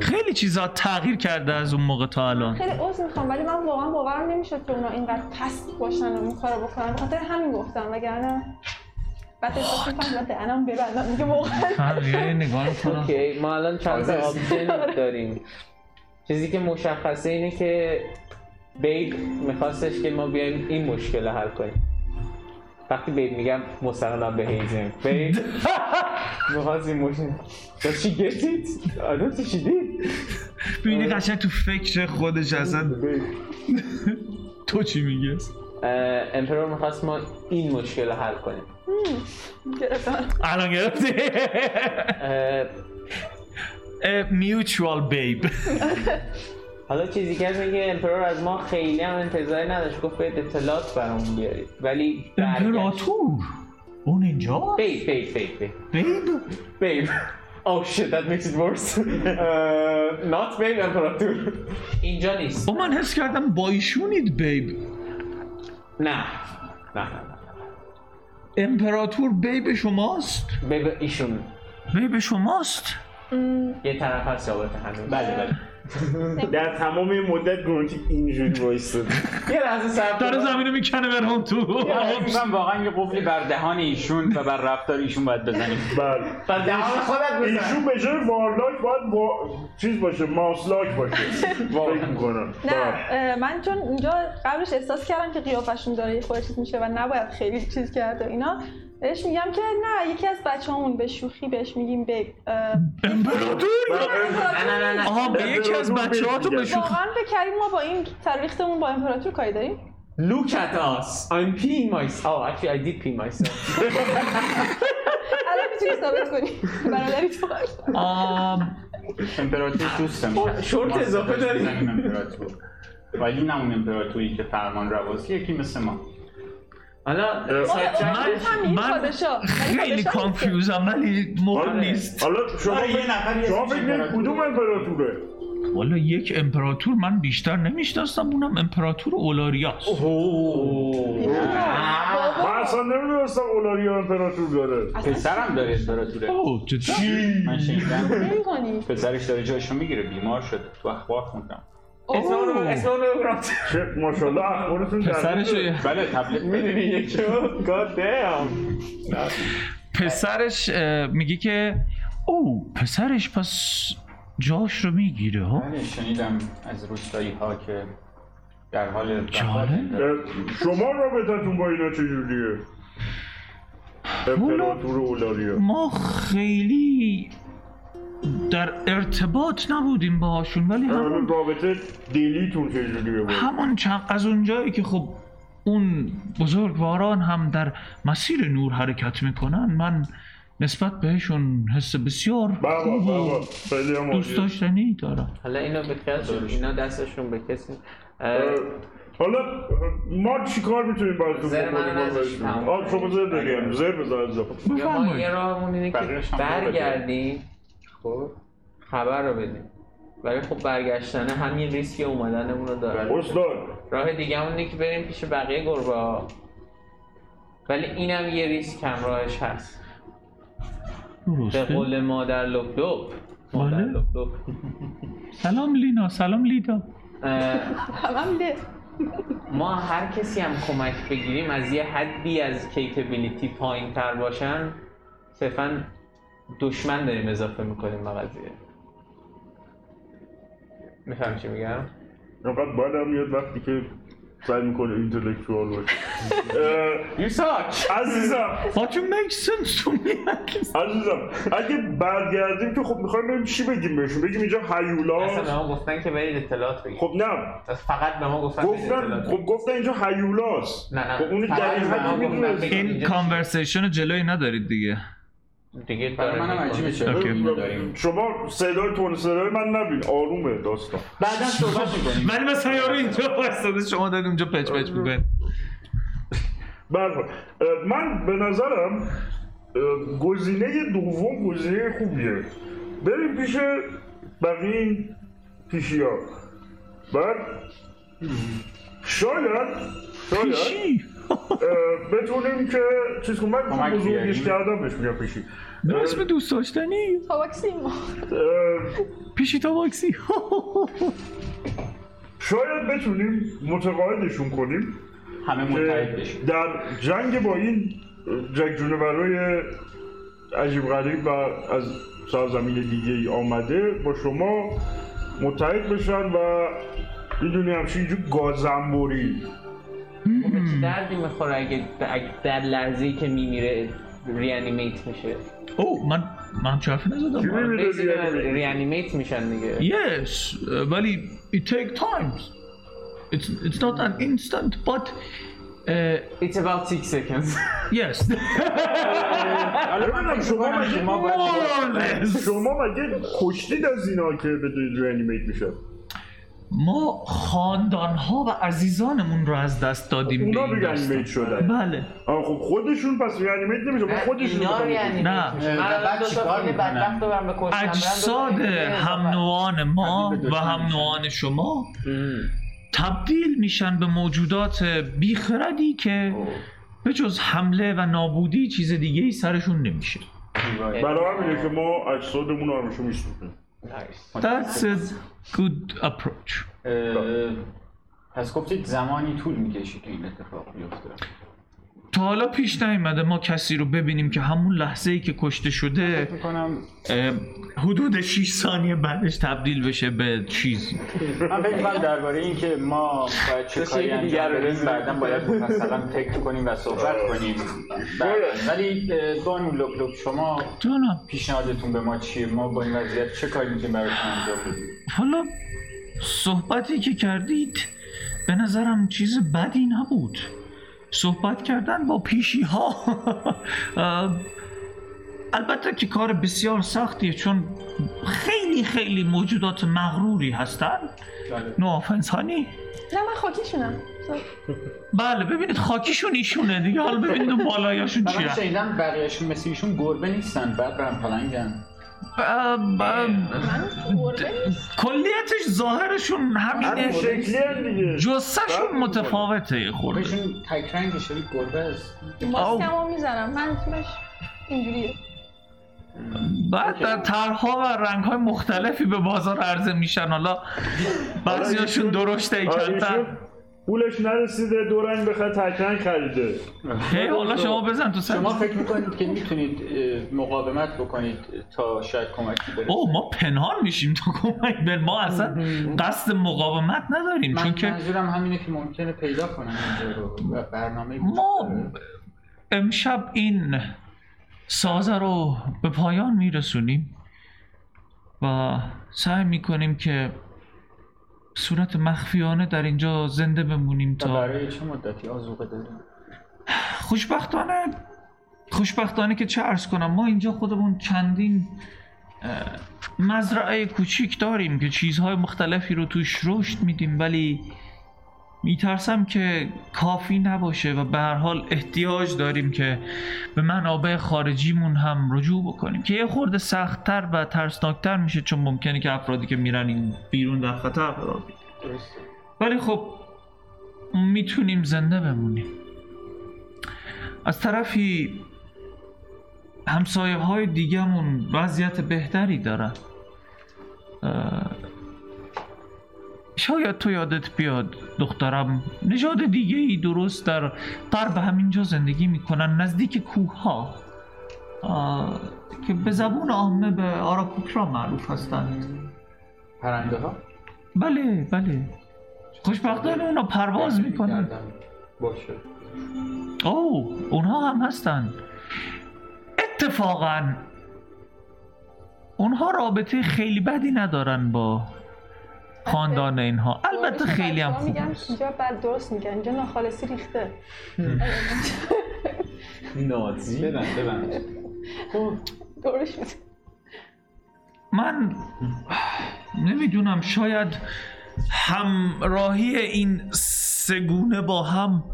Speaker 1: خیلی چیزا تغییر کرده از اون موقع تا الان
Speaker 4: خیلی عذر میخوام ولی من واقعا باورم نمیشد که اونا اینقدر پست باشن و این کارو بکنن بخاطر همین گفتم وگرنه بعد احساس میکنم دهنم ببندم دیگه واقعا
Speaker 1: هم یه نگاه می‌کنم.
Speaker 2: اوکی ما الان چند تا آپشن داریم چیزی که مشخصه اینه که بید میخواستش که ما بیایم این مشکل رو حل کنیم وقتی بید میگم مستقلا به هیزم بید میخواست این مشکل Does she get it? I don't think she did.
Speaker 1: ببینی قشنگ تو فکر خودش اصلا تو چی میگه
Speaker 2: اه، امپرور میخواست ما این مشکل رو حل کنیم
Speaker 4: گرفتم
Speaker 1: الان گرفتی
Speaker 2: اه،
Speaker 1: میوچوال بیب
Speaker 2: حالا چیزی که هست اینه که امپرور از ما خیلی هم انتظاری نداشت گفت باید اطلاعات برامون بیارید ولی برگشت
Speaker 1: امپراتور اون اینجا
Speaker 2: بیب بیب بیب بیب
Speaker 1: بیب
Speaker 2: Babe. [laughs] Oh shit, that makes it [laughs] worse. uh, not babe, امپراتور. اینجا نیست.
Speaker 1: با خب من حس کردم با ایشونید بیب
Speaker 2: نه. نه نه نه.
Speaker 1: امپراتور بیب شماست
Speaker 2: بیب ایشون
Speaker 1: بیب شماست
Speaker 2: یه طرف هست یابت همین. بله بله.
Speaker 5: در تمام این مدت گرونتی اینجوری وایستد
Speaker 2: [laughs] یه لحظه صبر
Speaker 1: داره
Speaker 2: کن.
Speaker 1: زمینو میکنه برام تو
Speaker 2: آره.
Speaker 3: آره، من واقعا یه قفلی بر دهان ایشون و بر رفتار ایشون باید بزنیم
Speaker 6: بله
Speaker 2: بعد دهان خودت بزن.
Speaker 6: ایشون به جای وارلاک باید با... چیز باشه ماسلاک باشه فکر میکنم
Speaker 4: نه اه، من چون اینجا قبلش احساس کردم که قیافشون داره یه خورده چیز میشه و نباید خیلی چیز کرد و اینا بهش میگم که نه یکی از بچه‌مون به شوخی بهش میگیم بیب اه،
Speaker 6: بله.
Speaker 1: امپراتور
Speaker 4: آره.
Speaker 2: نه نه نه نه.
Speaker 1: آها به یکی از بچه هاتون بشو
Speaker 4: واقعا بکریم ما با این تاریختمون با امپراتور کاری داریم
Speaker 2: Look at us. I'm peeing myself. Oh, actually I did pee myself.
Speaker 4: الان میتونی ثابت کنی برادری تو
Speaker 1: آم،
Speaker 3: امپراتور دوستم
Speaker 2: [laughs]
Speaker 5: خب،
Speaker 2: شورت اضافه داری؟
Speaker 3: امپراتور ولی نه اون امپراتوری که فرمان روازی یکی مثل ما
Speaker 2: حالا
Speaker 1: من-
Speaker 4: همین
Speaker 1: من
Speaker 4: پادشاه
Speaker 1: خیلی کانفیوزم ولی مهم نیست
Speaker 6: آره. حالا شما
Speaker 3: آره، یه نفر
Speaker 6: فکر-
Speaker 3: یه
Speaker 6: شما
Speaker 3: چیز
Speaker 6: فکر کنید
Speaker 3: امپراتوره.
Speaker 6: کدوم امپراتوره
Speaker 1: والا یک امپراتور من بیشتر نمیشناسم اونم امپراتور اولاریاس
Speaker 6: من اصلا نمیدونستم اولاریا امپراتور داره
Speaker 3: پسرم داره امپراتوره
Speaker 1: اوه، جدا؟
Speaker 3: من شنیدم
Speaker 4: نمی‌کنی
Speaker 3: پسرش داره جایشو میگیره بیمار شده تو اخبار خوندم
Speaker 2: اسم اونو اسم اونو بگم.
Speaker 6: چه ماشاءالله اخبارتون در
Speaker 1: پسرش
Speaker 3: بله تبلت میدونی یکی
Speaker 2: God damn.
Speaker 1: پسرش اه، میگه که او پسرش پس جاش رو میگیره ها
Speaker 3: بله شنیدم از روستایی ها که در حال وفات
Speaker 1: جالب.
Speaker 6: اه، شما رابطتون با اینا چجوریه امپراتور اولاریا
Speaker 1: ما خیلی در ارتباط نبودیم باهاشون ولی
Speaker 6: اه،
Speaker 1: همون
Speaker 6: رابطه دیلیتون چجوریه با
Speaker 1: همون چند از اونجایی که خب اون بزرگواران هم در مسیر نور حرکت میکنن من نسبت بهشون حس بسیار
Speaker 6: بابا
Speaker 1: خوب و
Speaker 6: بابا خیلی هم
Speaker 1: دوست
Speaker 6: عالیه.
Speaker 1: داشتنی دارم
Speaker 2: حالا اینو به کسی اینا دستشون به کسی Uh, اه،
Speaker 6: اه، حالا اه، ما چیکار میتونیم براتون
Speaker 2: زر من
Speaker 6: بکنیم
Speaker 2: نذاشتی،
Speaker 6: آقا؟
Speaker 2: تمام.
Speaker 6: آه شما زر داریم زر بزن عزیزم.
Speaker 2: یا ما یه
Speaker 1: بفرمایید
Speaker 2: راهمون اینه که
Speaker 3: بقیه‌ش هم بده.
Speaker 2: برگردیم خب خبر رو بدیم ولی خب برگشتن همین ریسک اومدنمون رو
Speaker 6: بله.
Speaker 2: داره
Speaker 6: استاد
Speaker 2: راه دیگه اینه که بریم پیش بقیه گربه ها ولی اینم یه ریسک همراهش هست به
Speaker 1: درسته
Speaker 2: قول مادر لپ لپ مادر
Speaker 1: بله.
Speaker 2: لپ لپ
Speaker 1: سلام لینا سلام لیدا
Speaker 2: اه،
Speaker 4: همم ده
Speaker 2: ما هر کسی هم کمک بگیریم از یه حدی از کیپبیلیتی پایین تر باشن صرفا دشمن داریم اضافه میکنیم به قضیه میفهم چی میگم؟
Speaker 6: اینقدر بدم میاد وقتی که سعی میکنه اینتלקچوال باشه اه،
Speaker 2: You suck!
Speaker 6: عزیزم
Speaker 1: But you make sense to me at least.
Speaker 6: عزیزم اگه برگردیم که خب میخوایم ببینیم چی بگیم بهشون بگیم اینجا
Speaker 2: اصلا به
Speaker 6: هیولاست
Speaker 2: ما گفتن که برید اطلاعات بگیرید
Speaker 6: خب نه
Speaker 2: اصلا فقط به ما گفتن برید
Speaker 6: گفتن
Speaker 2: اطلاعات
Speaker 3: بله.
Speaker 6: خب گفتن اینجا هیولاست
Speaker 2: نه، نه.
Speaker 6: خب اون
Speaker 2: فقط
Speaker 6: دقیقاً
Speaker 2: من گفتم
Speaker 6: می‌دونست.
Speaker 2: بگم.
Speaker 1: این کانورسیشن جلوی ندارید دیگه
Speaker 2: دیگه
Speaker 3: برای آره،
Speaker 2: کار
Speaker 3: منم
Speaker 2: نمی‌کنه.
Speaker 3: عجیبه چرا
Speaker 1: اوکی.
Speaker 3: اینو داریم
Speaker 6: شما صدای تون صدای من نبین آرومه داستان
Speaker 3: بعدا صحبت میکنیم
Speaker 1: ولی مثلا یارو اینجا وایستاده شما دارید اونجا پچ پچ میکنید
Speaker 6: برحال من به نظرم اه، گزینه دوم گزینه خوبیه بریم پیش بقیه این پیشی ها بعد شاید شاید اه، بتونیم که چیز کنم من
Speaker 3: کمک
Speaker 6: بزرگش
Speaker 3: بیاریم.
Speaker 6: کردم بهش میگم پیشی
Speaker 1: اسم دوست داشتنی
Speaker 4: تاواکسی ما
Speaker 6: اه،
Speaker 1: پیشی تا واکسی
Speaker 6: شاید بتونیم متقاعدشون کنیم
Speaker 3: همه متحد
Speaker 6: که
Speaker 3: بشیم
Speaker 6: در جنگ با این جنگ جونورای عجیب غریب و از سرزمین دیگه ای آمده با شما متحد بشن و میدونی همچین اینجور گازنبوری
Speaker 2: خب به چه دردی میخوره اگه اگه در لحظه‌ای که میمیره
Speaker 6: [laughs]
Speaker 2: ریانیمیت میشه
Speaker 1: او من من چه حرفی
Speaker 6: چی
Speaker 1: نزدم
Speaker 6: می‌بینی
Speaker 2: بیسی دارن
Speaker 6: دیگه؟
Speaker 2: ریانیمیت میشن دیگه
Speaker 1: Yes, uh, ولی it take times. It's it's not an instant, but uh,
Speaker 2: It's about 6 seconds
Speaker 1: yes,
Speaker 6: ببینم شما مگه
Speaker 3: ما باید
Speaker 1: more or less.
Speaker 6: شما مگه کشتید از اینا که بدونید رانیمیت میشه
Speaker 1: ما خاندان ها و عزیزانمون رو از دست دادیم به
Speaker 6: اونا
Speaker 1: این داستان.
Speaker 6: رانیمیت شدن
Speaker 1: بله
Speaker 6: آه، خب خودشون پس رانیمیت نمیشه خب خودشون
Speaker 2: اینا
Speaker 6: می‌خوان
Speaker 2: ریانیمیت
Speaker 1: نه.
Speaker 2: میشن. من
Speaker 3: اه،
Speaker 2: الان دو
Speaker 3: چیکار
Speaker 2: تا فیل
Speaker 3: می‌کنن؟
Speaker 2: بدبخت رو برم بکشتم برم دو تا
Speaker 1: اجساد
Speaker 2: فیل
Speaker 1: هم
Speaker 2: خب.
Speaker 1: نوعان ما و هم نوعان شما تبدیل میشن به موجودات بیخردی که به جز حمله و نابودی چیز دیگه ای سرشون نمیشه
Speaker 6: برای همینه که ما اجسادمون رو همیشه می‌سوزونیم.
Speaker 2: Nice.
Speaker 1: That's a good approach
Speaker 3: اه، پس گفتید زمانی طول میکشه که این اتفاق بیفته
Speaker 1: تا حالا پیش نیومده ما کسی رو ببینیم که همون لحظه ای که کشته شده
Speaker 3: میکنم
Speaker 1: اه، حدود 6 ثانیه بعدش تبدیل بشه به چیزی
Speaker 3: من فکر می‌کنم درباره اینکه ما باید چه
Speaker 2: مثل
Speaker 3: کاری
Speaker 2: یکی دیگر
Speaker 3: انجام
Speaker 2: رو
Speaker 3: بدیم
Speaker 2: بزنیم.
Speaker 3: بعدا باید مثلا فکر کنیم و صحبت کنیم بعد. ولی اه، بانو لپ لپ شما
Speaker 1: جانم
Speaker 3: پیشنهادتون به ما چیه ما با این وضعیت چه کاری میتونیم براتون انجام بدیم
Speaker 1: حالا صحبتی که کردید به نظرم چیز بدی نبود صحبت کردن با پیشی ها [laughs] اه، البته که کار بسیار سختیه چون خیلی خیلی موجودات مغروری هستن نو آفنس هانی
Speaker 4: نه من خاکیشونم
Speaker 1: بله ببینید خاکیشون ایشونه دیگه حالا ببینید اون بالایاشون
Speaker 3: و من
Speaker 1: چیه
Speaker 3: شنیدم بقیهشون مثل ایشون گربه نیستن بعد برم پلنگن
Speaker 1: ام، ام،
Speaker 4: من گربه نیست.
Speaker 1: کلیتش ظاهرشون
Speaker 6: همین
Speaker 1: همینه
Speaker 6: شکلی هم دیگه
Speaker 1: جسهشون متفاوته یه خورده
Speaker 3: بهشون تک رنگشه ولی گربه است
Speaker 4: ماسکمو میزنم منظورش اینجوریه
Speaker 1: بعد در طرحها و رنگهای مختلفی به بازار عرضه میشن حالا بعضیاشون
Speaker 3: آره،
Speaker 1: درشته
Speaker 6: آه، ایشون
Speaker 1: کمتر
Speaker 6: پولش نرسیده دو رنگ بخواد تکرنگ خریده
Speaker 1: هی حالا شما بزن تو
Speaker 3: شما
Speaker 1: سر
Speaker 3: فکر میکنید که میتونید اه، مقاومت بکنید تا شاید کمکی برسه
Speaker 1: او ما پنهان میشیم تا کمک به ما اصلا قصد مقاومت نداریم
Speaker 3: من
Speaker 1: چون که
Speaker 3: منظورم همینه که ممکنه پیدا کنم اینجا رو و برنامه
Speaker 1: ما امشب این سازه رو به پایان میرسونیم و سعی میکنیم که صورت مخفیانه در اینجا زنده بمونیم
Speaker 3: تا
Speaker 1: تا
Speaker 3: برای چه مدتی آزوقه داریم
Speaker 1: خوشبختانه خوشبختانه که چه ارز کنم ما اینجا خودمون چندین اه، مزرعه کوچیک داریم که چیزهای مختلفی رو توش رشد میدیم ولی میترسم که کافی نباشه و به هر حال احتیاج داریم که به منابع خارجیمون هم رجوع بکنیم که یه خورده سختتر و ترسناکتر میشه چون ممکنه که افرادی که میرن این بیرون در خطر قرار بگیرن. ولی خب میتونیم زنده بمونیم از طرفی همسایه های دیگهمون وضعیت بهتری دارن اه، شاید تو یادت بیاد دخترم نژاد دیگه ای درست در قرب همینجا زندگی میکنن نزدیک کوه ها که به زبون عامه به آراکوکرا معروف هستند
Speaker 3: پرنده ها
Speaker 1: بله بله خوشبختانه اونا پرواز میکنن
Speaker 3: باشه
Speaker 1: او اونها هم هستن اتفاقا اونها رابطه خیلی بدی ندارن با خاندان اینها
Speaker 4: خب،
Speaker 1: البته
Speaker 4: درست.
Speaker 1: خیلی هم
Speaker 4: بچه‌ها
Speaker 1: خوب
Speaker 4: میگم
Speaker 1: نیست.
Speaker 4: اینجا بعد درست میگن اینجا ناخالصی ریخته
Speaker 3: نازی ببند ببند
Speaker 4: دورش می‌زنم.
Speaker 1: من نمیدونم شاید همراهی این سگونه با هم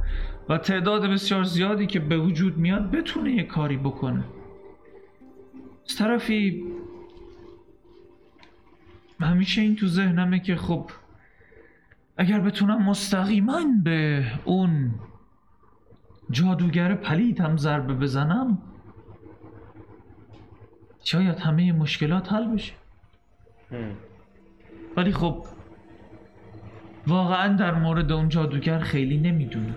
Speaker 1: و تعداد بسیار زیادی که به وجود میاد بتونه یه کاری بکنه از طرفی همیشه این تو ذهنمه که خب اگر بتونم مستقیما به اون جادوگر پلید هم ضربه بزنم شاید همه مشکلات حل بشه ولی خب واقعا در مورد اون جادوگر خیلی نمیدونم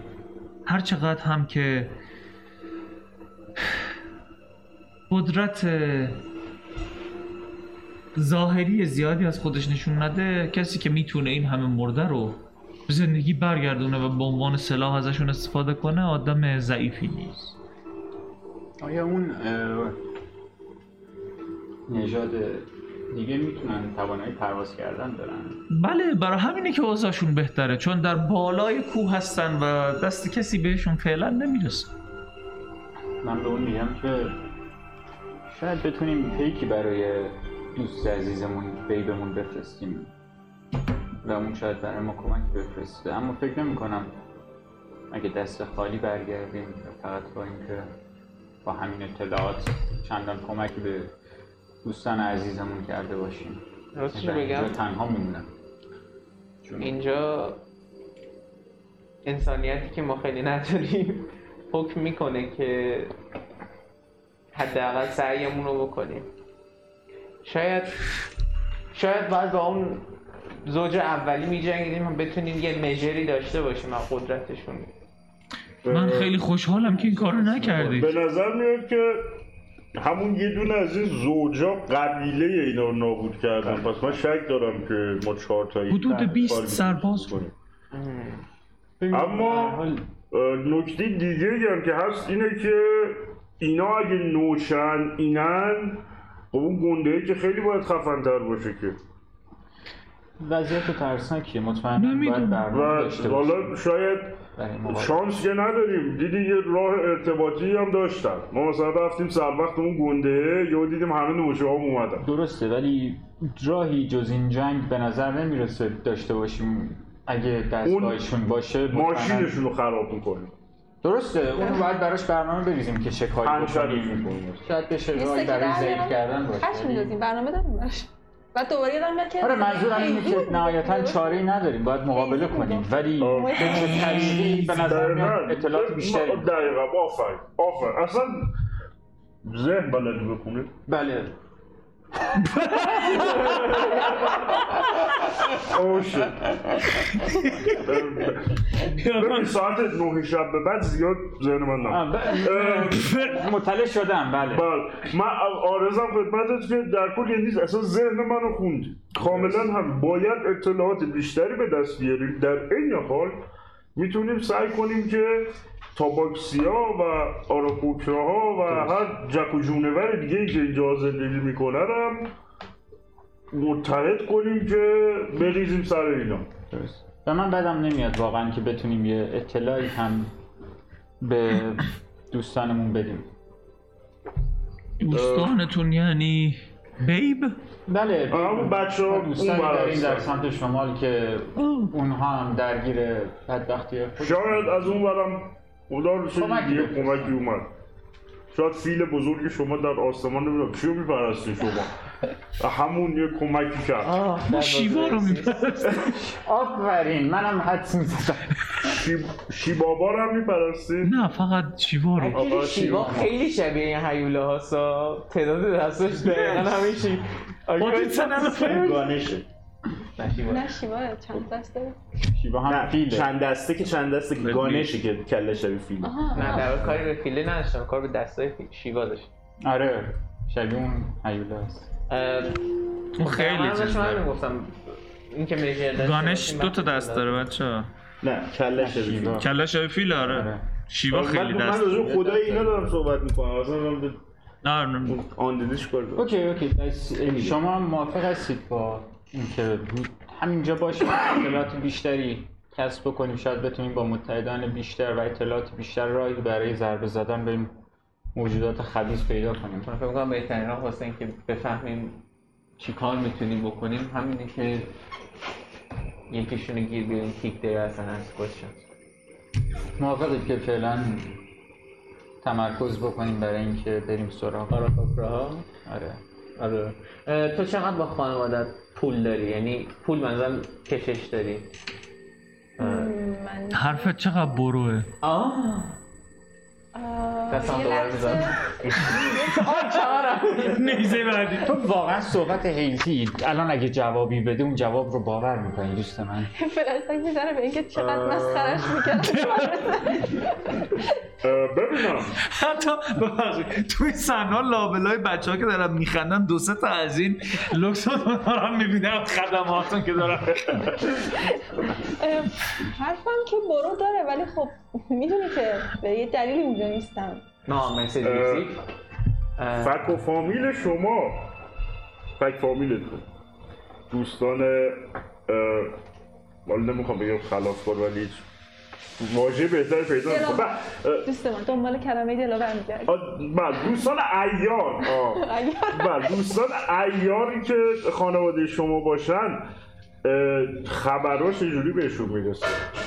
Speaker 1: هر چقدر هم که قدرت ظاهری زیادی از خودش نشون نده کسی که میتونه این همه مرده رو به زندگی برگردونه و به عنوان سلاح ازشون استفاده کنه آدم ضعیفی نیست
Speaker 3: آیا اون اه، نژاد دیگه میتونن توانایی پرواز کردن دارن
Speaker 1: بله برای همینه که اوضاعشون بهتره چون در بالای کوه هستن و دست کسی بهشون فعلا نمیرسه
Speaker 3: من به اون میگم که شاید بتونیم پیکی برای دوست عزیزمون بیبمون بفرستیم و اون شاید برای ما کمک بفرسته اما فکر نمی کنم اگه دست خالی برگردیم و فقط با اینکه با همین اطلاعات چندان کمکی به دوستان عزیزمون کرده باشیم
Speaker 2: راستش
Speaker 3: در
Speaker 2: رو
Speaker 3: اینجا
Speaker 2: بگم
Speaker 3: تنها میمونم چون
Speaker 2: اینجا انسانیتی که ما خیلی نداریم حکم میکنه که حداقل سعیمون رو بکنیم شاید شاید باید با اون زوج اولی میجنگیدیم هم بتونیم یه مژری داشته باشیم از قدرتشون
Speaker 1: من خیلی خوشحالم که این کارو نکردید
Speaker 6: به نظر میاد که همون یه دونه از این زوجا قبیله اینا رو نابود کردن پس من شک دارم که ما چهار تایی
Speaker 1: حدود 20 سرباز رو.
Speaker 6: کنیم اما اه، نکته دیگه هم که هست اینه که اینا اگه نوشن اینن خب اون گنده که خیلی باید خفن تر باشه که
Speaker 3: وضعیت ترسناکیه مطمئنا
Speaker 1: نمی‌دونم.
Speaker 3: باید
Speaker 6: و
Speaker 3: برنامه داشته باشیم
Speaker 6: حالا شاید
Speaker 3: برای مقابله.
Speaker 6: شانس که نداریم دیدی یه راه ارتباطی هم داشتن ما مثلا رفتیم سر وقت اون گنده یا دیدیم همه نوشه هم اومدن
Speaker 3: درسته ولی راهی جز این جنگ به نظر نمیرسه داشته باشیم اگه دستگاهشون باشه مطمئناً-
Speaker 6: ماشینشون رو خراب میکنیم
Speaker 3: درسته اون باید براش برنامه بریزیم که چه کاری
Speaker 6: پنچرش
Speaker 3: بکنیم
Speaker 6: میکنیم
Speaker 3: شاید بشه
Speaker 4: یه
Speaker 3: راهی
Speaker 4: سکه
Speaker 3: برای
Speaker 4: در
Speaker 3: ضعیف
Speaker 4: میارم،
Speaker 3: کردن
Speaker 4: خش
Speaker 3: باشه یعنی-
Speaker 4: میدازیم برنامه داریم براش و دوباره یادم میاد که
Speaker 3: آره منظورم اینه که نهایتا چاره ای نداریم باید مقابله کنیم ولی
Speaker 6: آه.
Speaker 3: به چه طریقی به نظر میاد اطلاعات بیشتری
Speaker 6: دقیقا آفر آفر اصلا ذهن بلدی بکنه
Speaker 3: بله
Speaker 6: اوه
Speaker 3: [laughs]
Speaker 6: شت. ببین ساعت نه شب به بعد زیاد ذهن من نبود.
Speaker 3: آه، ب-
Speaker 6: اه،
Speaker 3: مطلع شدم بله
Speaker 6: بله من آرزم خدمتت که در کل یعنی اصلا ذهن منو خوند کاملا هم باید اطلاعات بیشتری به دست بیاریم در عین حال میتونیم سعی کنیم که تاباکسیا و آراکوکراها و هر جک و جونور دیگه ای که اینجا زندگی میکنن هم متحد کنیم که بریزیم سر اینا
Speaker 3: درست. و من بدم نمیاد واقعا که بتونیم یه اطلاعی هم به دوستانمون بدیم
Speaker 1: دوستانتون یعنی بیب
Speaker 3: بله
Speaker 6: آه، همون بچه ها
Speaker 3: دوستانی
Speaker 6: اون
Speaker 3: داریم
Speaker 6: برستن.
Speaker 3: در سمت شمال که اونها هم درگیر بدبختی خود
Speaker 6: شاید از اون برم خدا رو شکر
Speaker 3: کمکی
Speaker 6: یه
Speaker 3: بکنید.
Speaker 6: کمکی اومد شاید فیل بزرگ شما در آسمان نمیدونم چی رو میپرستین شما همون یه کمکی کرد
Speaker 1: ما شیوا رو میپرستیم
Speaker 3: آفرین منم حدس میزدم
Speaker 6: شی... شیبابا رو هم میپرستین
Speaker 1: نه فقط شیوا رو
Speaker 2: آقا شیوا خیلی شبیه این حیوله هاسا تعداد دستاش دقیقا همین شی
Speaker 5: گانشه
Speaker 4: نه شیوا چند دسته بود؟
Speaker 3: شیبا هم
Speaker 5: نه
Speaker 3: فیله
Speaker 5: چند دسته که چند دسته که گانشه که کله شبیه فیل
Speaker 4: آها،
Speaker 2: نه
Speaker 4: آها.
Speaker 2: در واقع کاری به فیله نداشتم کار به دستای فی- شیوا داشت
Speaker 3: آره شبیه اون حیوله است
Speaker 2: من
Speaker 1: خیلی چیز
Speaker 2: ازش همین
Speaker 1: داره
Speaker 2: گفتم این که میشه داشته
Speaker 1: گانش
Speaker 2: باشیم،
Speaker 1: دو تا
Speaker 2: بحث
Speaker 1: دست داره بچه
Speaker 5: نه کله شبیه فیل
Speaker 3: شیوا
Speaker 1: کلش های فیل آره
Speaker 3: آره.
Speaker 1: شیوا
Speaker 5: من
Speaker 1: خیلی
Speaker 5: من
Speaker 1: دست
Speaker 5: از اون خدای اینا دارم صحبت میکنم اصلا من به
Speaker 1: نه نه.
Speaker 5: آن دیدش کار دارم.
Speaker 3: اوکی اوکی پس شما هم موافق هستید با اینکه همینجا باشیم اطلاعات بیشتری کسب بکنیم شاید بتونیم با متحدان بیشتر و اطلاعات بیشتر راهی برای ضربه زدن به این موجودات خبیث پیدا کنیم
Speaker 2: من فکر می‌کنم بهترین راه واسه اینکه بفهمیم چی کار میتونیم بکنیم همینه که یکیشون رو گیر بیاریم کیک دیر اصلا از خودشون
Speaker 3: موافقید که فعلا تمرکز بکنیم برای اینکه بریم سراغ
Speaker 2: آراکاکراها
Speaker 3: آره
Speaker 2: آره اه، تو چقدر با خانوادت پول داری یعنی پول منظورم کشش داری
Speaker 4: من
Speaker 1: حرفت چقدر بروه
Speaker 2: آه
Speaker 4: آه،
Speaker 2: دستم
Speaker 4: یه
Speaker 2: دوباره
Speaker 4: لحظه.
Speaker 2: می‌زنم.
Speaker 4: [laughs]
Speaker 2: چهارم
Speaker 1: نیزه بعدی
Speaker 3: تو واقعا صحبت هیزی الان اگه جوابی بده اون جواب رو باور میکنی دوست من
Speaker 4: فلشبک میزنه به اینکه چقدر مسخرش میکردم
Speaker 6: اه، ببینم
Speaker 1: حتی ببخشید تو این صحنه لابلای بچه ها که دارن میخندن دو سه تا از این لوکس رو دارم میبینم خدماتون که دارم
Speaker 4: اه، حرفم که برو داره ولی خب میدونی که به یه دلیلی اونجا نیستم
Speaker 2: نه مسیج
Speaker 6: اه.
Speaker 2: می‌رسی؟ اه،
Speaker 6: فک و فامیل شما فک فامیلتون دوستان اه، والا نمیخوام بگم خلافکار ولی هیچ واژه بهتر پیدا
Speaker 4: دلا-
Speaker 6: نمی‌کنم. بله، اه،
Speaker 4: دوست من دنبال کلمه دلاور میگرد
Speaker 3: خب.
Speaker 6: آه، بله دوستان ایار آه. بله دوستان ایاری که خانواده شما باشن اه، خبراش چجوری بهشون میرسه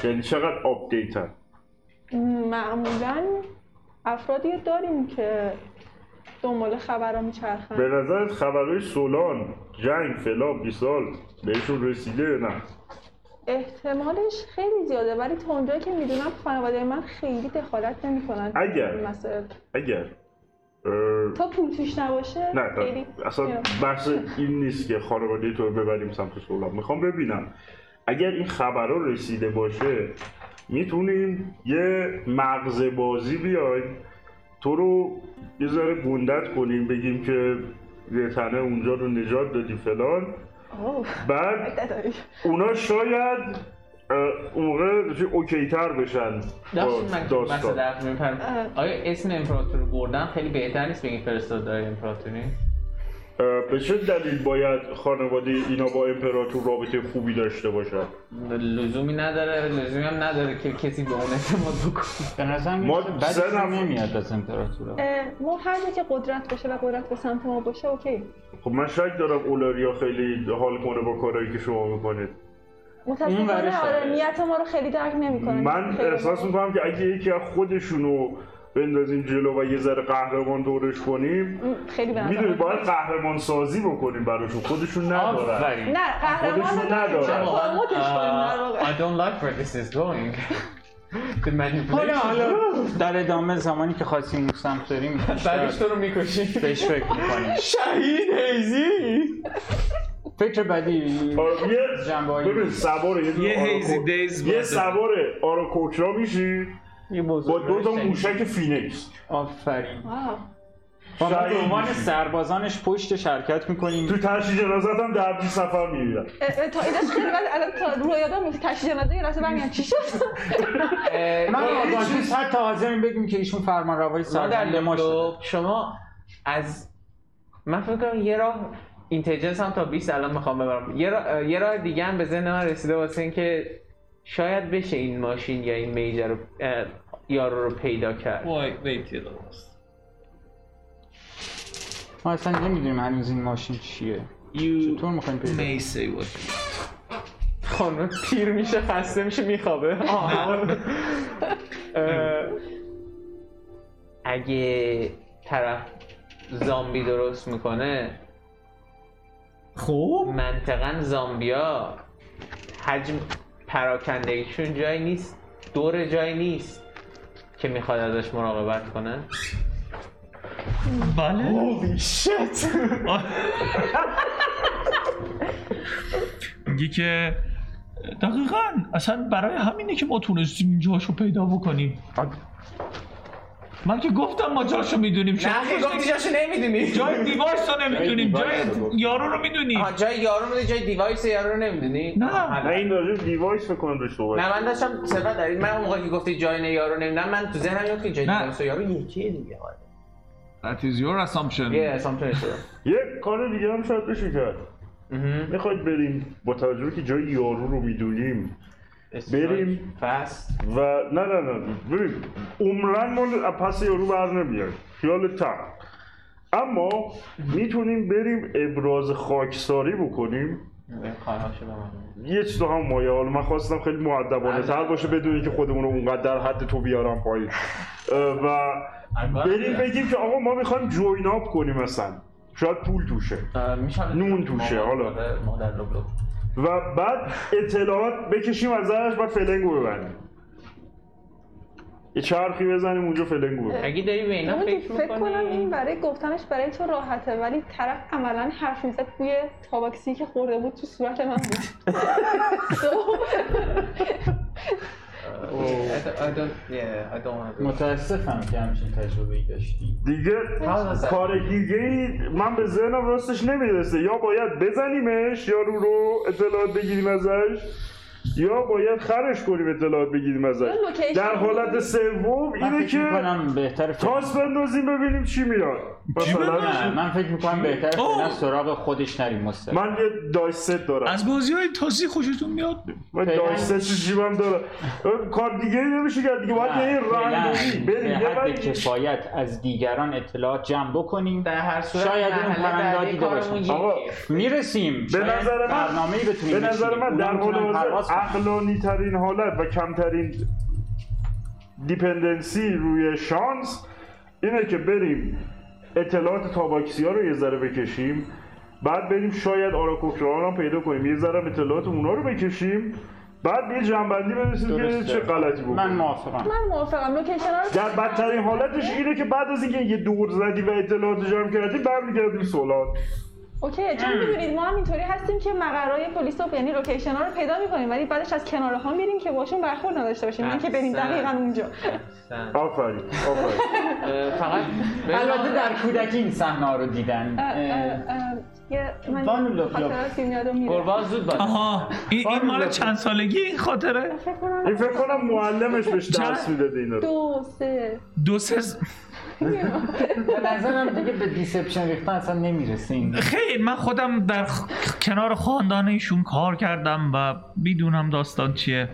Speaker 6: یعنی چقدر آپدیت هست
Speaker 4: معمولا افرادی رو داریم که دنبال خبر میچرخن
Speaker 6: به نظرت خبرهای سولان جنگ فلان بیسال بهشون رسیده یا نه
Speaker 4: احتمالش خیلی زیاده ولی تا اونجایی که میدونم خانواده من خیلی دخالت نمیکنن
Speaker 6: اگر.
Speaker 4: مسائل
Speaker 6: اگر اه،
Speaker 4: تا پول توش نباشه
Speaker 6: نه نه.
Speaker 4: خیلی
Speaker 6: اصلا
Speaker 4: یا.
Speaker 6: بحث این نیست که خانواده تو رو ببریم سمت سولان میخوام ببینم اگر این خبرها رسیده باشه میتونیم یه مغز بازی بیایم تو رو یه ذره گندت کنیم بگیم که یه تنه اونجا رو نجات دادی فلان
Speaker 4: آه،
Speaker 6: بعد
Speaker 4: داری.
Speaker 6: اونا شاید اه، اون موقع چی- اوکیتر بشن با
Speaker 2: داشتیم من که مسئله
Speaker 6: داستان
Speaker 2: حرف می‌پرم. آیا اسم امپراتور گردن خیلی بهتر نیست بگیم فرستادار امپراتوری؟
Speaker 6: اه، به چه دلیل باید خانواده اینا با امپراتور رابطه خوبی داشته باشن
Speaker 2: لزومی نداره لزومی هم نداره که کسی به اون اعتماد [laughs] بکنه
Speaker 3: به نظر
Speaker 6: ما زنم-
Speaker 3: نمیاد از امپراتورا
Speaker 4: اه، ما هر جا که قدرت باشه و قدرت به سمت ما باشه اوکی
Speaker 6: خب من شک دارم اولاریا خیلی حال کنه با کارهایی که شما میکنید
Speaker 4: متاسفانه
Speaker 3: ورش
Speaker 4: آره
Speaker 3: داره.
Speaker 4: نیت ما رو خیلی درک نمیکنن
Speaker 6: من احساس میکنم که اگه یکی از خودشونو بندازیم جلو و یه ذره قهرمان دورش کنیم
Speaker 4: خیلی به نظر
Speaker 6: میدونی باید قهرمان سازی بکنیم براشون خودشون ندارن
Speaker 3: آفرین
Speaker 4: نه قهرمان
Speaker 6: خودشون
Speaker 4: رو
Speaker 6: ندارن.
Speaker 4: نمی‌کنن، پراموتش کنیم در
Speaker 2: آه،
Speaker 4: واقع.
Speaker 2: I don't like where this is going [laughs] The
Speaker 3: حالا
Speaker 2: manipulation
Speaker 3: حالا در ادامه زمانی که خواستیم اون سمت داریم بیشتر
Speaker 2: بعدش تو رو میکشی
Speaker 3: بهش فکر میکنیم
Speaker 2: [laughs] شهید هیزی
Speaker 3: فکر بعدی
Speaker 6: آره،
Speaker 3: جنبه
Speaker 6: یه
Speaker 3: هایی.
Speaker 6: ببین سوار یه, دونه
Speaker 1: یه
Speaker 6: آراکو-
Speaker 1: هیزی دیز
Speaker 6: یه
Speaker 1: باید.
Speaker 6: سوار آراکوکرا میشی
Speaker 3: یه
Speaker 6: با
Speaker 3: بزرگ
Speaker 6: دو تا موشک فینکس
Speaker 3: آفرین
Speaker 4: واو.
Speaker 3: با ما به
Speaker 6: شهید
Speaker 3: عنوان
Speaker 6: میشی.
Speaker 3: سربازانش پشت شرکت میکنیم
Speaker 6: تو تشییع جنازت هم در بی سفر میمیرن
Speaker 1: بله.
Speaker 4: اه، اه، تا اینش خیلی بد الان تا روی یادم میفته تشییع جنازه یه لحظه برمیگم چی
Speaker 2: [laughs]
Speaker 4: شد
Speaker 3: من با چیز حتی حاضریم بگیم که ایشون فرمانروای سربنده
Speaker 2: مادر
Speaker 3: ما شده
Speaker 2: لوب شما از من فکر کنم یه راه اینتلیجنس هم تا 20 الان میخوام ببرم یه راه, یه راه دیگه هم به ذهن من رسیده واسه اینکه شاید بشه این ماشین یا این میجر رو اه، یارو رو پیدا کرد
Speaker 1: وای ویت یه دقیقه.
Speaker 3: ما اصلا نمیدونیم هنوز این ماشین چیه
Speaker 2: You
Speaker 3: چطور میخوایم پیدا
Speaker 1: may say what you want.
Speaker 2: خانم پیر میشه خسته میشه
Speaker 3: [laughs]
Speaker 2: میخوابه اگه طرف زامبی درست میکنه
Speaker 1: خب
Speaker 2: منطقا زامبیا حجم پراکندگیشون جایی نیست دور جایی نیست که میخواد ازش مراقبت کنه
Speaker 1: بله میگی که دقیقا اصلا برای همینه که ما تونستیم این جاشو پیدا بکنیم من که گفتم ما جاشو میدونیم
Speaker 2: جاشو نمیدونی
Speaker 1: جای دیوارش رو نمیدونیم جای
Speaker 3: دیوارش رو گفت.
Speaker 1: یارو رو میدونیم
Speaker 2: جای یارو میدونی جای دیوایس یارو رو نمیدونی
Speaker 1: نه.
Speaker 6: نه این راجع به دیوایس فکر کنم روش صحبت
Speaker 2: نه من داشتم صفت دارید من اون موقع که گفتی جای نه یارو نمیدونم من تو ذهنم میاد که جای
Speaker 1: نه.
Speaker 2: دیوایس یارو یکی دیگه آره.
Speaker 1: That is your assumption
Speaker 2: یه اسامپشن شده
Speaker 6: یه کار دیگه هم شاید بشه کرد
Speaker 2: مهم.
Speaker 6: میخواید بریم با توجه به که جای یارو رو میدونیم بریم.
Speaker 2: فست
Speaker 6: و نه نه نه ببین عمرن ما پس یارو بر نمیاد خیال تر اما میتونیم بریم ابراز خاکساری بکنیم
Speaker 2: کارهاشو به من بگو.
Speaker 6: یه چیز هم مایه حالا من خواستم خیلی معدبانه تر باشه بدونی که خودمون رو اونقدر در حد تو بیارم پایین اه، و بریم بگیم که آقا ما میخوایم جوین آپ کنیم مثلا شاید پول توشه
Speaker 2: اه، میشه
Speaker 6: نون توشه، حالا.
Speaker 2: مادر رو بلو
Speaker 6: و بعد اطلاعات بکشیم ازش بعد فلنگو ببندیم یه چرخی بزنیم اونجا فلنگو ببندیم
Speaker 2: اگه داری به اینا
Speaker 4: نمی‌دونی،
Speaker 2: فکر
Speaker 4: فکر کنم این
Speaker 2: میکنی
Speaker 4: برای گفتنش برای تو راحته ولی طرف عملا حرف میزد بوی تاباکسی که خورده بود تو صورت من بود
Speaker 2: [laughs]
Speaker 4: [laughs]
Speaker 3: متاسفم که همچین تجربه ای داشتی
Speaker 6: دیگه
Speaker 3: خب.
Speaker 2: هست.
Speaker 6: کار دیگه ای من به ذهنم راستش نمیرسه یا باید بزنیمش یارو رو اطلاعات بگیریم ازش یا باید خرش کنیم اطلاعات بگیریم ازش
Speaker 4: یا لوکیشن
Speaker 6: در حالت سوم
Speaker 3: من
Speaker 6: اینه
Speaker 3: فکر
Speaker 6: که
Speaker 3: میکنم بهتر فعلا-
Speaker 6: تاس بندازیم ببینیم چی میاد مثلا
Speaker 3: نه، من فکر میکنم بهتر فعلا سراغ خودش نریم مستقیم
Speaker 6: من یه دایست دارم
Speaker 1: از بازی های تاسی خوشتون میاد
Speaker 6: من
Speaker 3: فعلا-
Speaker 6: دایست تو جیبم دارم اه، کار دیگه ای نمیشه کرد دیگه باید یه رنگی بریم
Speaker 3: به
Speaker 6: یه
Speaker 3: حد
Speaker 6: رنگ-
Speaker 3: کفایت از دیگران اطلاعات جمع بکنیم
Speaker 2: در هر صورت
Speaker 3: شاید اون
Speaker 2: مرحله
Speaker 3: پرنده ها
Speaker 2: بعدی
Speaker 3: دیده
Speaker 2: کارمون
Speaker 3: باشن.
Speaker 2: یکیه.
Speaker 6: آقا،
Speaker 3: میرسیم
Speaker 6: به نظر من
Speaker 3: برنامه بتونیم
Speaker 6: به نظر من در حال حاضر اقلانی ترین حالت و کمترین دیپندنسی روی شانس اینه که بریم اطلاعات تاباکسی ها رو یه ذره بکشیم بعد بریم شاید آراکوکران هم پیدا کنیم یه ذره هم اطلاعات اونا رو بکشیم بعد یه جنبندی برسیم که
Speaker 3: درسته.
Speaker 6: چه غلطی
Speaker 3: من
Speaker 6: بکنیم
Speaker 3: موافقم
Speaker 4: من موافقم لوکیشن رو
Speaker 6: در بدترین حالتش اینه که بعد از اینکه یه دور زدی و اطلاعات جمع کردی برمیگردیم سولان
Speaker 4: اوکی چون میدونید ما هم اینطوری هستیم که مقرای پلیس رو یعنی لوکیشن ها رو پیدا میکنیم ولی بعدش از کناره ها میریم که باشون برخورد نداشته باشیم نه که بریم
Speaker 2: احسن.
Speaker 4: دقیقا اونجا
Speaker 2: احسن.
Speaker 6: آفرین آفرین
Speaker 2: اه، فقط به
Speaker 3: البته در کودکی این صحنه ها رو دیدن
Speaker 4: اه،
Speaker 3: اه،
Speaker 4: اه، اه، یه
Speaker 3: بانو لپ
Speaker 4: من
Speaker 3: لپ.
Speaker 4: خاطراتی میاد و میره
Speaker 2: قربان زود باش
Speaker 1: آها این, این مال چند سالگی این خاطره
Speaker 4: فکر کنم
Speaker 6: این فکر کنم معلمش بهش درس میداده اینا رو
Speaker 4: دو سه
Speaker 1: دو سه س-
Speaker 3: به نظرم دیگه به دیسپشن ریختن اصلا نمیرسیم
Speaker 1: خیر من خودم در خ- کنار خاندان ایشون کار کردم و میدونم داستان چیه
Speaker 4: یه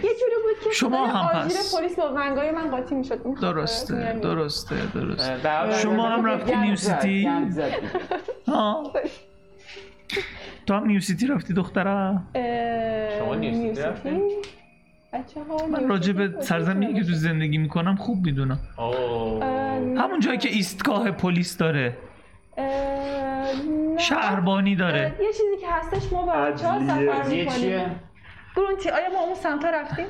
Speaker 4: جوری بود که
Speaker 1: شما
Speaker 4: صدای
Speaker 1: هم
Speaker 4: آژیر
Speaker 1: پس.
Speaker 4: پلیس با ونگای من قاطی میشد این یعنی،
Speaker 1: درسته
Speaker 4: خاطرات میاد.
Speaker 1: درسته درسته
Speaker 2: در واقع-
Speaker 1: شما هم رفتی نیو سیتی
Speaker 3: گند زد.
Speaker 1: آه. تو هم نیو سیتی رفتی دختره
Speaker 4: اه،
Speaker 2: شما نیو سیتی رفتین؟
Speaker 4: بچه ها
Speaker 1: من راجع به سرزمینی که تو زندگی میکنم خوب میدونم
Speaker 2: اوه.
Speaker 1: همون جایی که ایستگاه پلیس داره شهربانی داره
Speaker 4: یه چیزی که هستش ما با بچه ها سفر
Speaker 3: یه چیه؟
Speaker 4: میکنیم گرونتی آیا ما اون سمت رفتیم؟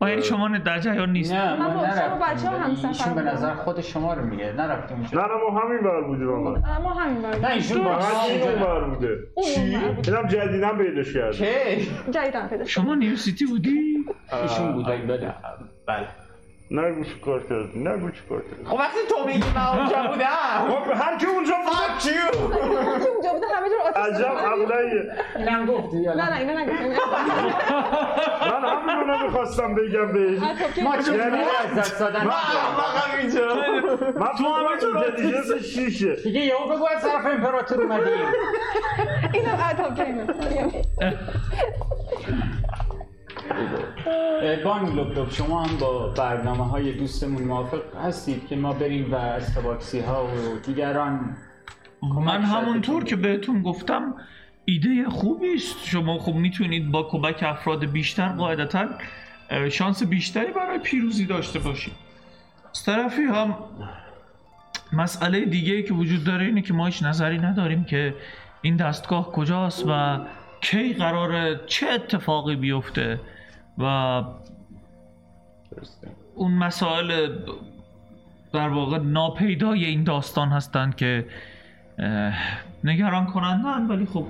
Speaker 1: آه یعنی شما در جریان نیست
Speaker 3: نه
Speaker 4: من
Speaker 3: ما
Speaker 4: با شما
Speaker 3: نرفتیم
Speaker 4: بچه‌ها هم
Speaker 3: ولی ایشون
Speaker 4: سفر
Speaker 3: به
Speaker 4: بودم.
Speaker 3: نظر خود شما رو میگه نرفتیم
Speaker 6: نه
Speaker 3: اونجا
Speaker 6: نه ما همین بر بودیم اما
Speaker 4: آه، ما همین بار
Speaker 3: نه ایشون با
Speaker 6: فقط
Speaker 3: شما
Speaker 6: این
Speaker 3: اونجا
Speaker 6: اون
Speaker 3: نرفت.
Speaker 6: بر بوده
Speaker 4: اون
Speaker 6: چی؟
Speaker 4: اون بر بود.
Speaker 6: اینم جدیدن پیداش کرد
Speaker 2: کی؟
Speaker 4: جدیدن پیدا شد.
Speaker 1: شما نیو سیتی بودی
Speaker 3: ایشون بود بله
Speaker 2: بله
Speaker 6: نگو چی کار کردی نگو چی کار کردی
Speaker 2: خب وقتی تو میگی من
Speaker 3: [laughs]
Speaker 2: اونجا بودم
Speaker 6: خب هر کی اونجا فاک یو
Speaker 4: هرکی اونجا بوده همه جور آتیش
Speaker 6: عجب عقلاییه
Speaker 3: اینم گفتی
Speaker 4: نه نه اینو نگو
Speaker 3: [laughs]
Speaker 4: اینو نگو.
Speaker 6: من همینو نمیخواستم بگم بهش یعنی
Speaker 4: آه، خب، که-
Speaker 3: ما چه از دست دادن
Speaker 6: احمقم اینجا من تو همینجا اینتلیجنس شیشه
Speaker 3: دیگه یهو بگو از طرف امپراتور اومدیم
Speaker 4: اینو آه، خب، که اینو.
Speaker 3: بانگ لپ لپ شما هم با برنامه های دوستمون موافق هستید که ما بریم و از تاباکسی ها و دیگران
Speaker 1: من
Speaker 3: شاید
Speaker 1: همونطور
Speaker 3: بتونی.
Speaker 1: که بهتون گفتم ایده خوبی است شما خب میتونید با کمک افراد بیشتر قاعدتا اه، شانس بیشتری برای پیروزی داشته باشید از طرفی هم مسئله دیگه که وجود داره اینه که ما هیچ نظری نداریم که این دستگاه کجاست و کی قراره چه اتفاقی بیفته و اون مسائل در واقع ناپیدای این داستان هستند که اه، نگران کنندن ولی خب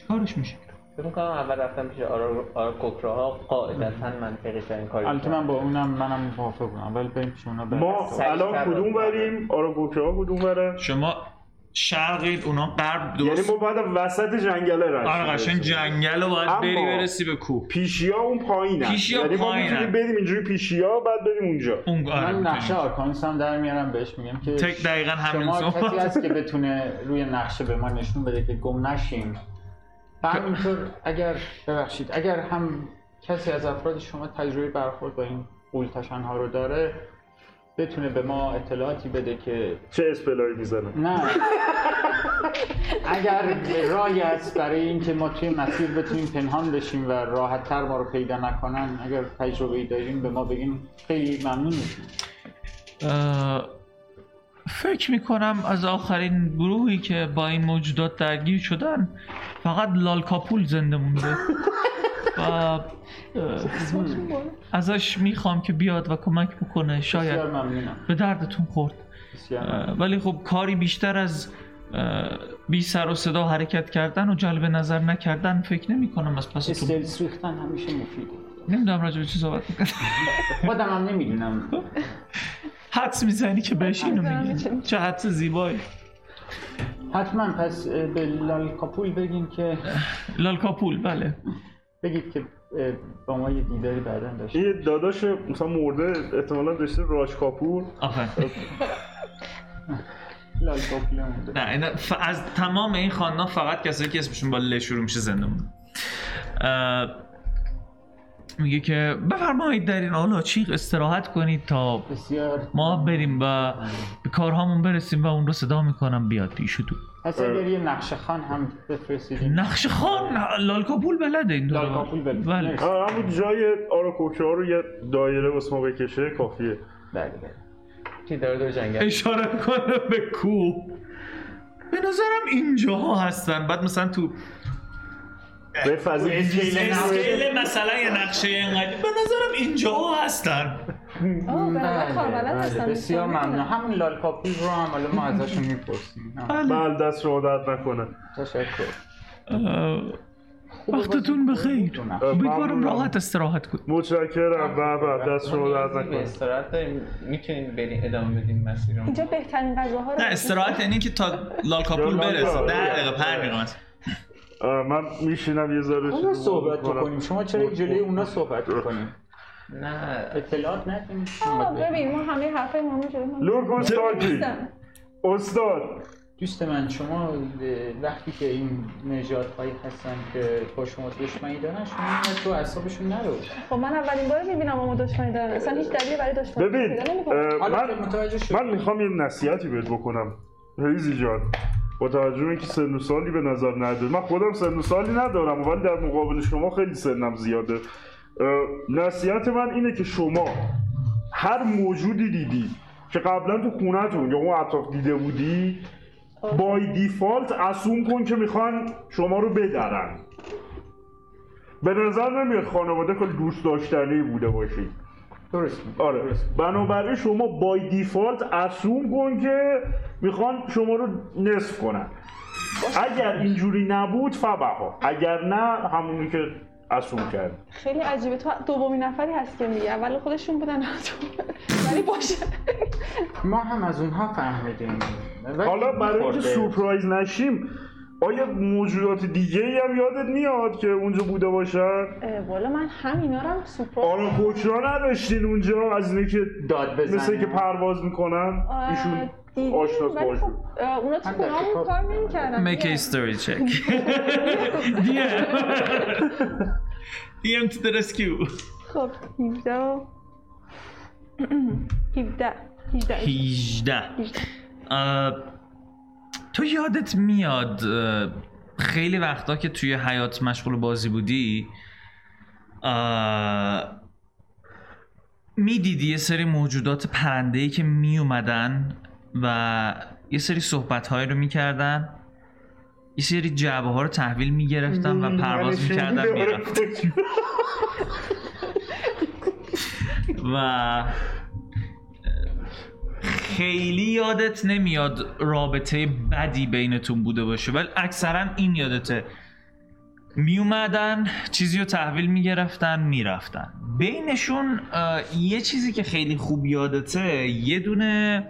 Speaker 1: چیکارش میشه
Speaker 2: فکر می‌کنم اول رفتم پیش آرا آرا کوکراها قاعدتا منطقی ترین کاری
Speaker 3: البته من با اونم منم موافقم اول بریم پیش اونا بعد
Speaker 6: ما
Speaker 3: تاباکسی.
Speaker 6: الان کدوم بریم آرا ها کدوم برن
Speaker 1: شما شرقید اونا غرب
Speaker 6: یعنی
Speaker 1: درست
Speaker 6: ما بعد وسط جنگله رفتیم
Speaker 1: آره قشنگ جنگل رو باید
Speaker 6: اما-
Speaker 1: بری برسی به کوه
Speaker 6: پیشیا اون پایینه
Speaker 1: پیشی‌ها
Speaker 6: یعنی ما
Speaker 1: پایینن.
Speaker 6: میتونیم بریم اینجوری پیشیا بعد بریم اونجا
Speaker 1: اون آره
Speaker 3: من نقشه
Speaker 1: می‌تونی.
Speaker 3: آرکانوس هم در میارم بهش میگم که
Speaker 1: تک دقیقا همین
Speaker 3: شما
Speaker 1: صحبت.
Speaker 3: کسی هست که بتونه روی نقشه به ما نشون بده که گم نشیم و همینطور اگر ببخشید اگر هم کسی از افراد شما تجربه برخورد با این قولتشن ها رو داره بتونه به ما اطلاعاتی بده که
Speaker 6: چه اسپلایی میزنه
Speaker 3: [laughs] نه اگر راهی است برای اینکه ما توی مسیر بتونیم پنهان بشیم و راحتتر ما رو پیدا نکنن اگر تجربه ای داریم به ما بگیم خیلی ممنون میشیم
Speaker 1: اه، فکر میکنم از آخرین گروهی که با این موجودات درگیر شدن فقط لالکاپول زنده مونده و اه، ازش میخوام که بیاد و کمک بکنه
Speaker 3: بسیار
Speaker 1: شاید
Speaker 3: ممنونم
Speaker 1: به دردتون خورد
Speaker 3: بسیار ممنونم.
Speaker 1: اه، ولی خب کاری بیشتر از اه، بی سر و صدا حرکت کردن و جلب نظر نکردن فکر نمی کنم از پستون
Speaker 3: استیل سوختن همیشه مفیده
Speaker 1: نمیدونم راجع به چی صحبت میکنم
Speaker 3: خودم هم نمیدونم
Speaker 1: حدس میزنی که بهش اینو میگی چه حدس زیبایی
Speaker 3: حتما پس اه، به لال کاپول بگین که
Speaker 1: لالکاپول بله
Speaker 3: بگید که اه، با ما یه دیداری بعدا داشته
Speaker 6: این داداش مثلا مرده احتمالا داشته راج کاپور
Speaker 1: آفرین
Speaker 3: لال کاپول هم بوده.
Speaker 1: نه اینا ف- از تمام این خاندان فقط کسایی که اسمشون با ل شروع میشه زنده مونده اه، میگه که بفرمایید در این آلا چیق استراحت کنید تا
Speaker 3: بسیار
Speaker 1: ما بریم و به کارهامون برسیم و اون رو صدا میکنم بیاد پیشتون
Speaker 3: پس اگر یه نقشه خان هم بفرستیدیم
Speaker 1: نقش خان لالکاپول بلده این دو
Speaker 3: لال کاپول بگید
Speaker 1: بله.
Speaker 3: مرسی.
Speaker 6: آه، همون جای آراکوکه ها رو یه دایره واسه ما بکشه کافیه
Speaker 2: بله بله که داره دور جنگل
Speaker 1: اشاره کنه به کو به نظرم اینجاها هستن بعد مثلا تو
Speaker 6: به فضیل
Speaker 1: اسکیل مثلا یه نقشه اینقدر به نظرم اینجاها هستن
Speaker 4: آه به نظر کاربلد
Speaker 3: بله،
Speaker 4: هستم
Speaker 3: بسیار
Speaker 4: دوستان.
Speaker 3: ممنون همون لال کاپول رو هم حالا ما ازشون میپرسیم نه،
Speaker 1: بله.
Speaker 6: بل بله، دست رو عادت نکنه
Speaker 3: تشکر
Speaker 1: اه، خب، وقتتون بخیر
Speaker 3: نه.
Speaker 1: امیدوارم
Speaker 6: ممنونم.
Speaker 1: راحت استراحت کنید
Speaker 6: متشکرم و
Speaker 3: بله،
Speaker 6: و دست رو عادت
Speaker 2: ما یه
Speaker 6: نکنه
Speaker 2: استراحت داریم میتونیم بریم ادامه بدیم مسیر رو
Speaker 4: اینجا بهترین غذاها رو
Speaker 1: نه استراحت یعنی که تا لالکاپول
Speaker 6: لالکاپول.
Speaker 1: برسه ده دقیقه پر میقام
Speaker 6: آه، من میشینم یه ذره
Speaker 3: حالا
Speaker 6: چیز
Speaker 3: صحبت
Speaker 6: می‌کنم.
Speaker 3: کنیم شما چرا جلوی اونا صحبت کنیم
Speaker 2: نه
Speaker 3: اطلاعات ندیم
Speaker 4: آه، ببین ما همه حرفای مامان جلو ما
Speaker 6: لوکوس تاکی
Speaker 4: نیستن.
Speaker 6: استاد
Speaker 3: دوست من شما اه، وقتی که این نجات هایی هستن که با شما دشمنی دارن شما اینقدر تو اعصابشون نرو
Speaker 4: خب من اولین بار میبینم ماما دشمنی دارن اصلا هیچ دلیلی برای دشمنی
Speaker 6: ببین
Speaker 4: پیدا
Speaker 6: اه،
Speaker 4: نمی‌کنم.
Speaker 3: حالا که
Speaker 6: من
Speaker 3: متوجه شد
Speaker 6: من میخوام یه نصیحتی بهت بکنم ریزی جان با توجه به اینکه سن و سالی به نظر نداره من خودم سن و سالی ندارم ولی در مقابل شما خیلی سنم زیاده اه، نصیحت من اینه که شما هر موجودی دیدی که قبلا تو خونتون یا اون اطراف دیده بودی
Speaker 4: خب.
Speaker 6: بای دیفالت اسوم کن که میخوان شما رو بدرن به نظر نمیاد خانواده خیلی دوست داشتنی بوده باشید
Speaker 3: درست میگی.
Speaker 6: آره بنابراین شما بای دیفالت اسوم کن که میخوان شما رو نصف کنن اگر اینجوری نبود فبها اگر نه همونی که اسوم کرد
Speaker 4: خیلی عجیبه تو دومین نفری هست که میگه اول خودشون بودن ولی باشه
Speaker 3: ما هم از اونها فهمیدیم ولی
Speaker 6: حالا برای اینکه
Speaker 3: خورده.
Speaker 6: سورپرایز نشیم آیا موجودات دیگه ای هم یادت میاد که اونجا بوده باشن؟
Speaker 4: اه، والا من همینا رو هم سوپر
Speaker 6: آرام کوچرا نداشتین اونجا از اینه که
Speaker 3: داد بزنه
Speaker 6: مثل که پرواز میکنن
Speaker 4: آه،
Speaker 6: ایشون
Speaker 4: دیدیم،
Speaker 6: آشناس
Speaker 4: ولی خب،
Speaker 6: باشون
Speaker 4: اه، اونا تو
Speaker 3: من در
Speaker 4: خونه‌هامون
Speaker 3: کتاب-
Speaker 4: کار نمی‌کردن
Speaker 1: Make a story check. [laughs] DM. DM to the rescue.
Speaker 4: خب 17 و- [clears throat] 17 18
Speaker 1: 18 اه، تو یادت میاد اه، خیلی وقتا که توی حیات مشغول بازی بودی میدیدی یه سری موجودات پرندهی که میومدن و یه سری صحبتهایی رو میکردن یه سری جعبه ها رو تحویل میگرفتن
Speaker 6: Mm,
Speaker 1: و پرواز
Speaker 6: آره. [laughs]
Speaker 1: میکردن میرفت و خیلی یادت نمیاد رابطه بدی بینتون بوده باشه ولی اکثرا این یادته میومدن چیزی رو تحویل میگرفتن میرفتن بینشون اه، یه چیزی که خیلی خوب یادته یه دونه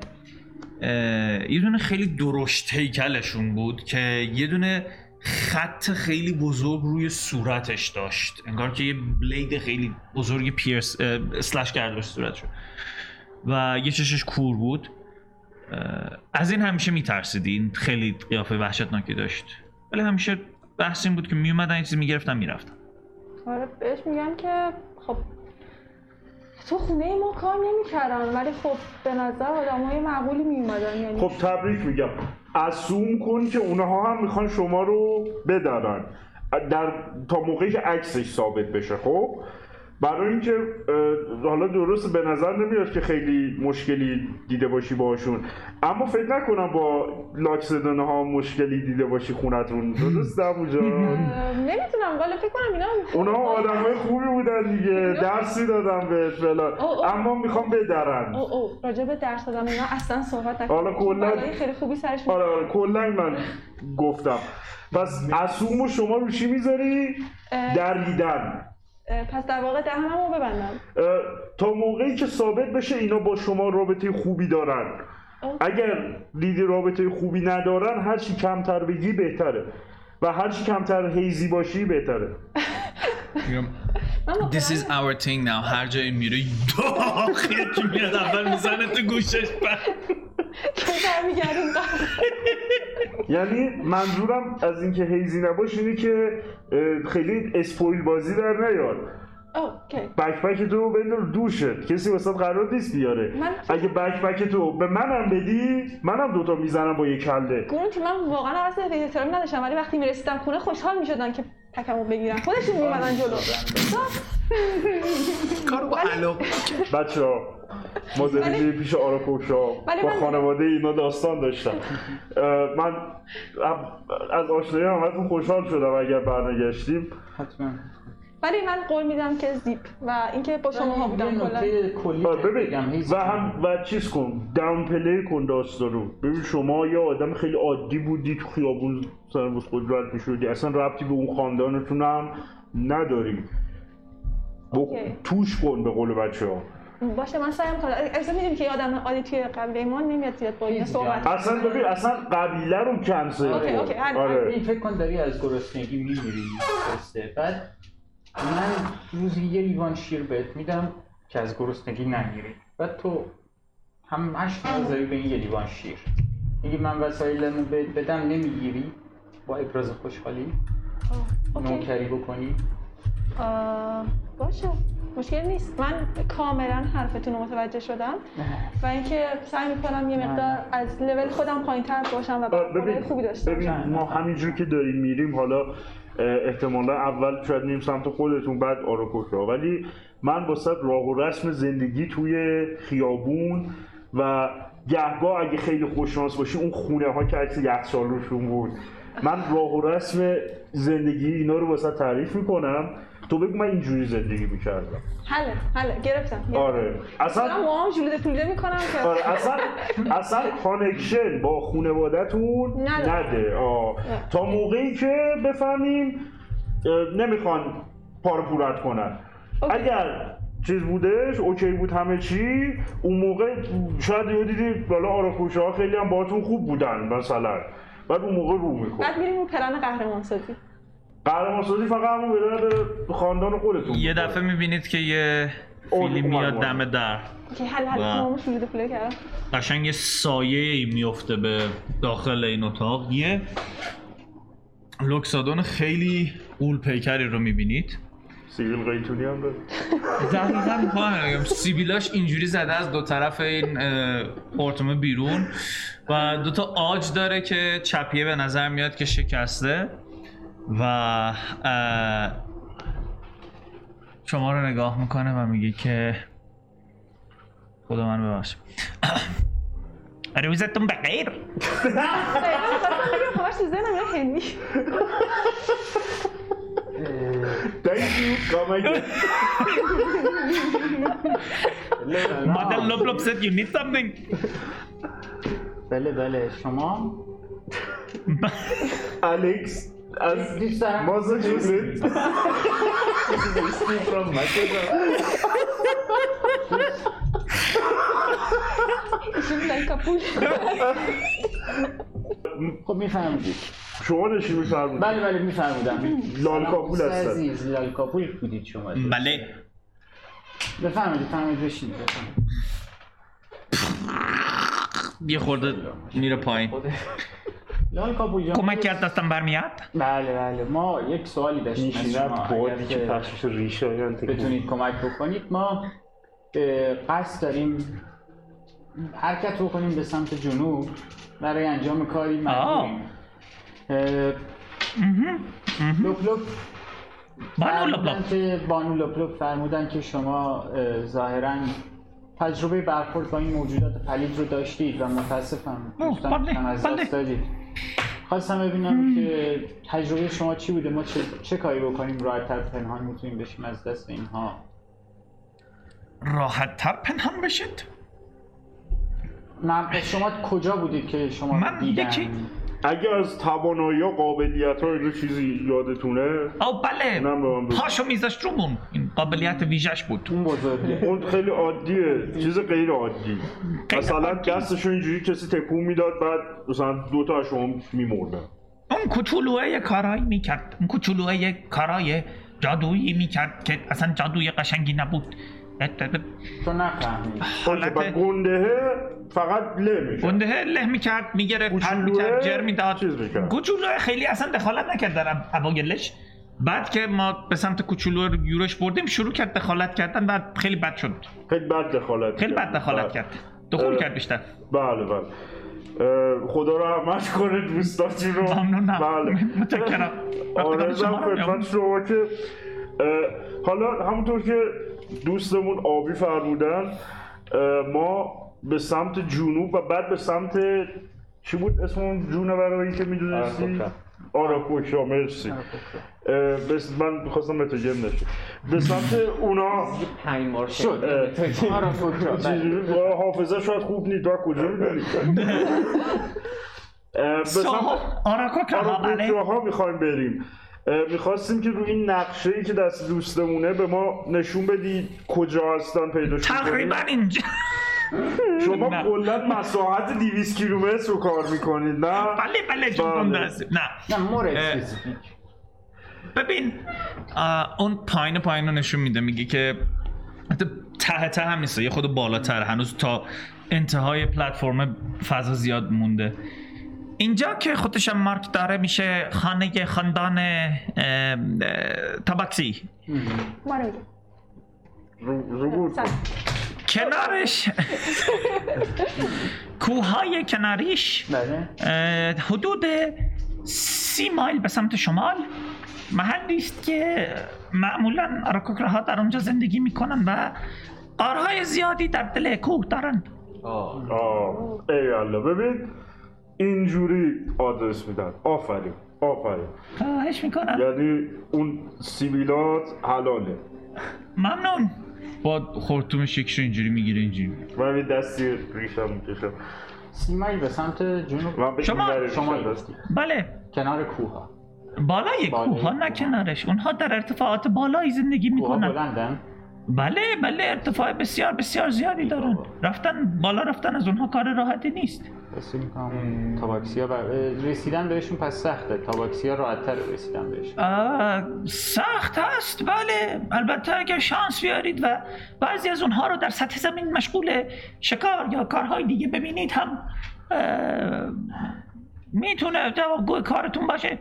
Speaker 1: اه، یه دونه خیلی درشت هیکلشون بود که یه دونه خط خیلی بزرگ روی صورتش داشت انگار که یه بلید خیلی بزرگ پیرس اه، سلش کرده باشه صورتشو و یه چشش کور بود اه، از این همیشه میترسیدین خیلی قیافه وحشتناکی داشت ولی همیشه بحث این بود که میومدن یه چیزی میگرفتن میرفتن
Speaker 4: آره بهش میگم که خب تو خونه ما کار نمیکردن ولی خب به نظر آدمای معقولی میومدن یعنی
Speaker 6: خب تبریک میگم اسوم کن که اونها هم میخوان شما رو بدرن در تا موقعی که عکسش ثابت بشه خب برای اینکه اه، حالا درست به نظر نمیاد که خیلی مشکلی دیده باشی باشون اما فکر نکنم با لاکسدانه ها مشکلی دیده باشی خونتون درست در اونجا
Speaker 4: اه، نمیدونم والا فکر کنم اینا
Speaker 6: اونا آدمای خوبی بودن دیگه درسی دادن بهت فلان
Speaker 4: اوه، اوه.
Speaker 6: اما میخوام بدرن
Speaker 4: او او راجع به درس دادم اینا اصلا صحبت نکنم
Speaker 6: حالا کلاً-
Speaker 4: خیلی خوبی سرش
Speaker 6: آره آره کلا من گفتم پس اسوم رو شما رو چی میذاری؟
Speaker 4: اه.
Speaker 6: دریدن
Speaker 4: اه، پس در واقع دهنمو ببندم
Speaker 6: اه، تا موقعی که ثابت بشه اینا با شما رابطه خوبی دارن
Speaker 4: اوکی.
Speaker 6: اگر دیدی رابطه خوبی ندارن هرچی کمتر بگی بهتره و هرچی کمتر هیزی باشی بهتره
Speaker 4: من واقعاً-
Speaker 1: This is our thing now هر جایی میره داغ یکی میاد اول میزنه تو گوشش بعد
Speaker 4: برمیگردیم
Speaker 6: [laughs] یعنی منظورم از اینکه هیزی نباش اینه که اه، خیلی اسپویل بازی در نیار
Speaker 4: اوکی
Speaker 6: بکپک تو بندر دوشت کسی واسه قرار نیست بیاره
Speaker 4: من-
Speaker 6: اگه بکپک تو به منم بدی منم دوتا میزنم با یه کله
Speaker 4: گروه که من واقعا از احترامی نداشتم ولی وقتی میرسیدم خونه خوشحال میشدن که تکمو بگیرن خودشون میومدن جلو
Speaker 1: کارو با علاقه
Speaker 6: بچه ها ما زندگی پیش آراکوشا
Speaker 4: ولی
Speaker 6: با
Speaker 4: من-
Speaker 6: خانواده اینا داستان داشتم اه، من از آشنایی همتون خوشحال شدم اگر برنگشتیم
Speaker 3: حتما
Speaker 4: ولی من قول میدم که زیپ و اینکه با شما
Speaker 6: یعنی
Speaker 4: ها بودم
Speaker 3: یه
Speaker 4: کلا
Speaker 3: نکته کلی
Speaker 6: آه،
Speaker 3: بهت
Speaker 6: ببین
Speaker 3: بگم، هیچ
Speaker 6: و هم و چیز کن داون پلی کن داستان رو ببین شما یه آدم خیلی عادی بودی تو خیابون سر بز قدرت میشدی اصلا ربطی به اون خاندانتون هم نداری با-
Speaker 4: اوکی.
Speaker 6: توش کن به قول بچه ها
Speaker 4: باشه من سعیم کنم اصلا میدونی که یه آدم عادی توی قبله ما نمیاد زیاد با این صحبت کنه.
Speaker 6: اصلا ببین اصلا قبیله رو کنسل
Speaker 4: اوکی، اوکی،
Speaker 6: کن
Speaker 4: حل،
Speaker 6: آره
Speaker 3: این فکر کن داری از گرسنگی میمیری درسته بعد من روزی یه لیوان شیر بهت میدم که از گرسنگی نمیری بعد تو همش نظری به این یه لیوان شیر میگی من وسایلمو بهت بدم نمیگیری با ابراز خوشحالی
Speaker 4: آه، اوکی
Speaker 3: نوکری بکنی
Speaker 4: آه، باشه مشکل نیست من کاملا حرفتون رو متوجه شدم و اینکه سعی میکنم یه مقدار از لول خودم پایین تر باشم و
Speaker 6: آه،
Speaker 4: برخوردهای خب، خوبی داشته
Speaker 6: آره، ببین
Speaker 4: باشم
Speaker 6: ما همینجور که داریم میریم حالا اه، احتمالا اول شاید نیم سمت خودتون بعد آراکوشا ولی من واسه راه و رسم زندگی توی خیابون و گهگاه اگه خیلی خوششانس باشی اون خونه ها که عکس یخچال روشون بود من راه و رسم زندگی اینا رو واسه تعریف میکنم تو بگو من اینجوری زندگی میکردم
Speaker 4: حله حله گرفتم
Speaker 6: آره اصلا
Speaker 4: من موام جلوده پولیده میکنم که
Speaker 6: آره اصلا اصلا کانکشن با خانوادهتون
Speaker 4: نداره.
Speaker 6: نده آه. تا موقعی که بفهمیم اه، نمیخوان پار پورت کنن
Speaker 4: اوکی.
Speaker 6: اگر چیز بودش اوکی بود همه چی اون موقع شاید یه دیدید بالا آراکوشه ها خیلی هم باهاتون خوب بودن مثلا بعد اون موقع رو میکن
Speaker 4: بعد میریم اون پلن قهرمان سازی
Speaker 6: قهرمان سازی فقط همون بدن به خاندان خودتون
Speaker 1: یه
Speaker 6: می‌کنه.
Speaker 1: دفعه میبینید که یه
Speaker 6: اوه،
Speaker 1: فیلی
Speaker 6: اومد،
Speaker 1: میاد
Speaker 6: اومد.
Speaker 1: دم در
Speaker 4: اوکی حله حله
Speaker 1: و-
Speaker 4: موام جلوده پولیده کردم
Speaker 1: قشنگ یه سایه ای میفته به داخل این اتاق یه لوکسادون خیلی قول پیکری رو میبینید
Speaker 6: سیبیل قیتونی هم داره.
Speaker 1: دقیقا میخوام بگم سیبیلاش اینجوری زده از دو طرف این پورتومه بیرون و دوتا آج داره که چپیه به نظر میاد که شکسته و اه، شما رو نگاه میکنه و میگه که خدا من ببخش [coughs] روزتون بخیر
Speaker 4: دقیقاً می‌خواستم بگم همش تو ذهنم یه هندی
Speaker 6: Thank you, come again.
Speaker 1: مادر لب لب said you need something
Speaker 3: بله بله شما
Speaker 6: الکس از
Speaker 3: دوست دارم
Speaker 6: ماساچوست
Speaker 4: [laughs] ایشون میگن کاپول
Speaker 3: خب میفهمید
Speaker 6: شما داشتی میفرمودی
Speaker 3: بله بله میفهمیدم
Speaker 6: لال کاپول هستن.
Speaker 3: عزیز لال کاپول بودید شما
Speaker 1: بله
Speaker 3: بفهمید بفهمید بشین بفهمید.
Speaker 1: یه خورده میره پایین
Speaker 3: لال کاپو جان
Speaker 8: کمکی از دستم برمیاد
Speaker 3: بله بله ما یک سوالی داشتیم از
Speaker 1: میشینم
Speaker 3: شما اگر
Speaker 1: بادی که
Speaker 3: که
Speaker 1: پخشش ریشه آیان
Speaker 3: بتونید کمک بکنید ما اه، قصد داریم حرکت بکنیم به سمت جنوب برای انجام کاری مجبوریم اه، لپ لپ
Speaker 8: بانو لپ
Speaker 3: فرمودن
Speaker 1: بله.
Speaker 8: لپ
Speaker 3: که بانو لپ لپ فرمودن که شما اه، ظاهراً تجربه برخورد با این موجودات پلید رو داشتید و متاسفم
Speaker 8: اوه، بله،
Speaker 3: دوستان از
Speaker 8: بله.
Speaker 3: دست دادید خواستم ببینم که تجربه شما چی بوده ما چه, چه کاری بکنیم راحت‌تر پنهان میتونیم بشیم از دست اینها
Speaker 8: راحت تر پنهان بشید
Speaker 3: من شما کجا بودید که شما رو
Speaker 8: من
Speaker 3: دیدن؟
Speaker 8: یکی-
Speaker 6: اگه از توانایی و قابلیت های اینو چیزی یادتونه
Speaker 8: او بله
Speaker 6: نه، به من بگو.
Speaker 8: پاشو میزش رو بون این قابلیت ویژش بود
Speaker 3: اون بزرگه
Speaker 6: اون خیلی عادیه چیز غیر عادی مثلا دستشون اینجوری کسی تکون میداد بعد مثلا دو تا از شما میمردن
Speaker 8: اون کوچولوه یه کارایی میکرد اون کوچولوه یه کارای جادویی میکرد که اصلا جادوی قشنگی نبود
Speaker 3: تو نفهمید
Speaker 8: حالت-
Speaker 6: و گندهه فقط له میشه
Speaker 8: گنده له میکرد میگرفت پن
Speaker 6: کوچولوه
Speaker 8: میکرد جر میداد
Speaker 6: چیز می‌کرد.
Speaker 8: کوچولوه خیلی اصلا دخالت نکرد در اوایلش بعد که ما به سمت کوچولو رو یورش بردیم شروع کرد دخالت کردن و خیلی بد شد
Speaker 6: خیلی بد دخالت
Speaker 8: خیلی
Speaker 6: کرد.
Speaker 8: بد دخالت
Speaker 6: بله.
Speaker 8: کرد دخول
Speaker 6: اه.
Speaker 8: کرد بیشتر
Speaker 6: بله بله اه، خدا رو رحمت کنه دوستاتون رو
Speaker 8: ممنونم
Speaker 6: بله
Speaker 8: متشکرم وقتگار
Speaker 6: [laughs] آرزم
Speaker 8: شما رو
Speaker 6: خدمت
Speaker 8: میام.
Speaker 6: شما که اه، حالا همونطور که دوستمون آبی فرمودن اه، ما به سمت جنوب و بعد به سمت چی بود اسم اون جونورایی که میدونستی؟
Speaker 2: آراکوکا.
Speaker 6: آراکوکا مرسی اه، بس من میخواستم متوجه نشد به سمت اونا
Speaker 2: پنج بار
Speaker 6: اه،
Speaker 3: آرا فکر
Speaker 6: چیزی- با حافظه شاید خوب نیست تو از کجا میدونی اه، به سمت
Speaker 8: سوهو آراکو کلام علیه
Speaker 6: آره ها میخوایم بریم میخواستیم که روی این نقشه ای که دست دوستمونه به ما نشون بدی کجا هستن پیدا
Speaker 8: تقریبا اینجا
Speaker 6: شما
Speaker 8: نه.
Speaker 6: کلا مساحت 200 کیلومتر رو کار میکنید نه
Speaker 8: بله بله جنبان
Speaker 6: بله.
Speaker 8: دست نه
Speaker 3: نه مور
Speaker 8: اه.
Speaker 3: اسپسیفیک
Speaker 8: ببین آه، اون پایین پایین رو نشون میده میگه که حتی ته ته هم نیست یه خود بالاتر هنوز تا انتهای پلتفرم فضا زیاد مونده اینجا که خودش هم مارک داره میشه خانه خاندان اه، اه، تابکسی
Speaker 4: ما رو میگه.
Speaker 6: رو رو بود.
Speaker 4: سلام.
Speaker 8: کنارش کوههای کناریش
Speaker 3: بله
Speaker 8: اه، حدود سی مایل به سمت شمال محلی است که معمولا آراکوکراها در آنجا زندگی میکنن و قارهای زیادی در دل کوه دارند
Speaker 6: آه، ای الله ببین اینجوری آدرس میدن آفرین آفرین
Speaker 8: خواهش میکنم
Speaker 6: یعنی اون سیبیلات حلاله
Speaker 8: ممنون با خورتوم شکش اینجوری میگیره اینجوری
Speaker 6: من یه دستی ریشم میکشم
Speaker 3: سیمایی به سمت جنوب
Speaker 6: من به
Speaker 8: شما-
Speaker 6: این ور
Speaker 3: شما
Speaker 6: ریشم
Speaker 3: هستی
Speaker 8: بله
Speaker 3: کنار کوه ها
Speaker 8: بالای
Speaker 3: بالای
Speaker 8: کوه ها
Speaker 3: کوه.
Speaker 8: نه کنارش اونها در ارتفاعات بالایی زندگی
Speaker 3: کوه ها
Speaker 8: میکنن
Speaker 3: بلندن
Speaker 8: بله بله ارتفاع بسیار بسیار زیادی دارن رفتن بالا رفتن از اونها کار راحتی نیست
Speaker 3: رسی میکنم تاباکسی ها بر... رسیدن بهشون پس سخته تاباکسی ها راحتتر رسیدن بهشون
Speaker 8: آه، سخت هست بله البته اگر شانس بیارید و بعضی از اونها رو در سطح زمین مشغول شکار یا کارهای دیگه ببینید هم میتونه جوابگو کارتون باشه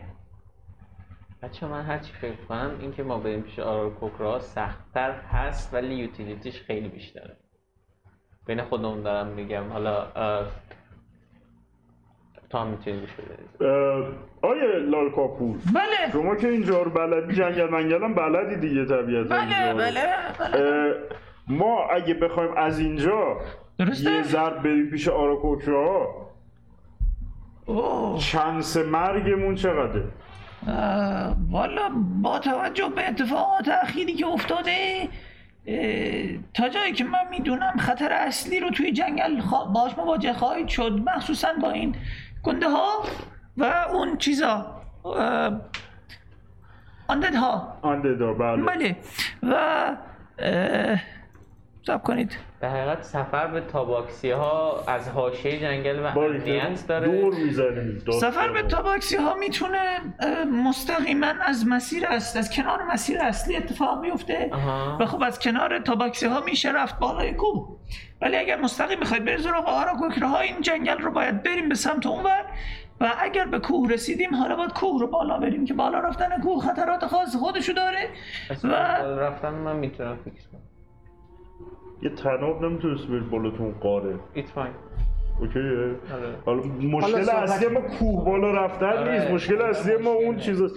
Speaker 2: بچه من هرچی فکر کنم اینکه ما بریم پیش آراکوکرا سختتر هست ولی یوتیلیتیش خیلی بیشتره بین خودمون دارم میگم حالا اه، تو هم میتونی گوش بدی
Speaker 6: آیه لال کاپور
Speaker 8: بله
Speaker 6: شما که اینجا رو بلدی جنگل منگل هم بلدی دیگه طبیعتا اینجا
Speaker 8: بله
Speaker 6: رو.
Speaker 8: بله بله.
Speaker 6: اه، ما اگه بخوایم از اینجا یه
Speaker 8: درسته؟
Speaker 6: ضرب بریم پیش آراکوکراها
Speaker 8: اوه،
Speaker 6: شانس مرگمون چقدره
Speaker 8: آه، والا با توجه به اتفاقات اخیری که افتاده اه، تا جایی که من میدونم خطر اصلی رو توی جنگل خوا- باش مواجه خواهید شد مخصوصا با این گنده ها و اون چیزا آندد ها
Speaker 6: آنده دا بله
Speaker 8: بله و سب کنید
Speaker 2: در حقیقت سفر به تاباکسی ها از حاشیه جنگل و
Speaker 6: باریکلا.
Speaker 2: امنیت داره
Speaker 6: دور میزنیم
Speaker 8: سفر به تاباکسی ها میتونه اه، مستقیما از مسیر است از کنار مسیر اصلی اتفاق بیفته
Speaker 2: آها.
Speaker 8: و خب از کنار تاباکسی ها میشه رفت بالای کوه ولی اگر مستقیم میخواید برید سراغ آراکوکره ها این جنگل رو باید بریم به سمت اونور و اگر به کوه رسیدیم حالا باید کوه رو بالا بریم که بالا رفتن کوه خطرات خاص خودشو داره
Speaker 2: اصلا
Speaker 8: و-
Speaker 2: بالا رفتن من میتونم فکر کنم
Speaker 6: یه تناب نمیتونست بری بالاتون قاره
Speaker 2: ایت فاین
Speaker 6: اوکیه
Speaker 2: آره
Speaker 6: حالا
Speaker 3: حالا
Speaker 6: مشکل
Speaker 3: صحبت-
Speaker 6: اصلی ما کوه بالا رفتن
Speaker 2: آره.
Speaker 6: نیست مشکل اصلی ما اون
Speaker 2: مشکله.
Speaker 6: چیزاست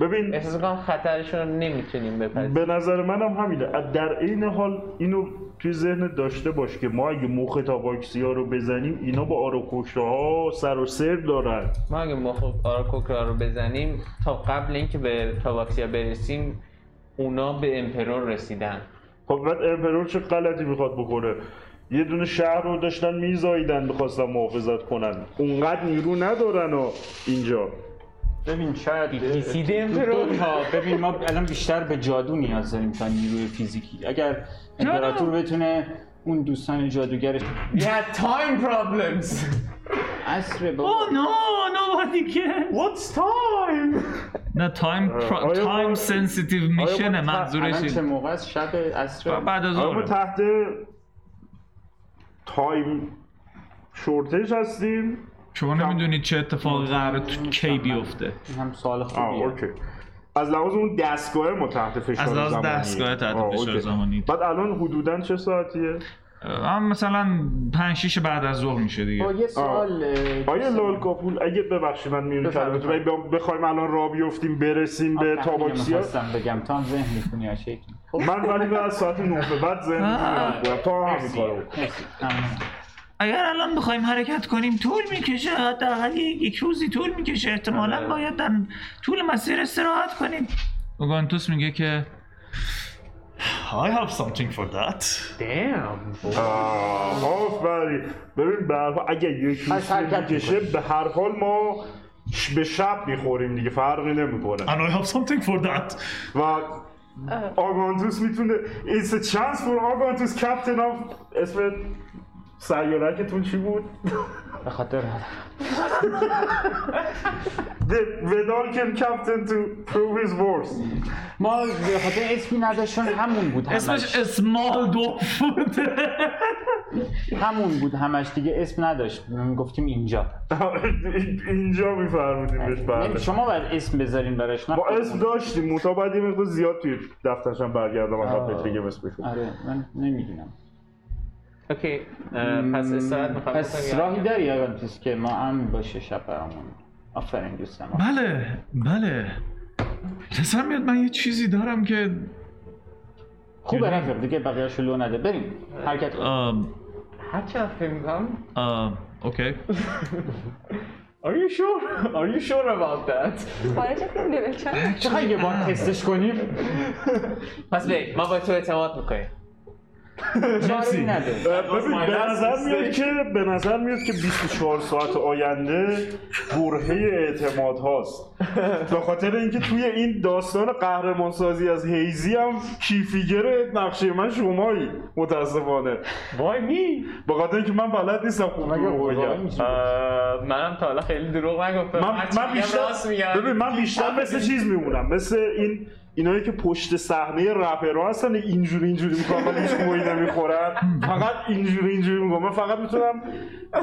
Speaker 6: ببین
Speaker 2: احساس کنم خطرشون رو نمیتونیم بپذیریم
Speaker 6: به نظر منم همینه در عین حال اینو توی ذهن داشته باش که ما اگه موخ تاواکسی ها رو بزنیم اینا با آراکوشه ها سر و سر دارن
Speaker 2: ما اگه مخ آراکوکرا رو بزنیم تا قبل اینکه به تاواکسیا برسیم اونا به امپرور رسیدن
Speaker 6: خب بعد امپرور چه غلطی میخواد بکنه یه دونه شهر رو داشتن میزاییدن میخواستن محافظت کنن اونقدر نیرو ندارن و اینجا
Speaker 3: ببین شاید
Speaker 2: DTC
Speaker 3: دو,
Speaker 2: رو-
Speaker 3: دو تا ببین ما الان بیشتر به جادو نیاز داریم تا نیروی فیزیکی اگر امپراتور بتونه اون دوستان جادوگرش
Speaker 2: We had time problems
Speaker 3: عصر
Speaker 8: Oh
Speaker 3: بابا
Speaker 8: no, nobody can.
Speaker 6: What's time?
Speaker 8: نه تایم
Speaker 6: آیا ما-
Speaker 8: تایم سنسیتیو میشنه منظورش
Speaker 3: الان چه
Speaker 8: این.
Speaker 3: موقع است شب عصر
Speaker 8: خب، بعد از آره.
Speaker 6: آیا ما
Speaker 8: اون
Speaker 6: تحت تایم شورتش هستیم
Speaker 8: شما نمیدونید چه اتفاقی قراره تو کی بیفته
Speaker 3: این هم سوال
Speaker 6: آه
Speaker 3: خوبیه
Speaker 6: اوکی از لحاظ اون دستگاه ما تحت فشار
Speaker 8: از لحاظ
Speaker 6: زمانی
Speaker 8: دستگاه تحت
Speaker 6: آه،
Speaker 8: فشار
Speaker 6: اوکی.
Speaker 8: زمانی.
Speaker 6: بعد الان حدودا چه ساعتیه
Speaker 8: هم مثلا 5 6 بعد از ظهر میشه
Speaker 3: با
Speaker 8: دیگه
Speaker 3: خب، یه سوال اه،
Speaker 6: آیا لال کاپول اگه ببخشید من میرم
Speaker 3: بفرمایید.
Speaker 6: کلمتون اگه بخوایم الان را بیفتیم برسیم به
Speaker 3: آه،
Speaker 6: تاباکسیا
Speaker 3: می‌خواستم بگم تو هم ذهن می‌خونی آشی
Speaker 6: من ولی بعد از ساعت 9 به بعد زنده میرم باید تا همین کارو بکنم.
Speaker 8: اگر الان بخوایم حرکت کنیم طول میکشه حداقل یک یک روزی طول میکشه احتمالا باید در طول مسیر استراحت کنیم اوگانتوس میگه که
Speaker 1: I have something for that.
Speaker 2: Damn
Speaker 6: آه، آفرین ببین به هر حال اگه یک
Speaker 3: پس
Speaker 6: روز
Speaker 3: حرکت
Speaker 6: میکشه به هر حال ما ش- به شب میخوریم دیگه فرقی نمیکنه
Speaker 1: And I have something for that.
Speaker 6: و آگانتوس میتونه ایس چانس فور آگانتوس کپتن آف اسم سیارکتون چی بود؟
Speaker 3: به خاطر
Speaker 6: The Vedal can captain to prove his worth [laughs]
Speaker 3: ما به خاطر اسمی نداشتن همون بود همش.
Speaker 8: اسمش اسمال دو بوده
Speaker 3: همون بود همش دیگه اسم نداشت گفتیم اینجا
Speaker 6: اینجا میفرمودیم بهش
Speaker 3: نه،
Speaker 6: بله
Speaker 3: شما باید اسم بذارین براش نه
Speaker 6: با
Speaker 3: خودمون.
Speaker 6: اسم داشتیم منتها باید یه مقدار زیاد توی دفترشم برگردم
Speaker 3: آه.
Speaker 6: عقب بهت بگم اسمشو
Speaker 3: آره من نمیدونم
Speaker 2: اوکی اه، پس استراحت میخوایم
Speaker 3: پس راهی داری آگانتوس که ما امن باشه شب برامون آفرین دوستم
Speaker 8: بله بله کسا میاد من یه چیزی دارم که
Speaker 3: خوبه رفیق دیگه بقیه‌اشو لو نده بریم حرکت کن.
Speaker 8: آم،
Speaker 2: هر چقدر فکر میکنم
Speaker 8: آم، اوکی
Speaker 2: Are you sure? Are you sure about that?
Speaker 4: خارج فیلم دیویژن
Speaker 3: چقدر یه بار تستش کنیم
Speaker 2: پس به ما با تو اعتماد [laughs] میکنیم
Speaker 3: چاره نده
Speaker 6: ببین به نظر میاد که به نظر میاد که 24 ساعت آینده برهه اعتماد هاست به خاطر اینکه توی این داستان قهرمانسازی از هیزی هم کیفیگر نقشه من شمایی متاسفانه
Speaker 2: وای می
Speaker 6: به خاطر اینکه من بلد نیستم خوب
Speaker 3: مگه
Speaker 6: دروغ
Speaker 3: واقعا
Speaker 6: بگم
Speaker 3: می‌شه؟
Speaker 2: منم تا حالا خیلی دروغ نگفتم
Speaker 6: من,
Speaker 2: هرچی
Speaker 6: من
Speaker 2: میگم راست میگم.
Speaker 6: بیشتر ببین من بیشتر مثل چیز میمونم مثل این اینایی که پشت صحنه رپرها هستن اینجوری اینجوری میکنن ولی هیچ گویی نمیخورن فقط اینجوری اینجوری میکنم من فقط میتونم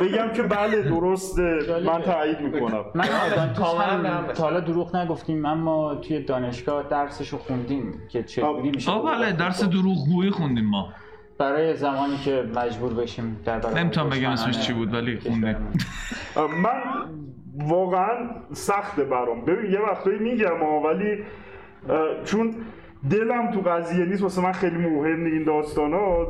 Speaker 6: بگم که بله درسته من تایید میکنم
Speaker 3: من آگانتوس
Speaker 2: کاملا
Speaker 3: هم
Speaker 2: برم.
Speaker 3: تا حالا دروغ نگفتیم اما توی دانشگاه درسشو خوندیم که چجوری میشه
Speaker 8: آه بله درس دروغگویی خوندیم ما
Speaker 3: برای زمانی که مجبور بشیم در برابر
Speaker 8: نمیتونم بگم
Speaker 3: دشمنان
Speaker 8: اسمش چی بود، ولی
Speaker 3: کشورمون.
Speaker 6: من واقعا سخته برام ببین یه وقتایی میگم ها ولی اه، چون دلم تو قضیه نیست واسه من خیلی مهم این داستان ها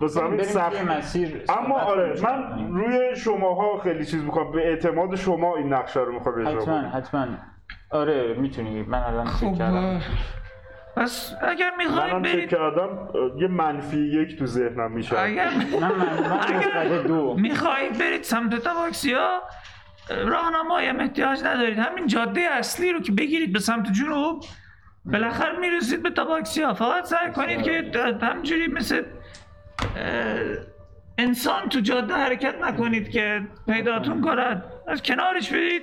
Speaker 6: واسه همین
Speaker 3: بریم توی
Speaker 6: سخت
Speaker 3: مسیر
Speaker 6: اما
Speaker 3: صحبت
Speaker 6: آره
Speaker 3: کنیم.
Speaker 6: من روی شماها خیلی چیز میخوام به اعتماد شما این نقشه رو میخوام اجرا
Speaker 3: حتما
Speaker 6: کنم
Speaker 3: حتما آره میتونی من الان فکر
Speaker 8: خب
Speaker 3: کردم
Speaker 8: آه، پس اگر میخوایم
Speaker 6: منم فکر
Speaker 8: برید
Speaker 6: کردم اه، یه منفی یک تو ذهنم میشه
Speaker 1: آره.
Speaker 8: اگر
Speaker 3: نه من من مثبت دو
Speaker 8: میخواهید برید سمت تاواکسیا راهنمایی هم احتیاج ندارید همین جاده اصلی رو که بگیرید به سمت جنوب بالاخره میرسید به تاواکسیا فقط سعی کنید که همجوری مثل اه، انسان تو جاده حرکت نکنید که پیداتون کند از کنارش برید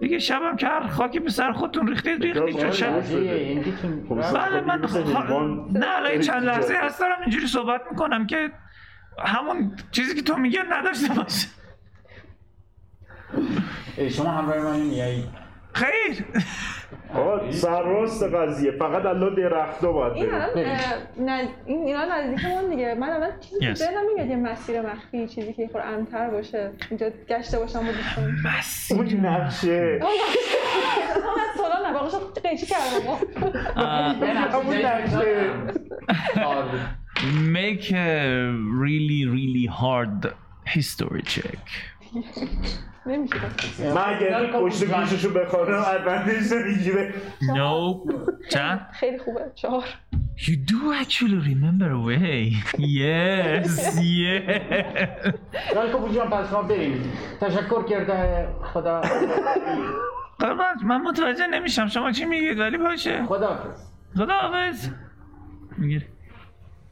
Speaker 8: دیگه شبم که هر خاکی به سر خودتون ریختید ریختید چون شب
Speaker 3: یه هندیتون
Speaker 6: خب،
Speaker 8: بله من خ... نه الان چند لحظه هست دارم اینجوری صحبت میکنم که همون چیزی که تو میگی رو نداشته باشه
Speaker 3: اه، شما همراه من نمیایی
Speaker 9: خیر
Speaker 6: آقا سرراست قضیه فقط الان درخت باید
Speaker 4: این الان
Speaker 6: بریم
Speaker 4: اه، نز... این اینا نزدیکمون دیگه من الان چیزی
Speaker 9: Yes.
Speaker 4: yes. دلم میگه یه مسیر مخفی چیزی که خور امتر باشه اینجا گشته باشم و دوستان
Speaker 6: اون نقشه
Speaker 4: هم از سالان نه باقیشو قیچی کردم
Speaker 6: همون نقشه
Speaker 9: Make a really really hard history check
Speaker 4: نمیشه
Speaker 6: من اگر پشت گوششو بخوانم ادوانتیج نمیگیره
Speaker 9: No چند؟
Speaker 4: خیلی خوبه چهار
Speaker 9: You do actually remember a way Yes yeah
Speaker 3: دلکو جان پس ما بریم تشکر کرده خدا
Speaker 9: قربان من متوجه نمیشم شما چی میگید ولی باشه
Speaker 3: خدا
Speaker 9: خداحافظ میگیره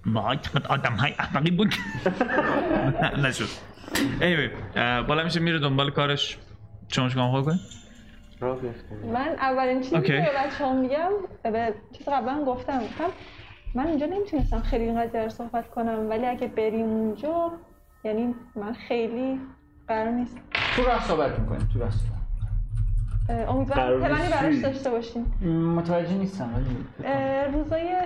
Speaker 9: وای چقدر آدم های احمقی بود نه، [laughs] نشد anyway, اه، بالا میشه میره دنبال کارش شما چیکار می‌خوای کنی؟ [laughs]
Speaker 4: من اولین چیزی
Speaker 9: اوکی.
Speaker 4: که به بچه ها میگم به چیز قبلا گفتم گفتم من اونجا نمیتونستم خیلی این قضیه رو صحبت کنم ولی اگه بریم اونجا یعنی من خیلی قرار نیست
Speaker 3: تو راه صحبت میکنیم تو راه صحبت
Speaker 4: اه،
Speaker 6: قرار
Speaker 4: امیدوارم پلنی
Speaker 6: نیست.
Speaker 4: براش داشته باشین
Speaker 3: م، متوجه نیستم ولی
Speaker 4: اه، روزای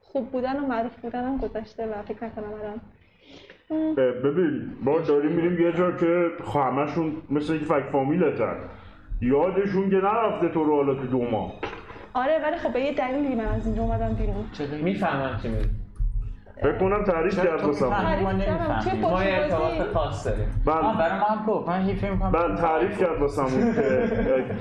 Speaker 4: خوب بودن و معروف بودنم گذشته و فکر نکنم الان
Speaker 6: اه، ببین ما داریم میریم یه جا که خب همشون مثل اینکه فک فامیلتن یادشون که نرفته تو رو حالا تو دو ماه
Speaker 4: آره ولی خب به یه دلیلی من از اینجا اومدم بیرون
Speaker 2: میفهمم چی میگی
Speaker 6: فکر کنم تعریف
Speaker 3: چرا
Speaker 6: کرد
Speaker 3: تو
Speaker 6: واسم
Speaker 3: می‌فهمی؟ ما
Speaker 4: تعریف کردم.
Speaker 3: نمی‌فهمیم.
Speaker 4: توی
Speaker 2: ما یه
Speaker 4: خوشبازی-
Speaker 2: ارتباط خاص داریم
Speaker 3: آه،
Speaker 6: من
Speaker 3: برای من هم گفت من هیفه میکنم
Speaker 6: من بله، تعریف کرد واسم اون که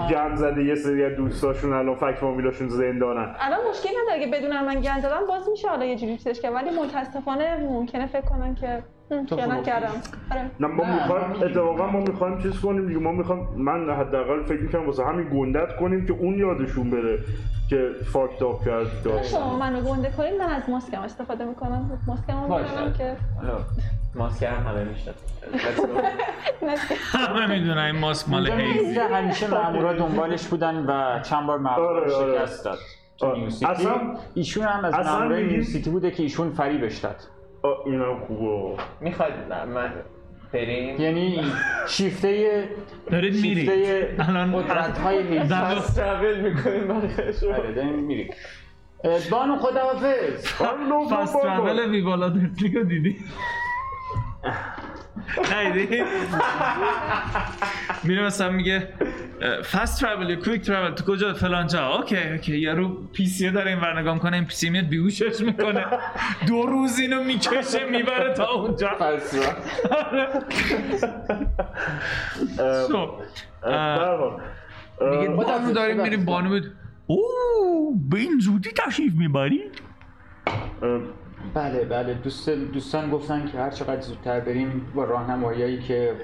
Speaker 6: اه، گم زده یه سری از دوستاشون الان فک فامیلاشون زندانن
Speaker 4: الان مشکل نداره که بدونم من گند زدم باز میشه حالا یه جوری چیزش کرد ولی متاسفانه ممکنه فکر کنن که هم، خیانت کردم آره
Speaker 6: نه ما
Speaker 3: نه،
Speaker 6: میخوایم
Speaker 3: من می‌گم.
Speaker 6: اتفاقا ما میخوایم چیز کنیم دیگه ما میخوایم من حداقل فکر میکنم واسه همین گندت کنیم که اون یادشون بره که فاکت اپ کرد
Speaker 4: شما منو گنده کنید من از ماسکم استفاده میکنم ماسکم رو
Speaker 2: باشه.
Speaker 4: می‌زنم که
Speaker 2: حالا ماسک هم همه [laughs] میشنم
Speaker 9: همه میدونن این ماسک مال
Speaker 3: اونجا
Speaker 9: هیزی
Speaker 3: می‌گفت که همیشه مامورا دنبالش بودن و چند بار مامورا
Speaker 6: آره، آره.
Speaker 3: شکست داد تو
Speaker 6: آره.
Speaker 3: نیوسیتی
Speaker 6: اصلا-
Speaker 3: ایشون هم از
Speaker 6: اصلا
Speaker 3: مامورای
Speaker 6: می‌گیم-
Speaker 3: نیوسیتی بوده که ایشون فریبش داد
Speaker 6: آه، اینم خوبه
Speaker 2: میخواید من بریم
Speaker 3: یعنی شیفته
Speaker 9: دارید میری
Speaker 3: شیفته
Speaker 9: الان-
Speaker 3: قدرت های
Speaker 9: زن-
Speaker 2: پس ترابل میکنیم برای
Speaker 3: آره داریم میریم اه، بانو خداحافظ
Speaker 6: آلو
Speaker 9: فاست ترافل بی بالا دردی رو دیدی خیلی میره مثلا میگه فست ترافل یا کویک ترافل تو کجا فلان جا اوکی اوکی یارو پی سی داره این ور نگاه میکنه این پی سی میاد بیهوشش میکنه دو روز اینو میکشه میبره تا اونجا So, اه، میگه
Speaker 6: خب،
Speaker 9: بانو داریم میریم بانو بود اوه به این زودی تشریف میبری؟
Speaker 3: بله بله دوست دوستان گفتن که هر چقدر زودتر بریم با راهنماییایی که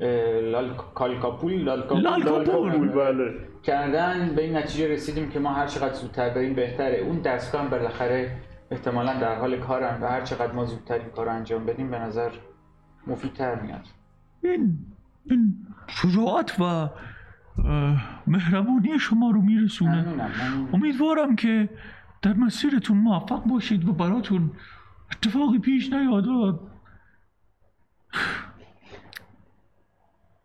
Speaker 3: اه، لال کالکاپول لالکاپول
Speaker 9: لالکاپول.
Speaker 6: بله
Speaker 3: کردن به این نتیجه رسیدیم که ما هر چقدر زودتر بریم بهتره اون دستگاه هم بالاخره احتمالا در حال کارن و هر چقدر ما زودتر این کار رو انجام بدیم به نظر مفیدتر میاد
Speaker 9: این این شجاعت و اه، مهربانی شما رو میرسونه
Speaker 3: ممنونم ممنون.
Speaker 9: امیدوارم که در مسیرتون موفق باشید و براتون اتفاقی پیش نیاد و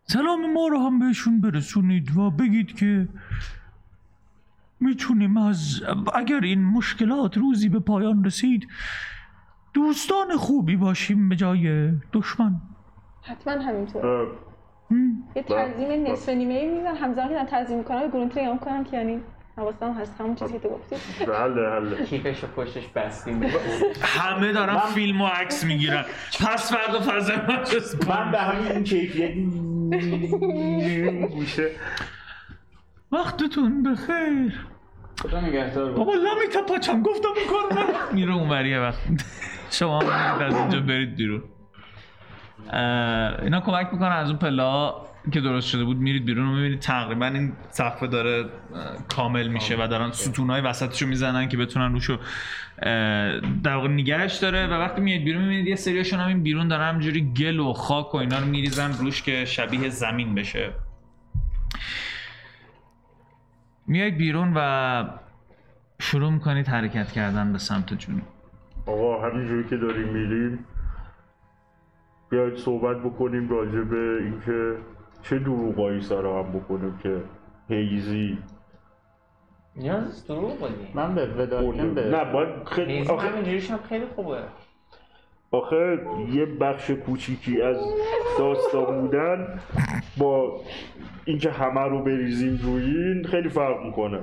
Speaker 9: سلام ما رو هم بهشون برسونید و بگید که میتونیم از اگر این مشکلات روزی به پایان رسید دوستان خوبی باشیم به جای دشمن
Speaker 4: حتما همینطور
Speaker 6: اه،
Speaker 4: یه تنظیم نصف نیمه ای میزنم همزمان که دارم تنظیم میکنم گروه نگاه میکنم که یعنی حواسم هست همون چیزی که تو گفتی
Speaker 6: بله
Speaker 2: [laughs]
Speaker 6: بله
Speaker 2: کیفش و پشتش بستیم
Speaker 9: همه دارن فیلم و عکس میگیرن پس فردا فضای مجلس
Speaker 6: من به همین این کیفیت میشه
Speaker 9: وقتتون بخیر
Speaker 3: خدا نگهدار
Speaker 9: بابا لامیتا پاچم گفتم این کار [laughs] نه میره اونوری یه وقت شما هم میرید از اینجا برید بیرون اه، اینا کمک میکنن از اون پلا که درست شده بود میرید بیرون و میبینید تقریبا این صفحه داره اه، کامل میشه و دارن ستونهای وسطشو میزنن که بتونن روشو اه، در واقع نگهش داره و وقتی میاد بیرون میبینید یه سریاشون هم این بیرون دارن همجوری گل و خاک و اینا رو میریزن روش که شبیه زمین بشه میایید بیرون و شروع میکنید حرکت کردن به سمت جنوب
Speaker 6: آقا همینجوری که داریم میریم بیاید صحبت بکنیم راجع به اینکه چه دروغایی سر هم بکنیم که هیزی
Speaker 2: نیاز نیست دروغ بگی
Speaker 3: من به وداکن به
Speaker 6: نه باید خیلی
Speaker 2: نیست
Speaker 6: آخه,
Speaker 2: همینجوریش هم خیلی خوبه
Speaker 6: آخه یه بخش کوچیکی از داستان بودن با اینکه همه رو بریزیم روی این خیلی فرق میکنه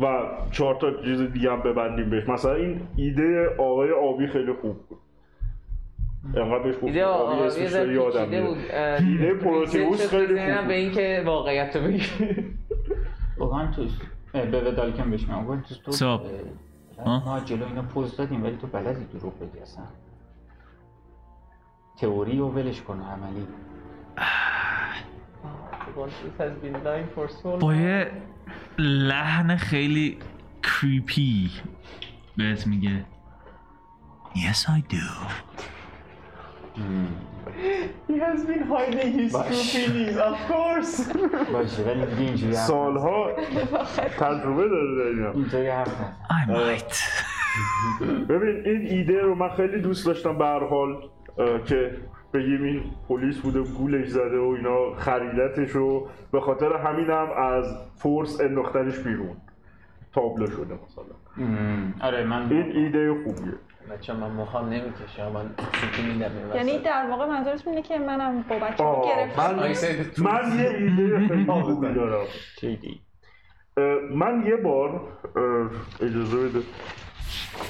Speaker 6: و چهار تا چیز دیگه هم ببندیم بهش مثلا این ایده آقای آبی خیلی خوب بود انقدر بهش گفتم
Speaker 2: ایده
Speaker 6: آبی
Speaker 2: آقا یه
Speaker 6: اسمش رو
Speaker 2: ذره
Speaker 6: یادم
Speaker 2: پیچیده
Speaker 6: میاد
Speaker 2: بود اه،
Speaker 6: ایده
Speaker 2: ریزش
Speaker 6: پروتئوس
Speaker 2: شد
Speaker 6: خیلی
Speaker 2: بزنم
Speaker 6: خوب
Speaker 2: به
Speaker 6: بود
Speaker 2: اینکه واقعیت رو بگی
Speaker 3: اوگانتوس اه، به ودالکن بهش میگم اوگانتوس تو
Speaker 1: صاحب.
Speaker 3: اه،
Speaker 1: ها؟
Speaker 3: ما جلو اینا پوز دادیم ولی تو بلدی دروغ بگی اصلا تئوری رو ولش کن عملی
Speaker 2: Once this has been dying for so long.
Speaker 1: با یه لحن خیلی کریپی بهت میگه Yes I do
Speaker 2: He has been hiding his true feelings, of course.
Speaker 3: باشه ولی دیگه اینجوری حرف نزن.
Speaker 6: سالها تجربه داره در اینا.
Speaker 3: اینطوری حرف نزن
Speaker 1: I might
Speaker 6: ببین این ایده رو من خیلی دوست داشتم به هر حال اه، که بگیم این پلیس بوده گولش زده و اینا خریدتش رو به خاطر همینم از فورس انداختنش بیرون تابلو شده مثلا
Speaker 3: مم. آره من
Speaker 6: این ایده خوبیه
Speaker 2: بچه من مخام نمیکشم من سوتی میدم
Speaker 4: یعنی در واقع منظورش اینه که منم با بچه
Speaker 6: آه،
Speaker 4: گرفتم
Speaker 6: من- من یه ایده خیلی خوبی دارم
Speaker 3: چیدی
Speaker 6: اه، من یه بار اه، اجازه بده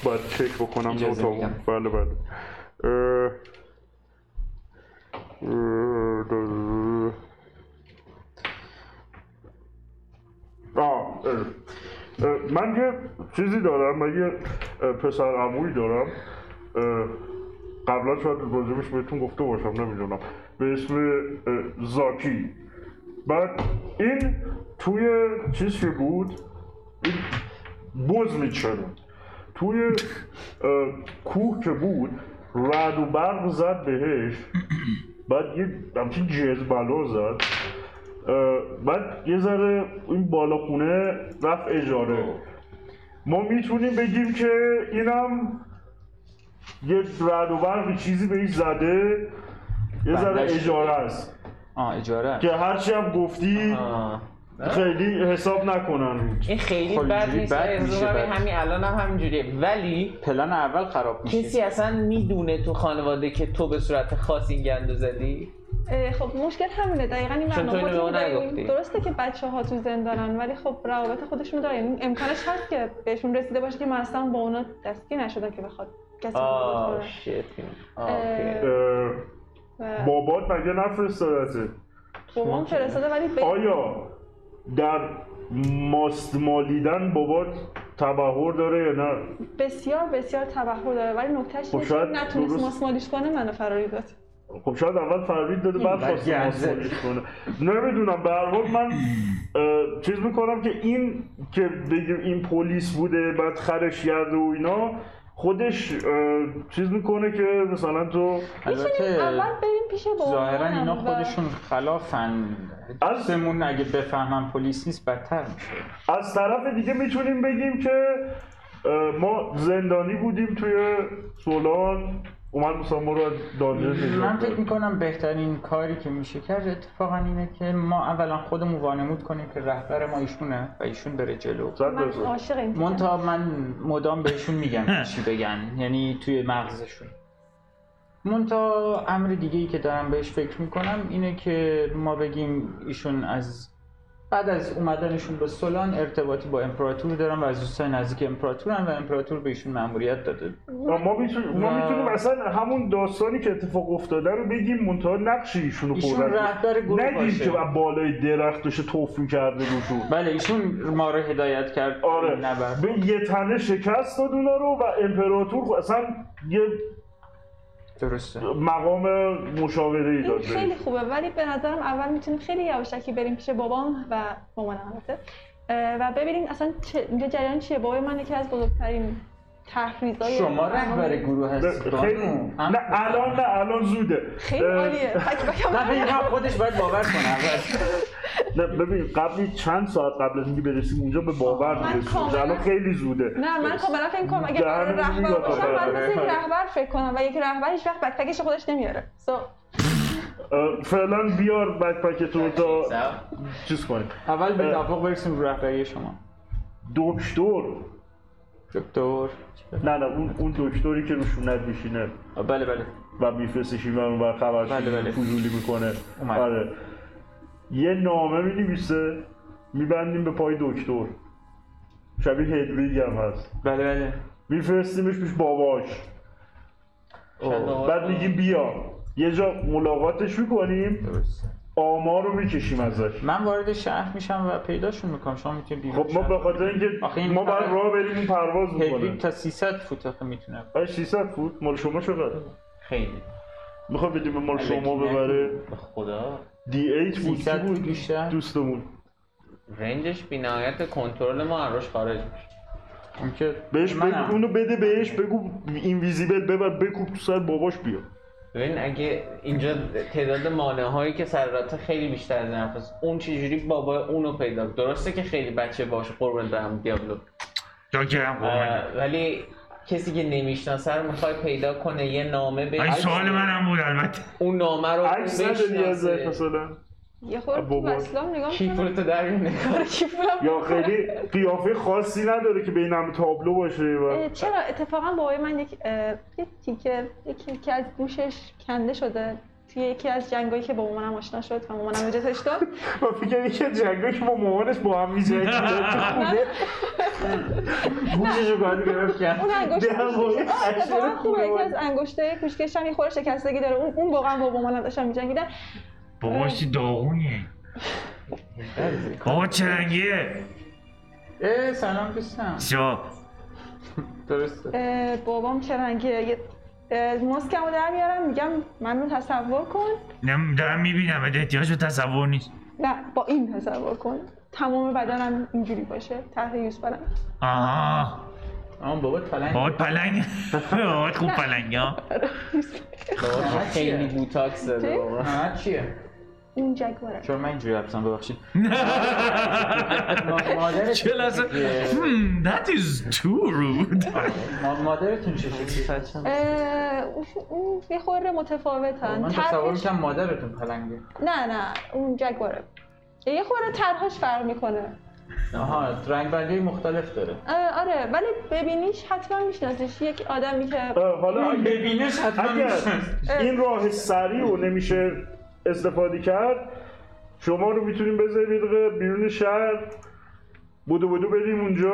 Speaker 6: باید چک بکنم
Speaker 2: اجازه
Speaker 6: اتاق.
Speaker 2: میدم.
Speaker 6: بله بله اه، اه، آه، اه. اه، من یه چیزی دارم من یه اه، پسر عمویی دارم اه، قبلا شاید راجبش بهتون گفته باشم نمیدونم به اسم اه، زاکی بعد این توی چیز که بود این بز میچرون توی اه، کوه که بود رد و برق زد بهش بعد یه همچین جزبلا زد اه، بعد یه ذره این بالا خونه رفت اجاره ما میتونیم بگیم که اینم یه رد و برق چیزی بهش زده یه ذره
Speaker 3: بندش.
Speaker 6: اجاره است
Speaker 3: آه اجاره
Speaker 6: که هرچی هم گفتی خیلی حساب نکنن روت.
Speaker 2: این خیلی
Speaker 3: خب،
Speaker 2: بد
Speaker 3: اینجوری
Speaker 2: نیست
Speaker 3: بد
Speaker 2: احساس
Speaker 3: میشه،
Speaker 2: کنم این
Speaker 3: بد.
Speaker 2: همین الان هم همینجوریه ولی
Speaker 3: پلن اول خراب
Speaker 2: کسی
Speaker 3: میشه
Speaker 2: اصلا میدونه تو خانواده که تو به صورت خاص این گندو زدی
Speaker 4: اه، خب مشکل همینه دقیقا این
Speaker 2: چون تو اینو به
Speaker 4: برنامه
Speaker 2: ما نگفتی.
Speaker 4: درسته که بچه ها تو زندانن ولی خب روابط خودشون دارن یعنی امکانش هست که بهشون رسیده باشه که من اصلا با اونا دستگیر نشدم که بخواد کسی رو
Speaker 2: آه
Speaker 4: بکنه.
Speaker 2: شیت
Speaker 4: اه،
Speaker 6: اه،
Speaker 4: و
Speaker 6: بابات مگه نفرستادته
Speaker 4: بابام فرستاده ولی به
Speaker 6: آیا در ماست مالیدن بابات تبهر داره یا نه
Speaker 4: بسیار بسیار تبهر داره ولی نکتهش
Speaker 6: خب
Speaker 4: اینه که
Speaker 6: شاید
Speaker 4: نتونست
Speaker 6: درست-
Speaker 4: ماسمالیش کنه منو فراری داد
Speaker 6: خب شاید اول فروید داده بعد
Speaker 2: بعد
Speaker 6: خواسته
Speaker 2: گرزه.
Speaker 6: ماسمالیش کنه نمیدونم به هر حال من اه، چیز میکنم که این که بگیم این پلیس بوده بعد خرش کرده و اینا خودش اه، چیز میکنه که مثلا تو
Speaker 4: میتونیم اول بریم پیش بابام
Speaker 3: ظاهرا اینا
Speaker 4: و-
Speaker 3: خودشون خلافن
Speaker 6: از-
Speaker 3: دوستمون اگه بفهمن پلیس نیست بدتر میشه
Speaker 6: از طرف دیگه میتونیم بگیم که اه، ما زندانی بودیم توی سولان اومد مثلا ما رو از دانجه
Speaker 3: من
Speaker 6: نجات
Speaker 3: فکر
Speaker 6: داد.
Speaker 3: میکنم بهترین کاری که میشه کرد اتفاقا اینه که ما اولا خودمون وانمود کنیم که رهبر ما ایشونه و ایشون بره جلو
Speaker 6: صد
Speaker 4: من
Speaker 6: درصد.
Speaker 4: عاشق این تیکه.
Speaker 3: منتها من مدام بهشون میگم که چی بگن یعنی توی مغزشون منتها امر دیگه ای که دارم بهش فکر میکنم اینه که ما بگیم ایشون از بعد از اومدنشون به سولان ارتباطی با امپراتور دارن و از دوستای نزدیک امپراتورن و امپراتور به ایشون مأموریت داده
Speaker 6: و ما میتونیم ما
Speaker 3: و-
Speaker 6: میتونیم اصلا همون داستانی که اتفاق افتاده رو بگیم منتها نقش ایشونو
Speaker 3: ایشون
Speaker 6: پرداخت.
Speaker 3: رهبر گروه
Speaker 6: نگیم
Speaker 3: باشه.
Speaker 6: که از بالای درختش توف میکرده روشون
Speaker 3: بله ایشون ما رو هدایت کرد
Speaker 6: آره
Speaker 3: نه بر-
Speaker 6: به یه تنه شکست داد اونا رو و امپراتور خب اصلا یه
Speaker 3: درسته
Speaker 6: مقام مشاوره ای
Speaker 4: این
Speaker 6: داد بهش.
Speaker 4: خیلی خوبه ولی به نظرم اول میتونیم خیلی یواشکی بریم پیش بابام و مامانم البته اه، و ببینیم اصلا چه- اینجا جریان چیه بابای من یکی از بزرگترین تحریزای
Speaker 3: شما رهبر گروه هستید
Speaker 6: خیلی
Speaker 3: بانو.
Speaker 6: نه الان نه الان زوده
Speaker 4: خیلی
Speaker 6: اه،
Speaker 4: عالیه تک بکم
Speaker 3: نه
Speaker 4: عالیه.
Speaker 3: ببین، من خودش باید باور کنه اول
Speaker 6: نه ببین قبلی چند ساعت قبل از اینکه برسیم اونجا به باور
Speaker 4: من
Speaker 6: برسیم
Speaker 4: کاملا-
Speaker 6: الان خیلی زوده
Speaker 4: نه من کاملا فکر کنم اگه
Speaker 6: در
Speaker 4: قرار
Speaker 6: میاد
Speaker 4: رهبر باشم
Speaker 6: آدم.
Speaker 4: باید مثل یک رهبر فکر کنم و یک رهبر هیچ وقت بکپکش خودش نمیاره سو
Speaker 6: اه، فعلا بیار بکپکتو رو تا چیز کنیم
Speaker 3: اول به
Speaker 6: اه.
Speaker 3: توافق برسیم رو رهبری شما
Speaker 6: دکتر
Speaker 3: دکتر
Speaker 6: نه نه اون, اون دکتری که روشونت میشینه
Speaker 2: بله بله
Speaker 6: و میفرستش این و خبرش
Speaker 2: بله، بله.
Speaker 6: فضولی میکنه
Speaker 3: اومد.
Speaker 6: آره. یه نامه می میبندیم به پای دکتر شبیه هدویگ هم هست
Speaker 2: بله بله
Speaker 6: میفرستیمش پیش باباش
Speaker 2: اوه.
Speaker 6: بعد میگیم بیا یه جا ملاقاتش میکنیم
Speaker 2: درست.
Speaker 6: آمار رو میکشیم ازش
Speaker 3: من وارد شهر میشم و پیداشون میکنم شما میتونید
Speaker 6: خب ما به خاطر اینکه
Speaker 3: آخه این
Speaker 6: ما باید
Speaker 3: طرف-
Speaker 6: راه بریم اون پرواز
Speaker 3: هدویگ
Speaker 6: میکنه
Speaker 3: تا 300 فوت آخه میتونه
Speaker 6: آره 600 فوت مال شما چقدر
Speaker 2: خیلی
Speaker 6: میخوای بدیم به مال شما
Speaker 2: الکی نه.
Speaker 6: ببره
Speaker 2: به خدا
Speaker 6: دی 8 بود چی
Speaker 3: 300 فوت
Speaker 6: بود
Speaker 3: بیشتر
Speaker 6: دوستمون
Speaker 2: رنجش بی نهایت کنترل ما از روش خارج میشه
Speaker 3: اون که
Speaker 6: بهش
Speaker 3: منم.
Speaker 6: بگو اونو بده بهش بگو اینویزیبل ببر بکوب تو سر باباش بیا
Speaker 2: ببین اگه اینجا تعداد مانع هایی که سر راه خیلی بیشتر از این حرفاست اون چجوری بابا اونو پیدا کرد؟ درسته که خیلی بچه باشه قربونت برم دیابلو
Speaker 7: جاگرم
Speaker 2: اه، ولی کسی که نمیشناسه رو میخوای پیدا کنه یه نامه
Speaker 7: این
Speaker 2: به
Speaker 7: سوال منم بود البته
Speaker 2: اون نامه رو اون
Speaker 6: عکس نداری ازش
Speaker 2: بشناسه
Speaker 6: مثلا
Speaker 4: یه خورد تو
Speaker 6: بابا.
Speaker 4: وصلام نگاه
Speaker 2: کی
Speaker 4: میکنم آره،
Speaker 2: پولتو در میونه
Speaker 4: کی پولم
Speaker 6: یا خیلی قیافه خاصی نداره که بین هم تابلو باشه و
Speaker 4: اه، چرا اتفاقا بابای من یک اه، یه تیکه یکی یکی از گوشش کنده شده توی یکی از جنگایی که با مامانم آشنا شد و مامانم اجازش [laughs] داد
Speaker 6: و فکر یه جنگایی که با مامانش با هم می‌جنگیدن تو خونه گوششو باید گرفت کرد
Speaker 4: اون انگشت
Speaker 6: در واقع
Speaker 4: کوچیکش- آه، اتفاقا
Speaker 6: اشعار
Speaker 4: خوبه
Speaker 6: خوبه.
Speaker 4: یکی از انگشته کوچکش هم یه خورده شکستگی داره اون اون واقعا با مامانم داشتن می‌جنگیدن
Speaker 7: باباش چی داغونیه بابا چرنگیه
Speaker 3: اه سلام دوستم
Speaker 7: شو
Speaker 3: درسته
Speaker 4: اه، بابام که رنگیه یه اه، مسکمو در میارم میگم منو تصور کن
Speaker 7: نم- دارم میبینم احتیاج به تصور نیست
Speaker 4: نه با این تصور کن تمام بدنم اینجوری باشه طرح یوز برم
Speaker 7: آها
Speaker 3: اما بابا تلنگ
Speaker 7: بابات پلنگ بابات خوب پلنگ ها
Speaker 2: بابا خیلی بوتاکس
Speaker 4: چی؟
Speaker 2: داده بابا
Speaker 3: نه چیه
Speaker 4: اون جگوارم
Speaker 3: چرا من اینجوری حبسم ببخشید ما- مادرت
Speaker 7: چه لحظه
Speaker 3: چیه؟
Speaker 7: Hmm, that is too rude
Speaker 3: ما- مادرتون چه شکلی
Speaker 4: اه، اون- اون یه خورده متفاوتن
Speaker 3: من تصور
Speaker 4: طرحش
Speaker 3: میکنم مادرتون پلنگه
Speaker 4: نه نه اون جگواره یه خورده طرحش فرق میکنه
Speaker 3: آها رنگ مختلف داره
Speaker 4: اه، آره ولی ببینیش حتما میشناسیش یک آدمی که
Speaker 6: اه، حالا اگه
Speaker 3: ببینش حتما
Speaker 6: اگر این راه سریع رو نمیشه استفاده کرد شما رو میتونیم بذاریم یه دقیقه بیرون شهر بودو بودو بریم اونجا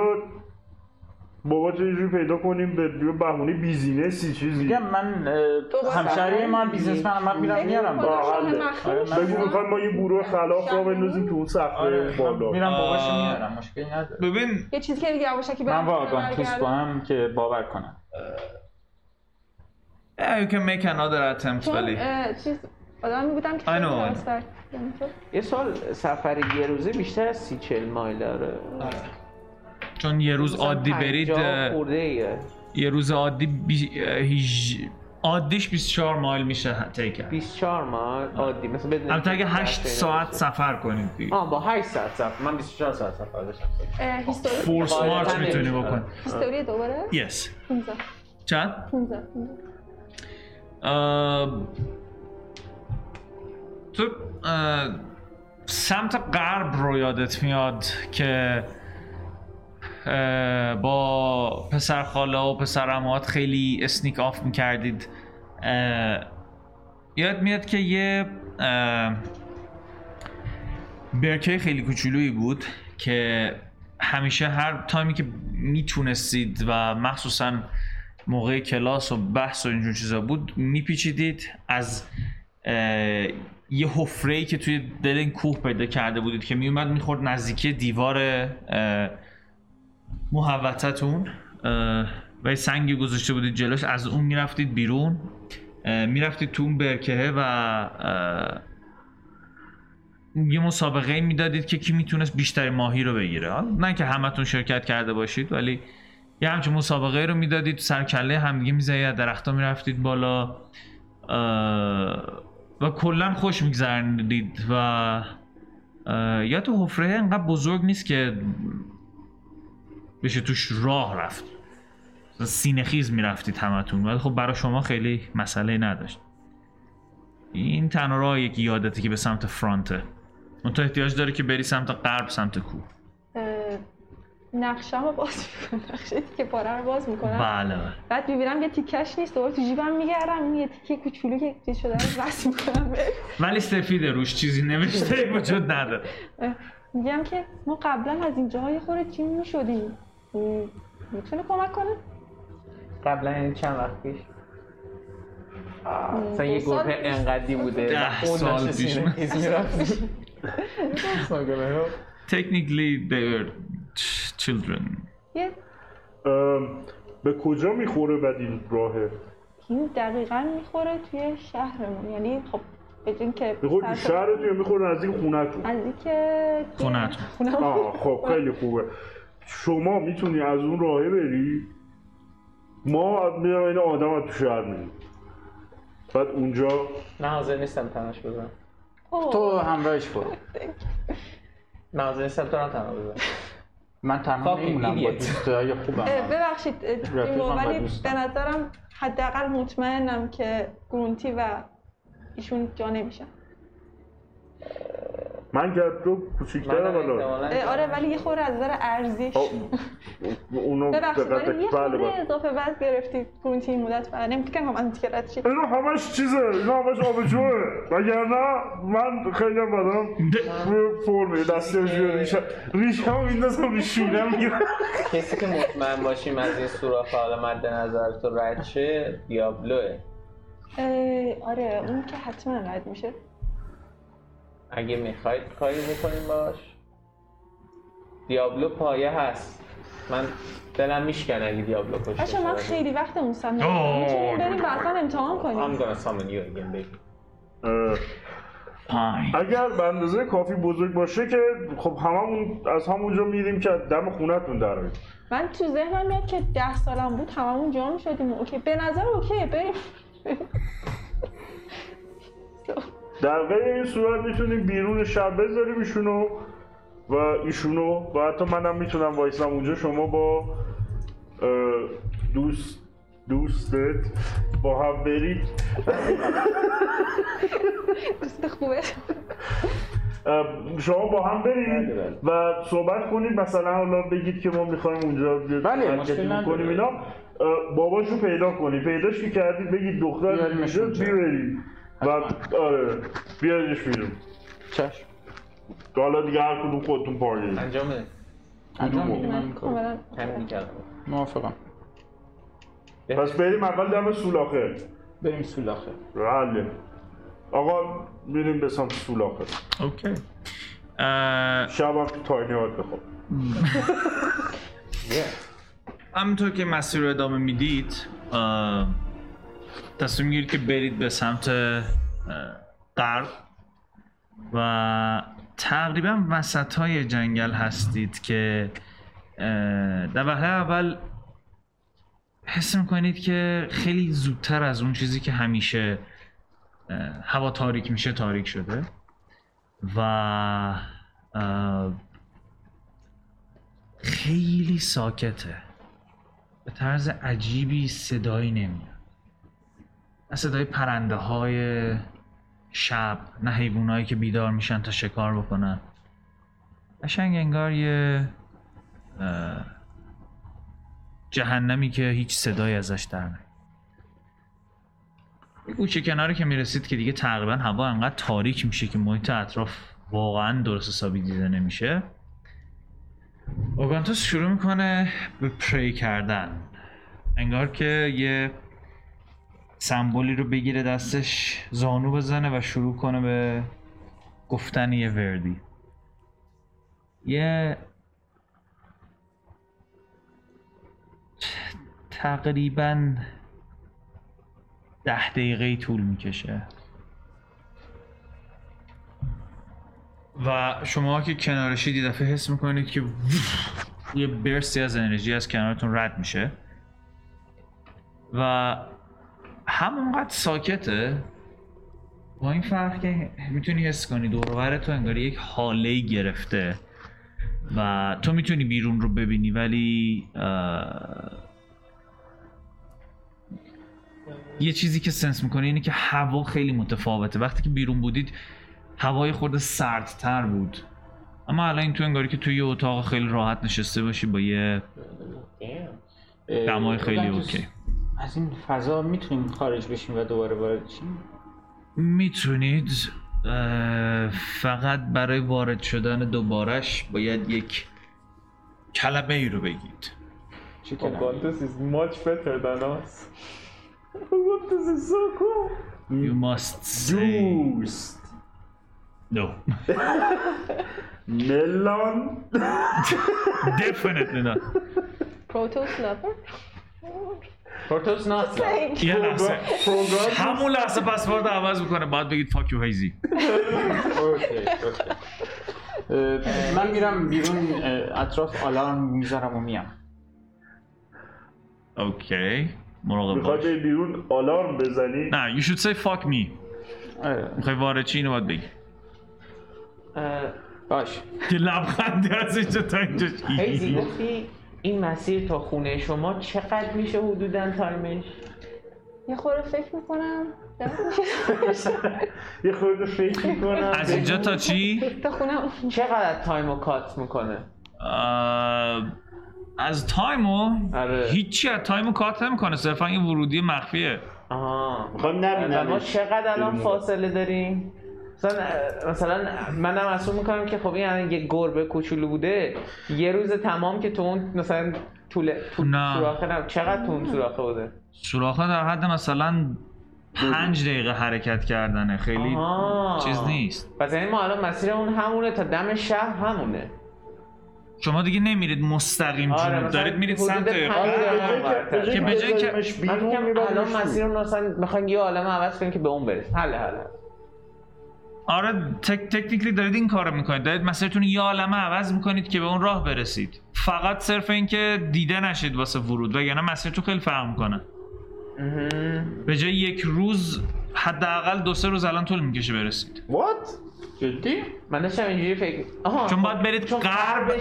Speaker 6: بابا تو یه جوری پیدا کنیم به به بهونه بیزینسی چیزی
Speaker 3: میگم من اه،
Speaker 4: درسته.
Speaker 3: همشهری من بیزنسمنم من میرم میارم
Speaker 4: خدا
Speaker 3: با
Speaker 6: با
Speaker 4: شاه
Speaker 6: حله.
Speaker 4: مخفی
Speaker 3: آره، من
Speaker 4: می‌شناسم.
Speaker 6: بگو میخوایم ما یه گروه خلاف را بندازیم تو اون صفحه
Speaker 3: آره من
Speaker 6: بالا
Speaker 3: میرم باباشو
Speaker 1: آه.
Speaker 3: میارم مشکلی نداره
Speaker 1: ببین
Speaker 4: یه چیزی که دیگه یواشکی
Speaker 3: من
Speaker 4: برم
Speaker 3: با
Speaker 4: کنم،
Speaker 3: آگانتوس
Speaker 4: برگردم.
Speaker 3: با هم که باور کنم
Speaker 1: yeah, you can make another attempt
Speaker 4: چون
Speaker 1: ولی
Speaker 4: اه، چیز آدمی بودم که
Speaker 1: I know, I know.
Speaker 4: خیلی یعنی که
Speaker 2: یه سال سفر یه روزه بیشتر از سی چل مایل داره
Speaker 1: چون یه روز عادی برید
Speaker 2: پنجاه
Speaker 1: اه،
Speaker 2: خورده ایه.
Speaker 1: یه روز عادی بی... اه، هیچ- عادیش 24 مایل میشه تیکر
Speaker 2: 24 مایل عادی مثلا بدون
Speaker 1: البته اگه
Speaker 2: اینکه
Speaker 1: 8
Speaker 2: درس اینا
Speaker 1: ساعت
Speaker 2: باشه.
Speaker 1: سفر کنید دیگه
Speaker 2: آه با 8 ساعت سفر من 24 ساعت سفر داشتم
Speaker 4: اه، هیستوری
Speaker 1: فورس
Speaker 2: واقعاً
Speaker 1: مارچ میتونی
Speaker 2: نمی‌شه.
Speaker 1: بکنی
Speaker 4: هیستوری دوباره
Speaker 1: یس
Speaker 4: 15
Speaker 1: چند؟
Speaker 4: 15 15.
Speaker 1: اه، تو اه، سمت غرب رو یادت میاد که اه، با پسر خاله و پسر عموات خیلی اسنیک آف میکردید یاد میاد که یه اه، برکه خیلی کوچولویی بود که همیشه هر تایمی که میتونستید و مخصوصا موقع کلاس و بحث و اینجور چیزا بود میپیچیدید از اه، یه حفره که توی دل این کوه پیدا کرده بودید که میومد میخورد نزدیکی دیوار اه، محوطتون اه، و یه سنگی گذاشته بودید جلوش از اون میرفتید بیرون اه، میرفتید تو اون برکهه و اه، یه مسابقه میدادید که کی میتونست بیشتر ماهی رو بگیره حالا نه که همتون شرکت کرده باشید ولی یه همچین مسابقه رو میدادید سر کله همدیگه میزدید از درختا میرفتید بالا اه، و کلا خوش میگذرندید و اه، یا تو حفره انقدر بزرگ نیست که بشه توش راه رفت سینه خیز میرفتید همتون ولی خب برای شما خیلی مسئله نداشت این تنها راه یکی یادته که به سمت فرانته اون تو احتیاج داره که بری سمت غرب سمت کوه
Speaker 4: نقشه رو باز میکنم نقشه تیکه پاره رو باز میکنم
Speaker 1: بله بله
Speaker 4: بعد میبینم یه تیکش نیست دوباره تو جیبم میگردم این یه تیکه کوچولو که چیز شده رو بس میکنم
Speaker 1: ولی سفیده روش چیزی نوشته وجود نداره
Speaker 4: میگم که ما قبلا از اینجاها یه خورده چی میشدیم میتونه کمک کنه
Speaker 2: قبلا یعنی چند وقت پیش مثلا یه
Speaker 4: دو سال
Speaker 2: گروه
Speaker 4: پیش.
Speaker 2: انقدی بوده
Speaker 1: ده
Speaker 2: اون
Speaker 1: سال
Speaker 2: داشته
Speaker 1: پیش.
Speaker 2: سینه تیز
Speaker 1: [laughs]
Speaker 2: [laughs] می‌رفت.
Speaker 1: Technically they were ch- children
Speaker 4: یه
Speaker 6: ام، به کجا میخوره بعد این راهه
Speaker 4: این دقیقا میخوره توی شهرمون یعنی خب به جون که
Speaker 6: میخوره تو
Speaker 4: سرکار-
Speaker 6: شهر دیگه میخوره نزدیک خونتون
Speaker 4: از اینکه
Speaker 1: خونه‌تون.
Speaker 4: خونه
Speaker 6: آه خب خیلی خوبه شما میتونی از اون راهه بری ما میرم این آدم از تو شهر میریم بعد اونجا
Speaker 2: نه حاضر نیستم تنش بزنم
Speaker 4: خب.
Speaker 3: تو همراهش برو
Speaker 2: نه حاضر نیستم تو رو هم تنها بزنم
Speaker 3: من تنها
Speaker 2: Fucking
Speaker 3: میمونم با
Speaker 2: idiot.
Speaker 3: دوستای خوبم
Speaker 4: ببخشید اه،
Speaker 3: رفیقم
Speaker 4: تیمو،
Speaker 3: و
Speaker 4: ولی
Speaker 3: دوستم.
Speaker 4: به نظرم حداقل مطمئنم که گرونتی و ایشون جا نمیشن
Speaker 6: من که از تو
Speaker 2: منم
Speaker 6: کوچیکترم الان
Speaker 2: احتمالاً
Speaker 4: اه، آره ولی یه خورده از نظر ارزش
Speaker 6: آه، اونو
Speaker 4: ببخشید ولی
Speaker 6: دقت
Speaker 4: یه
Speaker 6: بله
Speaker 4: خورده
Speaker 6: بله
Speaker 4: اضافه وزن گرفتید گرونتی این مدت و نمیتونم هم از تیکرت چی
Speaker 6: اینا همش چیزه اینا همش آبجوه وگرنه من خیلی هم بدم فرمه دستی هم شوی ریشم ریشم میندازم به شونه میگیرم
Speaker 2: کسی که مطمئن باشیم از این سوراخ حالا مد نظر تو رد شه دیابلوه
Speaker 4: اه، آره اون که حتما رد میشه
Speaker 2: اگه میخواید کاری بکنیم باش دیابلو پایه هست من دلم میشکنه اگه دیابلو کشته
Speaker 4: بچه من
Speaker 2: شود.
Speaker 4: خیلی وقت اون سمت
Speaker 1: آه.
Speaker 4: میتونیم بریم و اصلا امتحان
Speaker 2: I'm
Speaker 4: کنیم
Speaker 2: gonna summon you again, baby.
Speaker 6: اه،
Speaker 1: پایین
Speaker 6: اگر به اندازه کافی بزرگ باشه که خب هممون از همونجا میریم که دم خونتون در بیاد.
Speaker 4: من تو ذهنم میاد که ده سالم بود هممون جمع شدیم اوکی به نظر اوکی بریم
Speaker 6: در غیر این صورت میتونیم بیرون شب بذاریم ایشونو و ایشونو و حتی منم میتونم وایسم اونجا شما با اه، دوست دوستت با هم برید
Speaker 4: دوست خوبه
Speaker 6: اه، شما با هم برید
Speaker 2: بله،
Speaker 6: و صحبت کنید مثلا حالا بگید که ما میخوایم اونجا
Speaker 3: بله، مشکل نداره.
Speaker 6: کنیم اینا اه، باباشو پیدا کنید پیداش که کردید بگید دختر
Speaker 3: بیاریمش
Speaker 6: اینجا
Speaker 3: اونجا.
Speaker 6: بیارید و آره بیاریدش بیرون
Speaker 3: چشم
Speaker 6: که حالا دیگه هر کدوم خودتون پارگیرید
Speaker 2: انجام بده.
Speaker 3: انجام میدیم من
Speaker 4: من
Speaker 3: این کارو.
Speaker 4: کاملا
Speaker 2: همین کردم.
Speaker 3: موافقم
Speaker 6: پس بریم اول دم سولاخه
Speaker 3: بریم سولاخه
Speaker 6: حله آقا میریم به سمت سولاخه
Speaker 1: اوکی اه،
Speaker 6: شبم تو تاینی هات بخواب
Speaker 1: همینطور که مسیر رو ادامه میدید اه، تصمیم گیرید که برید به سمت اه، غرب و تقریبا وسط های جنگل هستید که اه، در وهله اول حس میکنید که خیلی زودتر از اون چیزی که همیشه اه، هوا تاریک میشه تاریک شده و اه، خیلی ساکته به طرز عجیبی صدایی نمیاد نه صدای پرنده های شب نه حیوانایی که بیدار میشن تا شکار بکنن قشنگ انگار یه اه، جهنمی که هیچ صدایی ازش در نیاد یه گوشه کناری که میرسید که دیگه تقریبا هوا انقدر تاریک میشه که محیط اطراف واقعا درست حسابی دیده نمیشه اوگانتوس شروع میکنه به پری کردن انگار که یه سمبولی رو بگیره دستش زانو بزنه و شروع کنه به گفتن یه وردی یه تقریبا ده دقیقه طول میکشه و شما که کنارشید یه دفعه حس میکنید که یه برستی از انرژی از کنارتون رد میشه و همونقدر ساکته با این فرق که میتونی حس کنی دورور تو انگار یک حاله گرفته و تو میتونی بیرون رو ببینی ولی اه، یه چیزی که سنس میکنه اینه که هوا خیلی متفاوته وقتی که بیرون بودید هوای خورده سردتر بود اما الان این تو انگاری که توی یه اتاق خیلی راحت نشسته باشی با یه دمای خیلی اوکی
Speaker 3: از این فضا میتونیم خارج بشیم و دوباره وارد شیم
Speaker 1: میتونید اه، فقط برای وارد شدن دوبارش باید یک کلمه ای رو بگید
Speaker 3: چی
Speaker 2: Oh
Speaker 3: کلمه؟
Speaker 2: god, this is much better than us. Look, this is so cool.
Speaker 1: You must say
Speaker 5: دوست
Speaker 1: no
Speaker 5: ملان
Speaker 1: Definitely not
Speaker 10: پروتوس نفر
Speaker 2: Protos Nazi.
Speaker 1: یه لحظه
Speaker 5: پروگرام
Speaker 1: همون لحظه پسورد عوض میکنه باید بگید فاک یو هیزی
Speaker 3: اوکی، اوکی. اه، من میرم بیرون اه، اطراف آلارم میذارم و میام
Speaker 1: اوکی مراقب
Speaker 6: میخوای
Speaker 1: باش
Speaker 6: به بیرون آلارم بزنی
Speaker 1: نه you should say fuck me
Speaker 3: آره،
Speaker 1: میخوای وارد چی اینو باید بگی
Speaker 3: باش
Speaker 1: که لبخندی از اینجا تا اینجا
Speaker 2: هیزی
Speaker 1: هی.
Speaker 2: گفتی این مسیر تا خونه شما چقدر میشه حدودا تایمش؟
Speaker 4: یه خورده فکر میکنم
Speaker 6: یه خورده فکر میکنم
Speaker 1: از اینجا تا چی؟
Speaker 4: تا خونم
Speaker 2: چقدر تایم رو کات میکنه؟
Speaker 1: اه، از تایمو
Speaker 2: آره.
Speaker 1: هیچی از تایمو کات نمیکنه صرفا این ورودی مخفیه
Speaker 2: آها
Speaker 5: میخوام
Speaker 2: و ما
Speaker 5: نبینمش
Speaker 2: خب، چقدر الان
Speaker 5: بیرون.
Speaker 2: فاصله داریم؟ مثلا مثلا منم اصول میکنم که خب این الان یه گربه کوچولو بوده یه روز تمام که تو اون مثلا طول طول
Speaker 1: نه.
Speaker 2: سوراخه نه چقدر تو اون سوراخه بوده
Speaker 1: سوراخ‌ها در حد مثلا پنج دقیقه حرکت کردنه خیلی
Speaker 2: آها.
Speaker 1: چیز نیست
Speaker 2: پس یعنی ما الان مسیر اون همونه تا دم شهر همونه
Speaker 1: شما دیگه نمیرید مستقیم
Speaker 2: آره،
Speaker 1: جنوب
Speaker 2: مثلا
Speaker 1: دارید میرید
Speaker 2: حدود
Speaker 1: سمت
Speaker 2: پنج
Speaker 1: غرب.
Speaker 2: دقیقه.
Speaker 1: که به جای اینکه-
Speaker 2: من میگم الان مسیر
Speaker 5: مسیر
Speaker 2: رو مثلا میخواین یه عالمه عوض کنیم که به اون برسیم حله حله
Speaker 1: آره تک تکنیکلی دارید این کارو میکنید دارید مسیرتون رو یه عالمه عوض میکنید که به اون راه برسید فقط صرف اینکه دیده نشید واسه ورود وگرنه مسیرتون خیلی فرق میکنه به جای یک روز حداقل دو سه روز الان طول میکشه برسید
Speaker 5: وات
Speaker 3: جدی؟
Speaker 2: من داشتم اینجوری فکر آها خب.
Speaker 1: چون باید برید غرب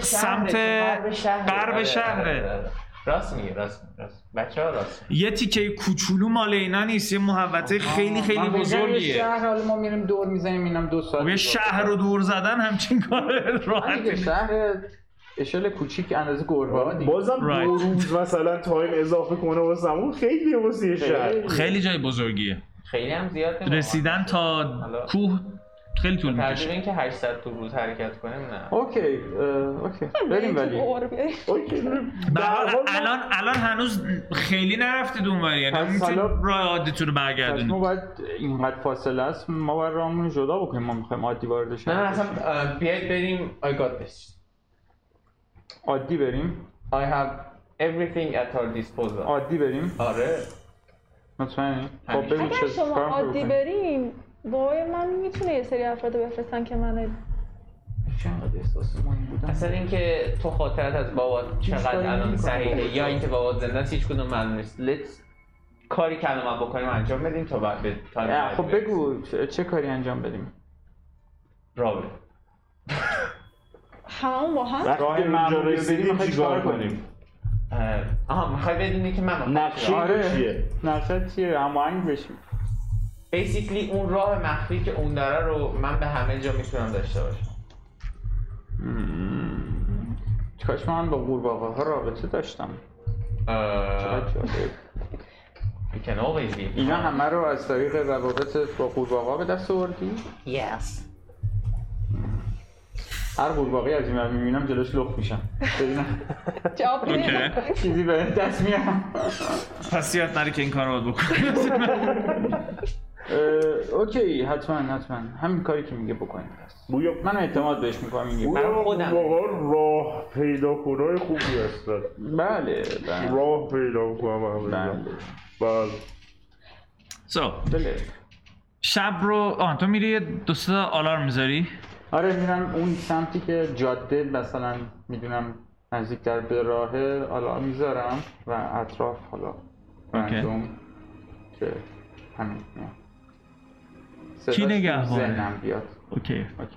Speaker 2: شهره،
Speaker 1: سمت-
Speaker 2: چون غرب شهره
Speaker 1: غرب
Speaker 2: آره، آره،
Speaker 1: شهره.
Speaker 2: آره، آره. راست میگه راست میگه بچه ها راست
Speaker 1: یه تیکه کوچولو مال اینا نیست یه محوطه
Speaker 3: من
Speaker 1: خیلی خیلی
Speaker 3: فکر کردم یه
Speaker 1: بزرگیه
Speaker 3: شهر حالا ما میریم دور میزنیم اینم دو ساعت
Speaker 1: خب یه شهر رو دور زدن همچین کار
Speaker 3: من دیگه
Speaker 1: راحتی
Speaker 3: شهر اشل کوچیک اندازه گربه ها دیگه
Speaker 5: بازم
Speaker 1: Right.
Speaker 5: دو روز مثلا تایم اضافه کنه واسه اون خیلی واسه یه شهر
Speaker 1: خیلی جای بزرگیه
Speaker 2: خیلی هم زیاد
Speaker 1: رسیدن تا
Speaker 2: حالا.
Speaker 1: کوه خیلی طول
Speaker 2: ترجیح
Speaker 1: میکشه
Speaker 2: این که 800 تو روز حرکت کنیم نه
Speaker 1: خب،
Speaker 3: اوکی اه، اوکی بریم ولی
Speaker 5: اوکی
Speaker 1: به هر حال
Speaker 5: در حال من-
Speaker 1: الان الان هنوز خیلی نرفتید اونور یعنی
Speaker 3: پس
Speaker 1: میتونید
Speaker 3: حالا-
Speaker 1: راه عادیتون رو
Speaker 3: پس ما
Speaker 1: برگردونید
Speaker 3: باید اینقدر فاصله است ما باید راهمون رو جدا بکنیم ما میخوایم عادی وارد
Speaker 2: نه
Speaker 3: شهر
Speaker 1: خب.
Speaker 2: نه
Speaker 3: بشیم.
Speaker 2: اصلا اه، بیایید بریم I got this
Speaker 3: عادی بریم
Speaker 2: I have everything at our disposal
Speaker 3: عادی بریم
Speaker 2: آره
Speaker 3: مطمئنی
Speaker 2: همین.
Speaker 3: خب ببین
Speaker 4: اگر
Speaker 3: چه
Speaker 4: شما
Speaker 3: کار می‌کنی.
Speaker 4: عادی بریم بابای من میتونه یه سری افراد رو بفرستن که من
Speaker 3: چقدر احساس مهم بودن.
Speaker 2: اصلا اینکه تو خاطرت از بابات چقدر
Speaker 3: کاری
Speaker 2: الان
Speaker 3: نمی‌کنه.
Speaker 2: صحیحه یا اینکه بابات زنده است هیچ کدوم معلوم نیست لیتس کاری که الان باید بکنیم انجام بدیم تا بعد به تا
Speaker 3: اه،
Speaker 2: بعد
Speaker 3: خب
Speaker 2: برسیم.
Speaker 3: بگو چه- چه کاری انجام بدیم
Speaker 2: رابط
Speaker 4: هممون با هم
Speaker 5: وقتی
Speaker 3: راه
Speaker 5: که اونجا
Speaker 3: معمولی رو بریم،
Speaker 5: رسیدیم
Speaker 3: آخه
Speaker 5: چیکار
Speaker 3: چیکار
Speaker 5: کنیم
Speaker 2: اه، آها میخوای بدونی که من
Speaker 5: نقشه
Speaker 3: آره.
Speaker 5: چیه
Speaker 3: نقشه چیه هماهنگ بشیم
Speaker 2: بیسیکلی اون راه مخفی که اون دره رو من به همه جا میتونم داشته باشم
Speaker 3: کاش من با قورباغه ها رابطه داشتم چقدر
Speaker 2: اه،
Speaker 3: جالب.
Speaker 2: you can always be-
Speaker 3: اینا همه رو از طریق روابط با قورباغه به دست آوردی
Speaker 10: yes
Speaker 3: هر قورباغه از این ور میبینم جلوش لخت میشم ببینم
Speaker 4: جواب
Speaker 1: اوکی.
Speaker 4: میدیم
Speaker 3: چیزی به دست میام
Speaker 1: پس یاد نره که این کار رو باید بکنید
Speaker 3: اه، اوکی حتما حتما همین کاری که میگه بکنیم پس
Speaker 6: بویا
Speaker 3: من اعتماد بهش میکنم میگه
Speaker 2: من خودم.
Speaker 6: واقعا راه پیدا کنهای خوبی هستن
Speaker 3: بله بله
Speaker 6: راه پیدا کنم همه
Speaker 3: بله
Speaker 6: بله
Speaker 1: so,
Speaker 3: بله
Speaker 1: شب رو آه تو میری یه دو سه تا آلارم میذاری
Speaker 3: آره میرم اون سمتی که جاده مثلا میدونم نزدیکتر به راهه حالا میذارم و اطراف حالا رندوم که همین میام صداش
Speaker 1: کی
Speaker 3: تو
Speaker 1: نگهبانه؟
Speaker 3: ذهنم بیاد
Speaker 1: اوکی
Speaker 3: اوکی.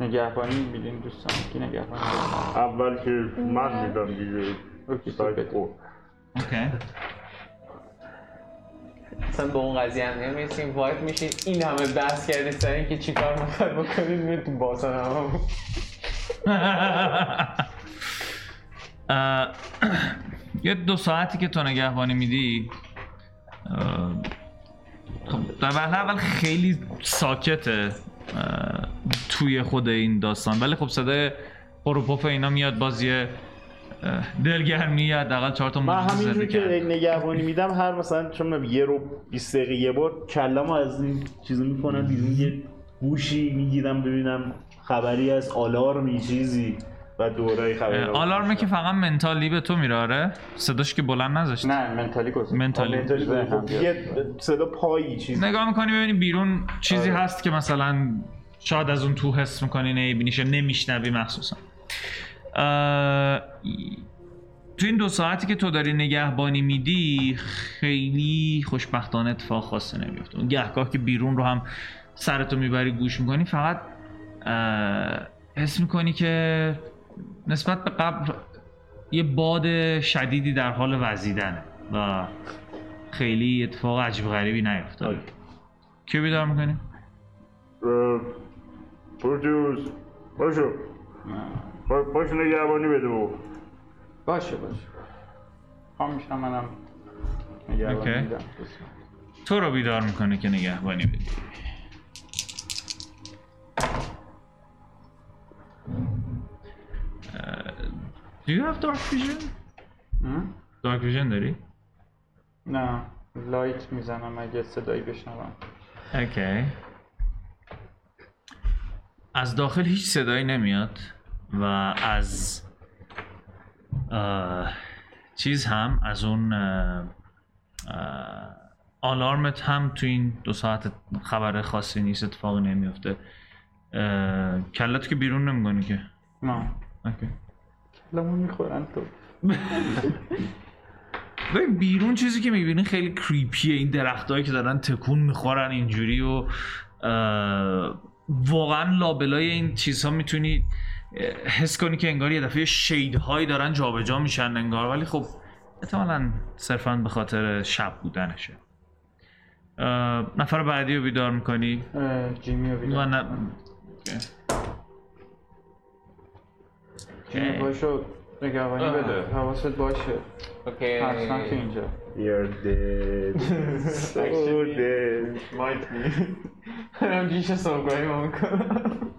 Speaker 3: نگهبانی میدین دوستان کی نگهبانی داره؟
Speaker 6: اول که من میدم دیگه
Speaker 5: oh.
Speaker 3: اوکی تو بده.
Speaker 6: سایکو
Speaker 1: اوکی
Speaker 2: اصلا به اون قضیه هم نمیرسیم وارد میشین این همه بحث کردی سر اینکه چیکار میخواد بکنید میره تو باسن هم
Speaker 1: [laughs] اه، یه دو ساعتی که تو نگهبانی میدی اه، خب، در وهله اول خیلی ساکته اه، توی خود این داستان ولی خب صدای پروپوف اینا میاد باز یه اه، دلگرمی یا حداقل چهار تا
Speaker 5: من
Speaker 1: موزیک زده
Speaker 5: همینجور
Speaker 1: کرد
Speaker 5: که نگهبانی میدم هر مثلا چون می‌دونم یه رو 20 دقیقه یه بار کلمو از این چیزو میکنم بیرون یه گوشی میگیرم ببینم خبری از آلارمی چیزی و دوره خبری
Speaker 1: اه، آلارمه که فقط منتالی به تو میره آره صداش که بلند نذاشت
Speaker 3: نه منتالی گذاشت
Speaker 1: منتالی
Speaker 5: منتالی
Speaker 6: خب،
Speaker 3: ذهنم
Speaker 5: بود.
Speaker 3: بیاد.
Speaker 5: یه صدا پایی چیزی
Speaker 1: نگاه میکنی ببینی بیرون چیزی هست که مثلا شاید از اون تو حس میکنی نمیبینیش یا نمیشنوی مخصوصا اه، تو این دو ساعتی که تو داری نگهبانی میدی خیلی خوشبختانه اتفاق خاصی نمیفته اون گهگاه که بیرون رو هم سرتو میبری گوش میکنی فقط اه، حس میکنی که نسبت به قبل یه باد شدیدی در حال وزیدنه و خیلی اتفاق عجیب غریبی نیفتاد کی بیدار میکنی؟
Speaker 6: پروتیوس باشو با- باش نگهبانی بده بابا
Speaker 3: باشه باشه خام میشم منم
Speaker 1: اوکی.
Speaker 3: نگهبانی میدم
Speaker 1: تو رو بیدار میکنه که نگهبانی بدی اه، Do you have dark vision?
Speaker 3: هم؟
Speaker 1: Dark vision داری؟
Speaker 3: نه لایت میزنم اگه صدایی بشنوم
Speaker 1: اوکی از داخل هیچ صدایی نمیاد و از اه، چیز هم از اون اه، اه، آلارمت هم تو این دو ساعت خبر خاصی نیست اتفاقی نمیفته اه، کلت که بیرون نمیکنی که
Speaker 3: نه
Speaker 1: اوکی
Speaker 3: لمون میخورن تو
Speaker 1: ببین بیرون چیزی که میبینی خیلی کریپیه این درختهایی که دارن تکون میخورن اینجوری و اه، واقعا لابلای این چیزها میتونی اه، حس کنی که انگار یه دفعه شیدهایی دارن جابجا میشن انگار ولی خب احتمالا صرفا به خاطر شب بودنشه اه، نفر بعدی رو بیدار میکنی
Speaker 3: اه، جیمی رو
Speaker 1: و
Speaker 3: بیدم
Speaker 1: نه...
Speaker 3: جیمی باشو نگهبانی بده حواست باشه
Speaker 2: اوکی
Speaker 3: اصلا تو اینجا
Speaker 5: You're
Speaker 6: [laughs]
Speaker 5: dead So dead
Speaker 2: مایت می هم جیش صبحگاهی ما میکنم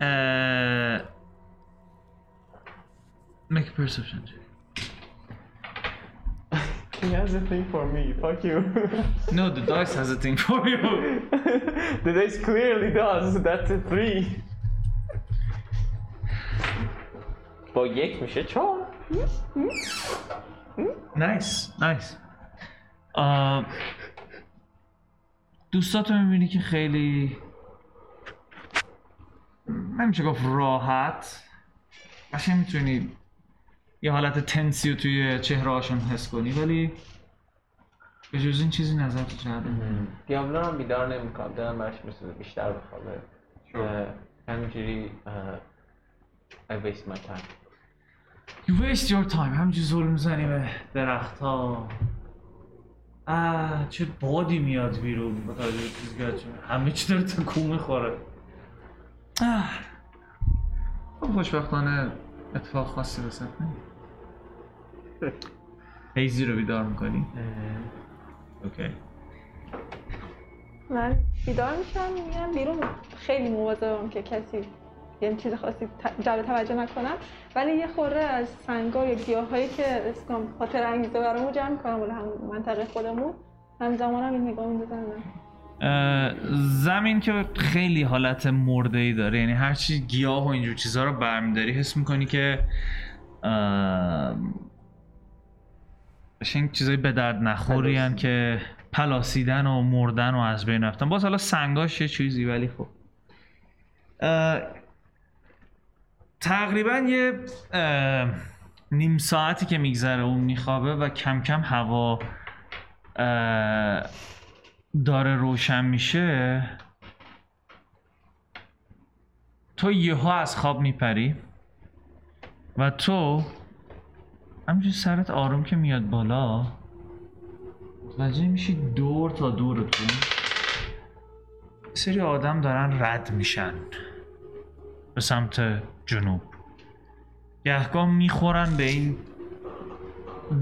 Speaker 1: اه، Make a perception check.
Speaker 2: [laughs] He has a thing for me, fuck you [laughs]
Speaker 1: No, the dice has a thing for you.
Speaker 2: The dice clearly does, that's a three با یک میشه چهار
Speaker 1: Nice, nice. آه، دوستاتو میبینی که خیلی نمیشه گفت راحت قشنگ میتونی یه حالت تنسی رو توی چهره هاشون حس کنی ولی به جز این چیزی نظر تو جلب نمی‌کنه.
Speaker 2: دیابلو هم بیدار نمیکنم دلم برش میسوزه بیشتر بخوابه اه، همینجوری اه، I waste my time
Speaker 1: You waste your time همینجور زل میزنی به درخت ها آه چه بادی میاد بیرون با توجه به چیزی که از شما- همه چی داره تکون میخوره آه. خب خوشبختانه اتفاق خاصی وسط [laughs] نمیاد هیزی رو بیدار میکنی اوکی
Speaker 4: من بیدار میشم میرم بیرون خیلی مواظبم که کسی یعنی چیز خاصی ت- جلب توجه نکنم ولی یه خورده از سنگا یا گیاهایی که اسکام خاطر انگیزه برامون جمع کنم ولی هم منطقه خودمون همزمان هم این نگاه می‌زنم
Speaker 1: اه، زمین که خیلی حالت مرده ای داره یعنی هرچی گیاه و اینجور چیزها رو برمیداری حس میکنی که این چیزای به درد نخوری هن که پلاسیدن و مردن و از بین رفتن باز حالا سنگاش یه چیزی ولی خب اه، تقریبا یه اه، نیم ساعتی که میگذره اون میخوابه و کم کم هوا اه، داره روشن میشه تو یهو از خواب میپری و تو همینجور سرت آروم که میاد بالا متوجه میشی دور تا دورتون یه سری آدم دارن رد میشن به سمت جنوب گهگاه میخورن به این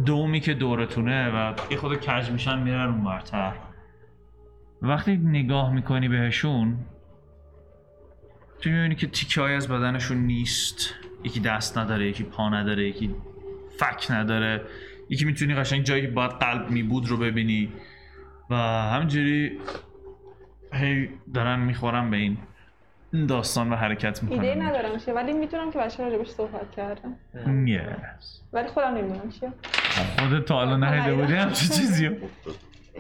Speaker 1: دومی که دورتونه و یه خود کج میشن میرن اون برتر وقتی نگاه میکنی بهشون تو میبینی که تیکه از بدنشون نیست یکی دست نداره یکی پا نداره یکی فک نداره یکی میتونی قشنگ جایی که باید قلب میبود رو ببینی و همینجوری هی دارن میخورن به این داستان و حرکت
Speaker 4: ایده
Speaker 1: میکنن
Speaker 4: ندارم چیه ولی میدونم که بچه راجبش صحبت کردم
Speaker 1: Yes.
Speaker 4: ولی خودم نمیدونم چیه
Speaker 1: خودت تا حالا نهیده بودی همچین چیزی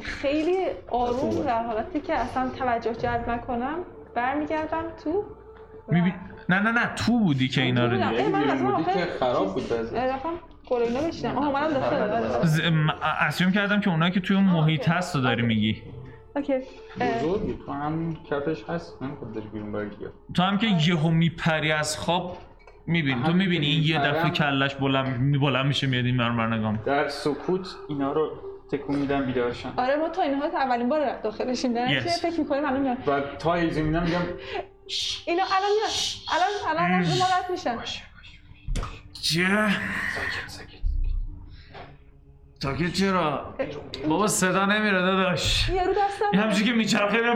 Speaker 4: خیلی
Speaker 1: خب.
Speaker 4: آروم در حالتی که اصلا توجه جلب نکنم برمیگردم تو و-
Speaker 1: میبین نه نه نه تو بودی که اینا رو
Speaker 4: بودم.
Speaker 1: دید.
Speaker 4: اه، من از اون
Speaker 3: بودی
Speaker 4: آخر
Speaker 3: که خراب بود وضعیت.
Speaker 4: اه، رفتم گلوینا بشینم آها منم داخل آره.
Speaker 1: ز- م- اسیوم کردم که اونایی که توی اون محیط هست رو داری میگی
Speaker 4: اوکی اه،
Speaker 3: بزرگی تو هم کفش هست من خود داری بیرون برگی
Speaker 1: تو هم که یهو میپری از خواب میبینی تو
Speaker 3: هم
Speaker 1: میبینی این یه
Speaker 3: میپرم.
Speaker 1: دفعه کلش بلند می- بلند میشه میاد این برمر نگاه می‌کنه.
Speaker 3: در سکوت اینا رو تکون میدم بیدارشن
Speaker 4: آره ما تا اینها تا اولین بار داخلشیم در
Speaker 1: Yes.
Speaker 4: yes. فکر میکنیم الان میان
Speaker 3: و تا هیزی میدم میگم
Speaker 4: اینا الان میان الان الان از ما رد میشن
Speaker 1: چیه؟ ساکت چرا؟ بابا صدا نمیره داداش
Speaker 4: یارو دستم
Speaker 1: این همچی که میچرخه میره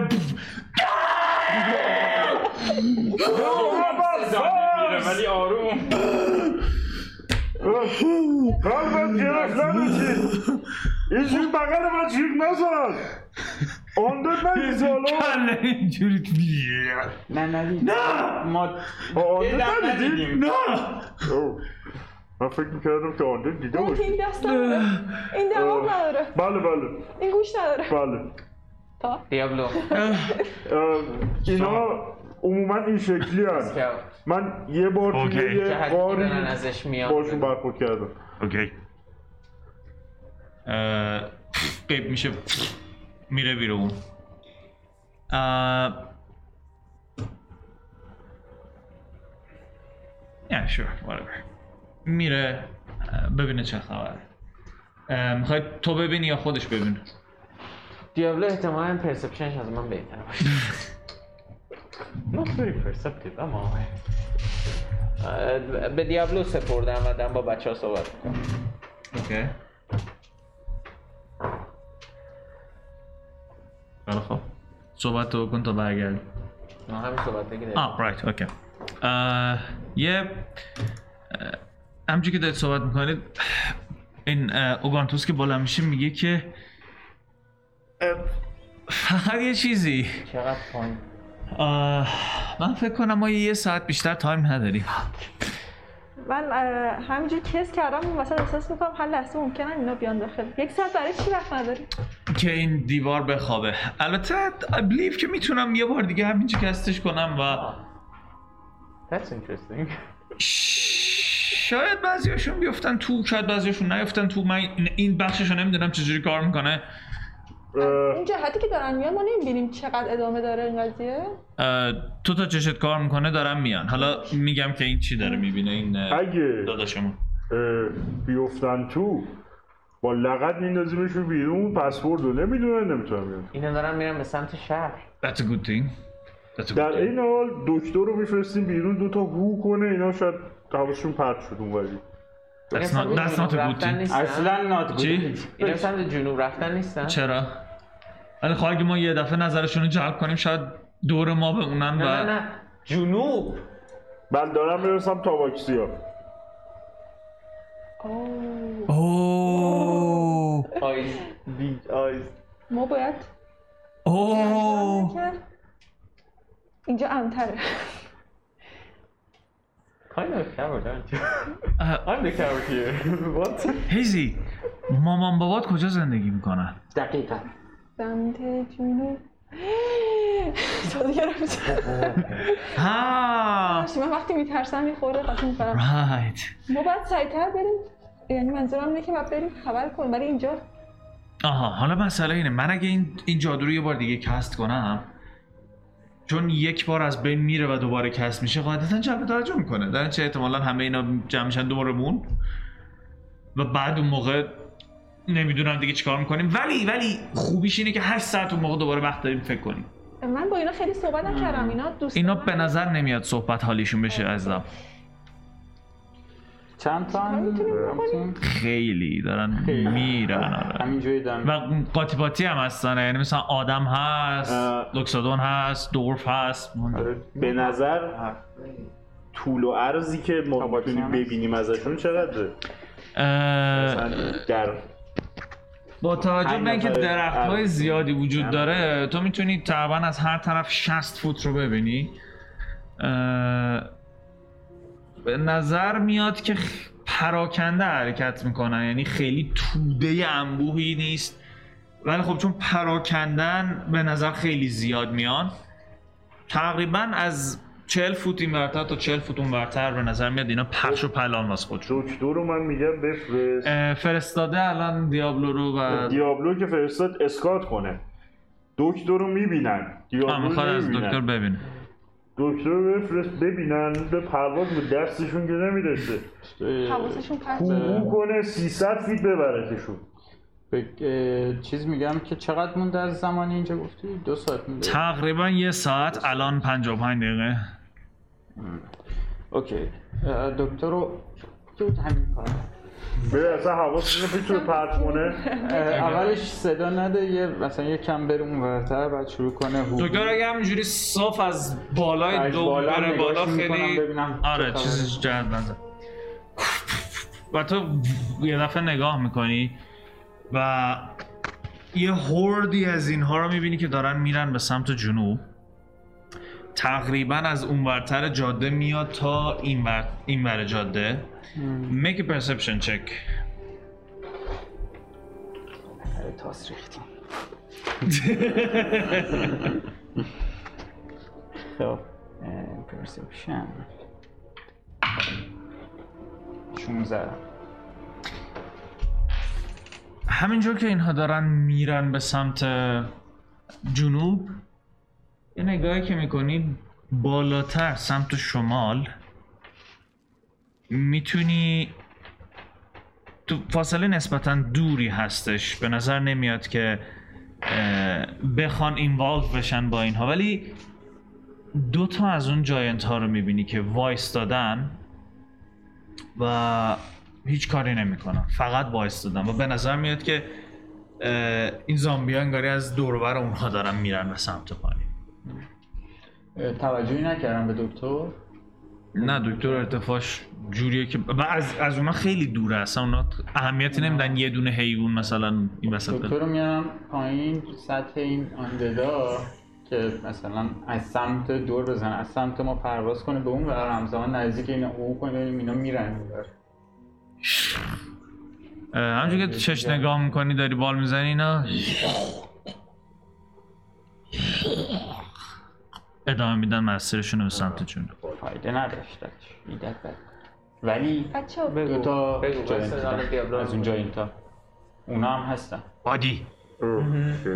Speaker 3: میره ولی آروم
Speaker 6: قلبت گرفت نباشی اینجوری بغل من جیغ نزن آندت نریز حالا
Speaker 1: کله اینجوری
Speaker 3: نه ندید نه ما
Speaker 6: آندت
Speaker 3: دلم
Speaker 6: ندیدی؟
Speaker 3: ندیدیم
Speaker 6: اوه. من فکر میکردم که آندت دیده
Speaker 4: اون که
Speaker 6: باشی
Speaker 4: این دستم داره این دماغ
Speaker 6: اه.
Speaker 4: نداره
Speaker 6: بله بله
Speaker 4: این گوش نداره
Speaker 6: بله
Speaker 4: تا
Speaker 2: دیابلو
Speaker 6: اه، اینا عموما این شکلی هست
Speaker 2: که
Speaker 6: من یه بار توی
Speaker 5: اوکی.
Speaker 6: یه
Speaker 2: جهتی
Speaker 6: قاری
Speaker 2: دارن ازش
Speaker 6: باشون
Speaker 2: میاد
Speaker 6: برخورد کردم
Speaker 5: اوکی
Speaker 1: اه، قیب میشه میره بیرون اه، yeah sure whatever e, میره اه، ببینه چه خبره اه، میخوای تو ببینی یا خودش ببینه
Speaker 2: دیابلو احتمالا پرسپشنش از من بهتر باشه Not very perceptive Ah, اما اه، به دیابلو سپردم و دارم با بچه ها صحبت کنم.
Speaker 1: اوکی بله خب صحبت تو کن تا برگردی
Speaker 2: ما همین صحبت دیگه
Speaker 1: آه رایت اوکی اه، یه اه، همچون Uh, که دارید صحبت میکنید این اه، اوگانتوس که بالا میشه میگه که اه، فقط یه چیزی
Speaker 2: چقدر پایین
Speaker 1: اه، من فکر کنم ما یه ساعت بیشتر تایم نداریم
Speaker 4: من اه، همینجور کس کردم اون وسط احساس میکنم هر لحظه ممکنم اینا بیان داخل یک ساعت برای چی وقت نداری
Speaker 1: که این دیوار بخوابه البته I believe که میتونم یه بار دیگه همینجا کستش کنم و
Speaker 2: That's interesting
Speaker 1: شاید بعضیاشون بیفتن تو شاید بعضیاشون نیفتن تو من این بخشش رو نمیدونم چجوری کار میکنه
Speaker 4: این جهتی که دارن میان ما نمیبینیم چقدر ادامه داره این قضیه
Speaker 1: اه، تو تا چشت کار میکنه دارم میان حالا میگم که این چی داره میبینه این اه،
Speaker 6: اگه
Speaker 1: داداشمون
Speaker 6: اه، بیفتن تو با لغت میندازیمشون بیرون پسورد رو نمیدونن نمیتونن بیان
Speaker 2: اینا دارن میرن به سمت شهر
Speaker 1: That's a good thing That's a
Speaker 6: در
Speaker 1: good thing
Speaker 6: این حال دکتر رو میفرستیم بیرون دوتا هو کنه اینا شاید حواسشون پرت شد اونوری
Speaker 2: اینا
Speaker 1: That's not,
Speaker 2: سمت
Speaker 1: that's not
Speaker 2: جنوب
Speaker 1: a good
Speaker 2: رفتن
Speaker 1: thing
Speaker 2: نیستن؟
Speaker 3: اصلا نات
Speaker 1: چی؟
Speaker 2: اینا سمت جنوب رفتن نیستن
Speaker 1: چرا؟ ولی خب اگه ما یه دفعه نظرشون رو جلب کنیم شاید دور ما به اونن
Speaker 2: نه نه
Speaker 1: و
Speaker 2: نه جنوب
Speaker 6: من دارم میرسم تا واکسیا
Speaker 1: اوه
Speaker 2: آیز بیگ آیز
Speaker 4: ما باید
Speaker 1: اوه
Speaker 4: کرد. اینجا امتره
Speaker 2: Kind of coward, aren't you?
Speaker 1: اه،
Speaker 2: I'm the coward here. [laughs] What?
Speaker 1: هیزی مامان بابات کجا زندگی میکنن؟
Speaker 3: دقیقا
Speaker 4: سمت جنوب [gasps] تا دیگه رو می‌زنم.
Speaker 1: ها
Speaker 4: من وقتی میترسم میخوره قاطی میکنم
Speaker 1: رایت
Speaker 4: ما باید سریعتر بریم یعنی منظورم اینه که باید بریم خبر کنیم ولی اینجا
Speaker 1: آها حالا مسئله اینه من اگه این, این جادو رو یه بار دیگه کست کنم چون یک بار از بین میره و دوباره کست میشه قاعدتا جلب توجه میکنه در چه احتمالا همه اینا جمع میشن دور مون و بعد اون موقع نمیدونم دیگه چیکار میکنیم ولی ولی خوبیش اینه که 8 ساعت اون موقع دوباره وقت داریم فکر کنیم
Speaker 4: من با اینا خیلی صحبت نکردم اینا دوست
Speaker 1: اینا
Speaker 4: من-
Speaker 1: به نظر نمیاد صحبت حالیشون بشه عزیزم
Speaker 3: چند تا
Speaker 4: ما
Speaker 3: هم
Speaker 4: میتونیم بکنیم
Speaker 1: خیلی دارن
Speaker 3: خیلی.
Speaker 1: میرن آره
Speaker 3: همینجوری دارم
Speaker 1: و قاطی پاتی هم هستن یعنی مثلا آدم هست
Speaker 6: اه.
Speaker 1: لوکسادون هست دورف هست
Speaker 6: به نظر طول و عرضی که ما
Speaker 3: تاباکی
Speaker 6: میتونیم
Speaker 3: هم هست.
Speaker 6: ببینیم ازشون چقدره
Speaker 1: اه،
Speaker 6: مثلا در
Speaker 1: با توجه
Speaker 6: پنج
Speaker 1: به اینکه
Speaker 6: نفره
Speaker 1: درخت
Speaker 6: عرض.
Speaker 1: زیادی وجود
Speaker 6: چند
Speaker 1: داره تو میتونی تقریبا از هر طرف 60 فوت رو ببینی اه، به نظر میاد که خ- پراکنده حرکت میکنن یعنی خیلی توده انبوهی نیست ولی خب چون پراکندن به نظر خیلی زیاد میان تقریبا از 40 فوت این ورتر تا 40 فوت اون ورتر به نظر میاد اینا پخش و پلان واسه خودشون
Speaker 6: دکتر رو من میگم بفرست
Speaker 1: اه، فرستاده الان دیابلو رو
Speaker 6: خب،
Speaker 1: و
Speaker 6: دیابلو که فرستاد اسکات کنه دکتر رو میبینن
Speaker 1: آه،
Speaker 6: دیابلو
Speaker 1: میخواد
Speaker 6: رو
Speaker 1: از دکتر
Speaker 6: میبینن
Speaker 1: ببینه
Speaker 6: دکتر رو بفرست ببینن به پرواز به دستشون که نمیرسه
Speaker 4: حواسشون پرت
Speaker 6: او کنه 300 فیت ببرتشون
Speaker 3: چیز میگم که چقدر مونده از زمانی اینجا گفتی دو ساعت مونده
Speaker 1: تقریبا یه ساعت الان 55 دقیقه
Speaker 3: اوکی اه، دکتر رو گفته بود همین کار
Speaker 6: به اصلا حواس رو میتونه پرت کنه
Speaker 3: اه، اولش صدا نده یه مثلا یه کم بره اونورتر بعد شروع کنه هو
Speaker 1: دکتر اگه همینجوری صاف از بالای
Speaker 3: از
Speaker 1: دو
Speaker 3: بالا هم
Speaker 1: بره بالا
Speaker 3: نگاهش می‌کنم
Speaker 1: خیلی
Speaker 3: ببینم چه
Speaker 1: آره
Speaker 3: خبره.
Speaker 1: چیزش جد نزن و تو یه دفعه نگاه میکنی و یه هردی از اینها رو میبینی که دارن میرن به سمت جنوب تقریبا از اونورتر جاده میاد تا این ور این ور جاده میک پرسپشن چک
Speaker 3: تاس ریختیم [laughs] خب پرسپشن 16
Speaker 1: همینجور که اینها دارن میرن به سمت جنوب یه نگاهی که میکنید بالاتر سمت شمال میتونی تو فاصله نسبتا دوری هستش به نظر نمیاد که اه، بخوان اینوالو بشن با اینها ولی دو تا از اون جاینت ها رو میبینی که وایس دادن و هیچ کاری نمیکنن فقط وایس دادن و به نظر میاد که اه، این زامبی ها انگاری از دوربر اونها دارن میرن به سمت پایین
Speaker 3: اه، توجهی نکردم به دکتر
Speaker 1: نه دکتر ارتفاعش جوریه که و از, از اونا خیلی دوره هستن اونا اهمیتی نمیدن یه دونه حیوان مثلا این وسط
Speaker 3: دکتر رو میارم پایین سطح این آنددا که مثلا از سمت دور بزنه از سمت ما پرواز کنه به اون و همزمان نزدیک اینا او کنه بریم اینا میرن اونور.
Speaker 1: اه، همونجور که چش نگاه میکنی داری بال میزنی اینا ادامه میدن مسیرشون رو به سمت جنوب
Speaker 3: فایده نداشتش ایدت بد ولی
Speaker 11: بچه ها
Speaker 1: بله.
Speaker 3: دو تا
Speaker 2: بگو،
Speaker 3: جاینت
Speaker 2: بس الان
Speaker 3: بودن.
Speaker 2: دیابلو
Speaker 3: از اونجا این تا اونا هم هستن
Speaker 7: Buddy,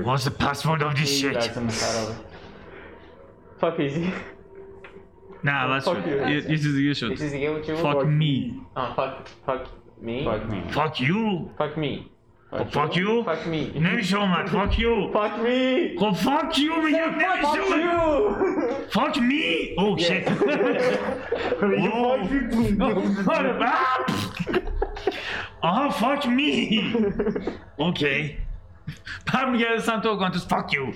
Speaker 7: what's the password of this shit?
Speaker 3: لازم خرابه
Speaker 2: فاک [laughs] ایزی
Speaker 1: نه عوض شد
Speaker 2: Fuck you.
Speaker 1: یه یه چیز دیگه شد
Speaker 2: یه چیز دیگه بود چی بود
Speaker 1: Fuck me
Speaker 2: آه، فاک فاک می
Speaker 3: فاک می
Speaker 7: Fuck you!
Speaker 2: فاک می
Speaker 7: خب fuck you!
Speaker 2: فاک می
Speaker 7: نمیشه اومد fuck you!
Speaker 2: فاک می
Speaker 7: خب fuck you میگم نمیشه اومد fuck me! Oh [laughs] shit! [laughs] Oh. آره، آه، آها Uh-huh, fuck me! اوکی برمیگرده سمت اوگانتوس fuck you!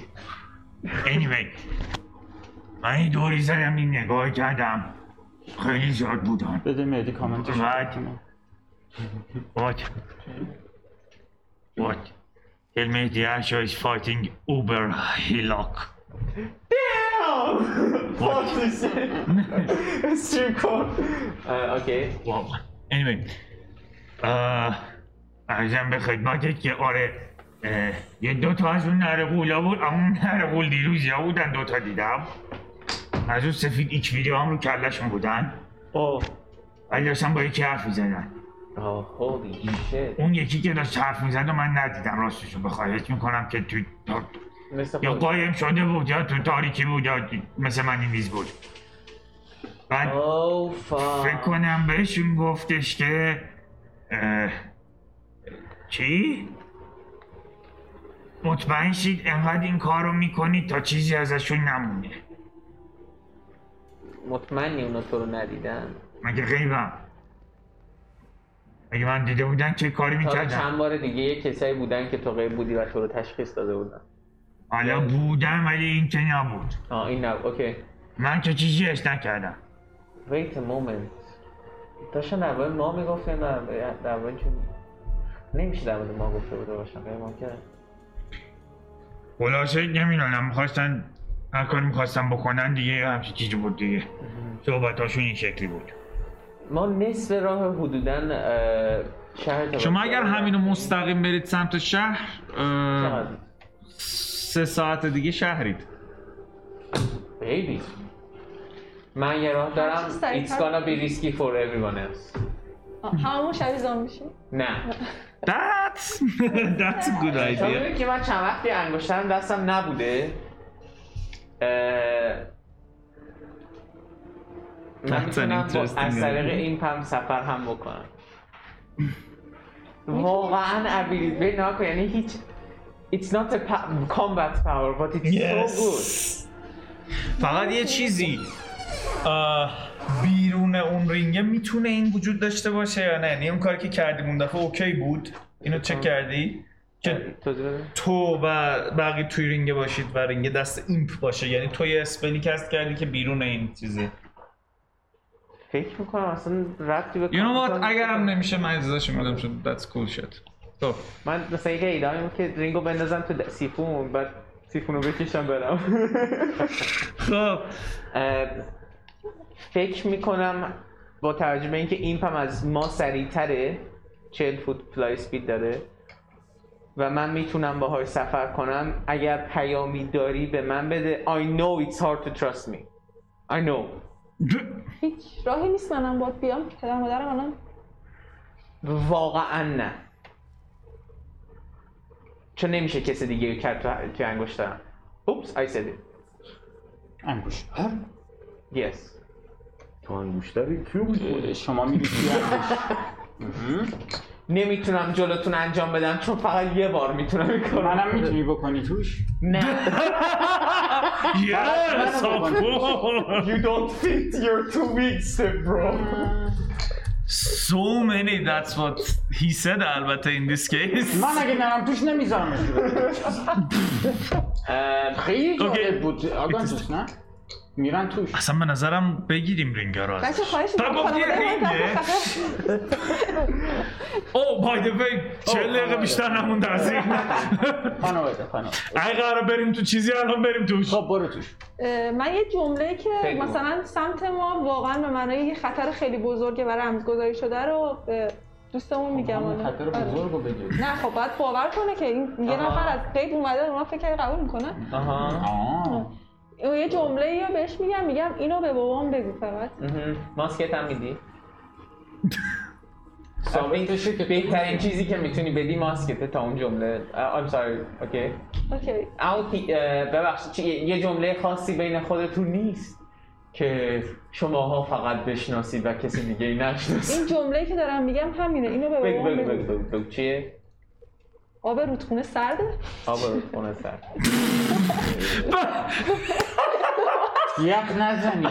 Speaker 7: Anyway من این دوری زدم این نگاه کردم خیلی زیاد بودن
Speaker 3: بده مهدی کامنتش
Speaker 7: Right. What? What? Tell me the Asher is fighting Uber Hillock. What?
Speaker 2: استریم کن آه، اوکی
Speaker 7: Wow. Anyway. Uh, ارزم به خدمتت که آره اه، یه دو تا از اون نرگولا بود اما اون نرگول دیروز یا بودن دو تا دیدم از اون سفید ایچ ویدیو هم رو کلشون بودن
Speaker 2: اوه
Speaker 7: ولی داشتن با یکی حرف میزدن
Speaker 2: اوه هولی شیت
Speaker 7: اون یکی که داشت حرف میزد و من ندیدم راستشو بخوای حس میکنم که تو تا-
Speaker 2: مثل
Speaker 7: یا
Speaker 2: خود
Speaker 7: قایم شده بود یا تو تاریکی بود یا مثل من نیز بود بعد
Speaker 2: اوه
Speaker 7: فکر
Speaker 2: فاک
Speaker 7: کنم بهشون گفتش که اه، چی؟ مطمئن شید انقدر این کار رو میکنید تا چیزی ازشون نمونه
Speaker 2: مطمئنی اونا تو رو ندیدن
Speaker 7: مگه غیبم مگه من دیده بودن چه کاری
Speaker 2: تا
Speaker 7: میکردم
Speaker 2: آره، چند بار دیگه یه کسایی بودن که تو غیر بودی و تو رو تشخیص داده بودن
Speaker 7: حالا بودم ولی این که نبود
Speaker 2: آه این نه اوکی
Speaker 7: من که چیزی اش نکردم
Speaker 2: wait a moment داشتن در مورد ما میگفتن در در مورد چی نمیشه در مورد ما گفته بوده باشن غیر ممکنه
Speaker 7: خلاصه نمیدونم میخواستن هر کاری میخواستن بکنن دیگه همچین چیزی بود دیگه صحبتاشون این شکلی بود
Speaker 2: ما نصف راه حدودا اه، شهر تا-
Speaker 1: شما اگر همینو مستقیم برید سمت شهر اه،
Speaker 2: چقدر؟
Speaker 1: سه ساعت دیگه شهرید
Speaker 2: بیبی من یه راه دارم
Speaker 4: هرچی سریعتر
Speaker 2: it's gonna be risky for everyone else
Speaker 4: آه، هممون شبیه زامبی میشیم
Speaker 2: نه
Speaker 7: [laughs]
Speaker 1: That's that's a good
Speaker 2: تا
Speaker 1: idea.
Speaker 2: می‌دونی که من چند وقتی انگشترم دستم نبوده اه، من
Speaker 1: That's an
Speaker 2: میتونم با- از
Speaker 1: interesting
Speaker 2: طریق
Speaker 1: idea.
Speaker 2: این پم سفر هم بکنم واقعا ابیلیتی ببین نگاه کن، یعنی هیچ It's not a pa- combat power but it's so good
Speaker 1: فقط یه چیزی آه، بیرون اون رینگه میتونه این وجود داشته باشه یا نه یعنی اون کاری که کردیم اون دفعه اوکی بود اینو چک کردی که
Speaker 2: توضیح بده.
Speaker 1: تو و بقیه توی رینگه باشید و رینگه دست ایمپ باشه یعنی تو یه اسپلی کست کردی که بیرون این چیزه
Speaker 2: فکر میکنم اصلا ربطی به
Speaker 1: You know what
Speaker 2: combat نداره.
Speaker 1: اگرم نمیشه من اجازهش میدم شد that's cool shit خب
Speaker 2: من مثلا یک ایده هایی که رینگو بندازم تو د- سیفون بعد سیفونو بکشم برم [laughs]
Speaker 1: خب
Speaker 2: اه، فکر میکنم با توجه به اینکه این پم از ما سریعتره 40 فوت پلای سپید داره و من میتونم باهاش سفر کنم اگر پیامی داری به من بده I know it's hard to trust me I know
Speaker 4: هیچ راهی نیست منم باید بیام پدر مادرم الان
Speaker 2: واقعا نه چون نمیشه کسی دیگه رو کرد تو- توی انگشترم Oops, I said it
Speaker 9: انگشتر
Speaker 2: Yes
Speaker 12: تو انگوشتری کیو بود
Speaker 9: شما میگید
Speaker 2: نمیتونم جلوتون انجام بدم چون فقط یه بار میتونم این کارو
Speaker 9: منم میتونی بکنی توش
Speaker 2: نه
Speaker 7: Yes, of course.
Speaker 2: You don't fit you're too weak step bro
Speaker 1: so many that's what he said البته in this case
Speaker 9: من اگه نرم توش نمیذارمش خیلی
Speaker 1: اوکی.
Speaker 9: جالب بود آگان توش نه میرن توش
Speaker 1: اصلا به نظرم بگیریم رینگه رو
Speaker 4: بچه خواهش
Speaker 1: تا گفتی رینگه Oh, او بای دی وی
Speaker 2: Oh,
Speaker 1: چه دقیقه بیشتر نمونده از این
Speaker 9: خانواده خانواده
Speaker 1: اگه قرار بریم تو چیزی الان بریم توش
Speaker 9: خب برو توش
Speaker 4: اه، من یه جمله که
Speaker 2: بگو.
Speaker 4: مثلا سمت ما واقعا به معنای یه خطر خیلی بزرگه و رمزگذاری شده رو اه، دوستمون میگم
Speaker 9: خب، همون
Speaker 4: حالا.
Speaker 9: خطر
Speaker 4: آره.
Speaker 9: بزرگ رو بگیر
Speaker 4: نه خب باید باور کنه که این یه
Speaker 2: آها.
Speaker 4: نفر از قید اومده اونا فکر کرده قبول میکنه
Speaker 2: آها
Speaker 9: آه
Speaker 4: اون یه جمله ای بهش میگم میگم اینو به بابام بگو فقط
Speaker 2: مهم. ماسکت هم میدی سامین بهترین چیزی که میتونی بدی ماسکته تا اون جمله آه، I'm sorry اوکی
Speaker 4: اوکی
Speaker 2: اما که- اه، uh, ببخشید چی- یه جمله خاصی بین خودتون نیست که شماها فقط بشناسید و کسی دیگه ای نشناسید
Speaker 4: این جمله که دارم میگم همینه اینو به
Speaker 2: بگو
Speaker 4: بابام
Speaker 2: بگو
Speaker 4: بگو
Speaker 2: بگو بگو بگو. چیه؟
Speaker 4: آب رودخونه سرده
Speaker 2: آب رو خونه سر
Speaker 9: یخ نزنی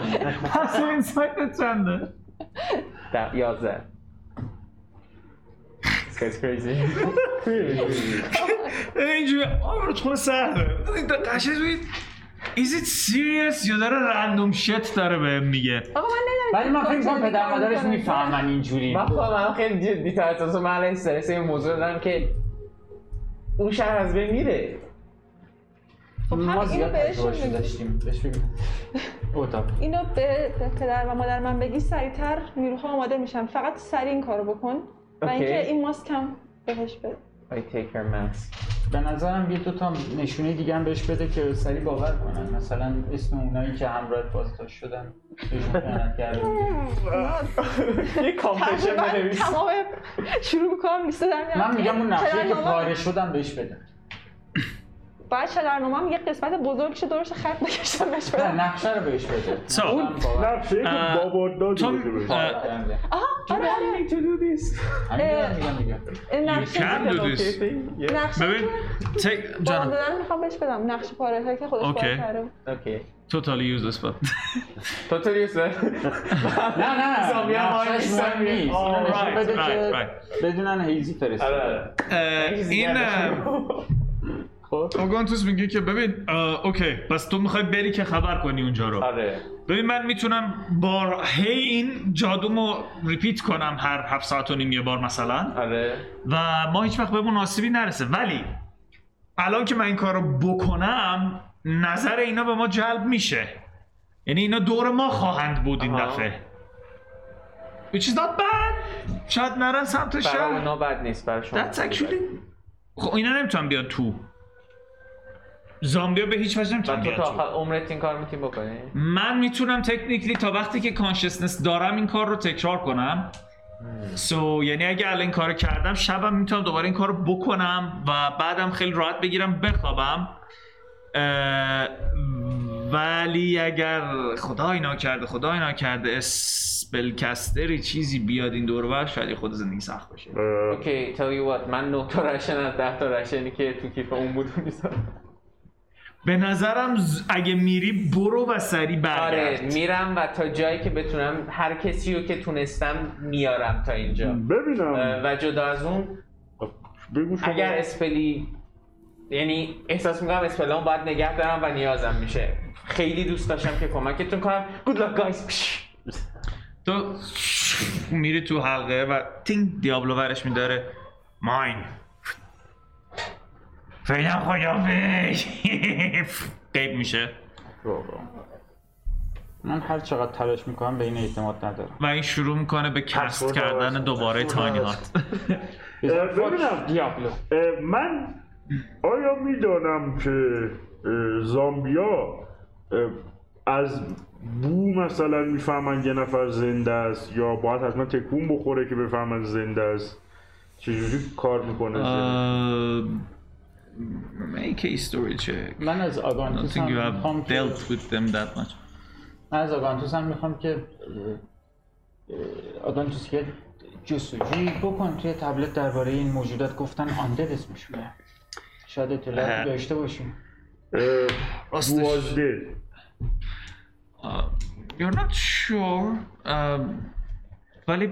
Speaker 1: پس این سایت چنده
Speaker 2: در یازده This guy's crazy.
Speaker 1: اینجوری آه رو خونه سرده قشنگ بگید Is it serious یا داره رندوم شت داره بهم میگه
Speaker 4: آقا من نمیدونم
Speaker 9: ولی من فکر کنم پدر مادرش میفهمن اینجوری
Speaker 2: من خودم الان خیلی جدی تر احساس می‌کنم. من الان استرس این موضوع رو دارم که اون شهر از بین میره
Speaker 4: خب
Speaker 9: ما
Speaker 4: همین اینو
Speaker 9: زیاد
Speaker 4: بهشون
Speaker 9: تجربهش
Speaker 4: بگو
Speaker 9: داشتیم بهش بگیم. اوتا
Speaker 4: اینو به به پدر و مادر من بگی سریعتر نیروها آماده میشن فقط سریع این کارو بکن و
Speaker 2: اوکی.
Speaker 4: اینکه این ماسک هم بهش بده
Speaker 2: I take her mask
Speaker 9: به نظرم یه دو تا نشونه دیگه هم بهش بده که سری باور کنن مثلا اسم اونایی که همراه بازداشت شدن بهشون خیانت کرده بودن.
Speaker 2: یه کامپشن
Speaker 4: من
Speaker 2: بنویس
Speaker 4: تمام شروع میکنم لیست در میارم
Speaker 9: من میگم اون نقشه که
Speaker 4: چرا
Speaker 9: پاره شدن بهش بده
Speaker 4: باید شلرنامه هم یه قسمت بزرگ شه دورش خط بکشم بهش
Speaker 3: نه،
Speaker 4: بدم
Speaker 3: نقشه رو بهش بده
Speaker 1: So.
Speaker 3: اون
Speaker 6: نقشه که
Speaker 1: اه،
Speaker 6: بابا
Speaker 1: تو خب- اه،
Speaker 4: آها آره آره
Speaker 3: میگم میگم میگم
Speaker 4: نقشه
Speaker 1: can do this.
Speaker 4: نقشه
Speaker 1: ببین
Speaker 4: که
Speaker 1: take
Speaker 4: بابا
Speaker 1: جانم
Speaker 4: دادن میخوام بهش بدم نقشه پاره هایی که خودش
Speaker 1: اوکی.
Speaker 4: پاره کرده
Speaker 2: اوکی
Speaker 1: totally useless but
Speaker 2: تو تو ریسه [laughs]
Speaker 3: نه نه
Speaker 2: زامیا ما
Speaker 3: نقشش
Speaker 2: نیستن.
Speaker 3: مهم نیست
Speaker 2: آه،
Speaker 3: اینو نشون
Speaker 1: right,
Speaker 3: بده
Speaker 1: [laughs] right,
Speaker 3: که
Speaker 1: right.
Speaker 3: بدونن هیزی فرستاده
Speaker 2: آره
Speaker 1: اه، این اه،
Speaker 2: [laughs]
Speaker 3: خب
Speaker 1: اوگانتوس میگه که ببین اه، اوکی پس تو میخوای بری که خبر کنی اونجا رو
Speaker 2: آره
Speaker 1: ببین من میتونم بار هی این جادومو ریپیت کنم هر هفت ساعت و نیم یه بار مثلا
Speaker 2: آره
Speaker 1: و ما هیچ وقت بهمون آسیبی نرسه ولی الان که من این کار رو بکنم نظر اینا به ما جلب میشه یعنی اینا دور ما خواهند بود این
Speaker 2: آها.
Speaker 1: دفعه Which is not bad شاید نرن سمت
Speaker 2: برای
Speaker 1: شهر
Speaker 2: اونا بد نیست برای شما
Speaker 1: That's actually خب اینا نمیتونن بیان تو زامبیا به هیچ وجه نمیتونن
Speaker 2: و تو
Speaker 1: بیان
Speaker 2: تا
Speaker 1: تو
Speaker 2: آخر عمرت این کار میتونی بکنی
Speaker 1: من میتونم تکنیکلی تا وقتی که کانشسنس دارم این کار رو تکرار کنم سو یعنی اگه الان این کار رو کردم شبم میتونم دوباره این کار رو بکنم و بعدم خیلی راحت بگیرم بخوابم اه، ولی اگر خدای ناکرده خدای ناکرده اسپلکستری چیزی بیاد این دور و شاید یه خود زندگی سخت باشه
Speaker 2: اوکی tell you what من نه تا رشن از ده تا رشنی که تو کیف اون بود میزنم
Speaker 1: به نظرم ز- اگه میری برو و سری برگرد
Speaker 2: آره میرم و تا جایی که بتونم هر کسی رو که تونستم میارم تا اینجا
Speaker 6: ببینم
Speaker 2: اه، و جدا از اون
Speaker 6: بگو شما
Speaker 2: اگر اسپلی یعنی احساس میکنم اسپلام باید نگه دارم و نیازم میشه خیلی دوست داشتم که کمکتون کنم good luck guys پش.
Speaker 1: تو میری تو حلقه و تینگ دیابلو ورش میداره ماین فعلا خدافش قیب میشه
Speaker 3: خب. من هر چقدر تلاش میکنم به این اعتماد ندارم
Speaker 1: و این شروع میکنه به کست
Speaker 6: پسورد عوض
Speaker 1: کردن
Speaker 6: کن.
Speaker 1: دوباره تاینی هات
Speaker 6: اه، ببینم
Speaker 3: دیابلو
Speaker 6: اه، من آیا میدانم که اه، زامبیا اه، از بو مثلا میفهمن یه نفر زنده است یا باید حتما تکون بخوره که بفهمن زنده است چجوری کار میکنه
Speaker 1: Make a story check.
Speaker 3: من از
Speaker 1: I don't
Speaker 3: آگانتوس
Speaker 1: think
Speaker 3: هم
Speaker 1: you have
Speaker 3: میخوام که
Speaker 1: dealt with them that much.
Speaker 3: من از آگانتوس هم میخوام که اه، آگانتوس که جستجویی بکن توی تبلت درباره این موجودات گفتن آندد اسمشونه شاید
Speaker 1: اه.
Speaker 3: اطلاعاتی داشته باشیم
Speaker 1: راستش.
Speaker 6: بوازده
Speaker 1: Uh, you're not sure. ام، ولی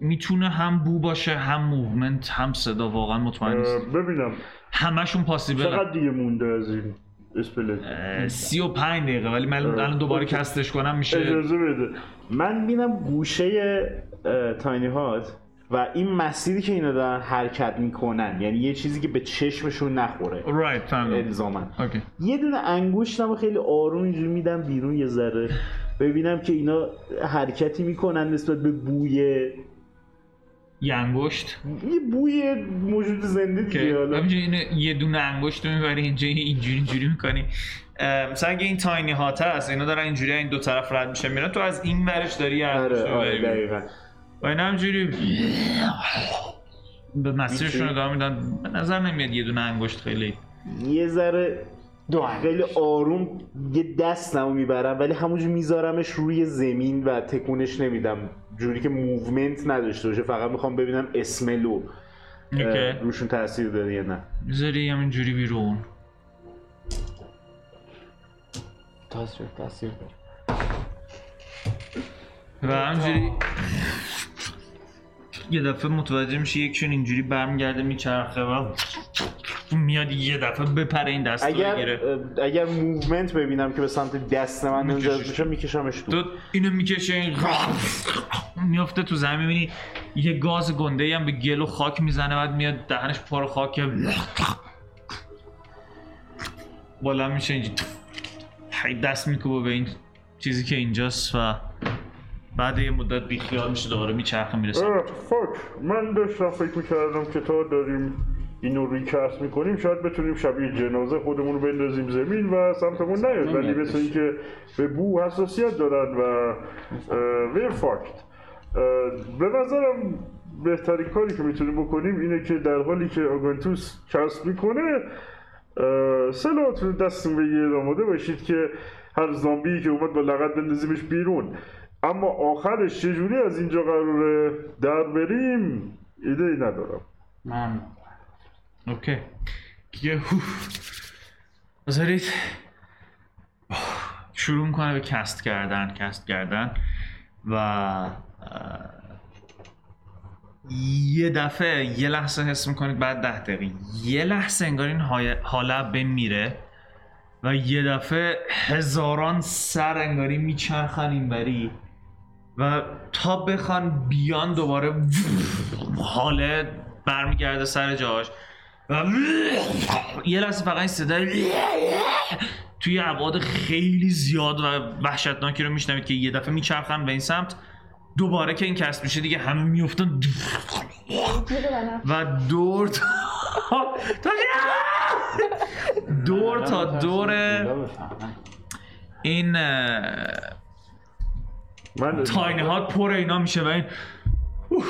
Speaker 1: میتونه هم بو باشه هم موومنت هم صدا واقعا مطمئن نیست
Speaker 6: ببینم
Speaker 1: همشون پاسیبل
Speaker 6: چقدر دیگه مونده از این اسپلت
Speaker 1: سی و پنج دقیقه ولی من الان دوباره کستش کنم میشه
Speaker 6: اجازه بده
Speaker 5: من میرم گوشه اه، تاینی هات و این مسیری که اینا دارن حرکت میکنن یعنی یه چیزی که به چشمشون نخوره
Speaker 1: رایت فهمیدم
Speaker 5: الزامن
Speaker 1: اوکی
Speaker 5: یه دونه انگشتم خیلی آروم اینجوری میدم بیرون یه ذره ببینم که اینا حرکتی میکنن نسبت به بوی
Speaker 1: یه انگشت
Speaker 5: یه بوی موجود زنده
Speaker 1: که
Speaker 5: دیگه حالا
Speaker 1: همینجوری اینو- یه دونه انگشت رو میبری اینجا اینجوری اینجوری میکنی مثلا اگه این تاینی هات هست اینا دارن اینجوری این دو طرف رد میشه میرن تو از این ورش داری یه انگشت
Speaker 5: آره
Speaker 1: رو
Speaker 5: آره
Speaker 1: می‌بری.
Speaker 5: دقیقا
Speaker 1: و اینا همجوری به مسیرشون ادامه میدن به نظر نمیاد یه دونه انگشت خیلی
Speaker 5: یه ذره
Speaker 3: دو انگشت.
Speaker 5: خیلی آروم یه دستمو میبرم ولی همونجور میذارمش روی زمین و تکونش نمیدم جوری که موومنت نداشته باشه فقط میخوام ببینم اسملو اه،
Speaker 1: اوکی
Speaker 5: روشون تاثیر داره یا نه
Speaker 1: میذاری همینجوری بیرون
Speaker 3: تاثیر تاثیر داره
Speaker 1: و همینجوری یه دفعه متوجه میشه یکشون اینجوری برمیگرده میچرخه و میاد یه دفعه بپره این دست رو
Speaker 5: اگر
Speaker 1: بگیره
Speaker 5: اه، اگر موومنت ببینم که به سمت دست من منجر
Speaker 1: می‌کشیش.
Speaker 5: بشه میکشمش تو
Speaker 1: تو اینو میکشه این میفته تو زمین میبینی یه گاز گنده هم به گل و خاک میزنه بعد میاد دهنش پر خاکه بالا میشه اینجا هی دست میکوبه به این چیزی که اینجاست و بعد یه مدت بیخیال میشه دوباره میچرخه میرسه
Speaker 6: اه، فاک من داشتم فکر میکردم که تا داریم اینو ریکست میکنیم شاید بتونیم شبیه جنازه خودمون رو بندازیم زمین و سمتمون نیاد ولی مثل اینکه به بو حساسیت دارن و ویر فاکت به نظرم بهترین کاری که میتونیم بکنیم اینه که در حالی که آگانتوس کسب میکنه سلاحاتون رو دستتون بگیرید آماده باشید که هر زامبی که اومد با لغت بندازیمش بیرون اما آخرش چجوری از اینجا قراره در بریم ایده ای ندارم
Speaker 9: من
Speaker 1: اوکی یه هوف بذارید شروع میکنه به کست کردن کست کردن و اه، یه دفعه یه لحظه حس میکنید بعد ده دقیقه یه لحظه انگار این های- حاله بمیره و یه دفعه هزاران سر انگاری میچرخن اینوری و تا بخوان بیان دوباره حاله برمیگرده سر جاش و یه لحظه فقط این صدای توی ابعاد خیلی زیاد و وحشتناکی رو میشنوید که یه دفعه میچرخن به این سمت دوباره که این کسب میشه دیگه همه میفتن و دور تا تا- دور تا دور این
Speaker 6: من
Speaker 1: تاینه ها پر اینا میشه و این اوه،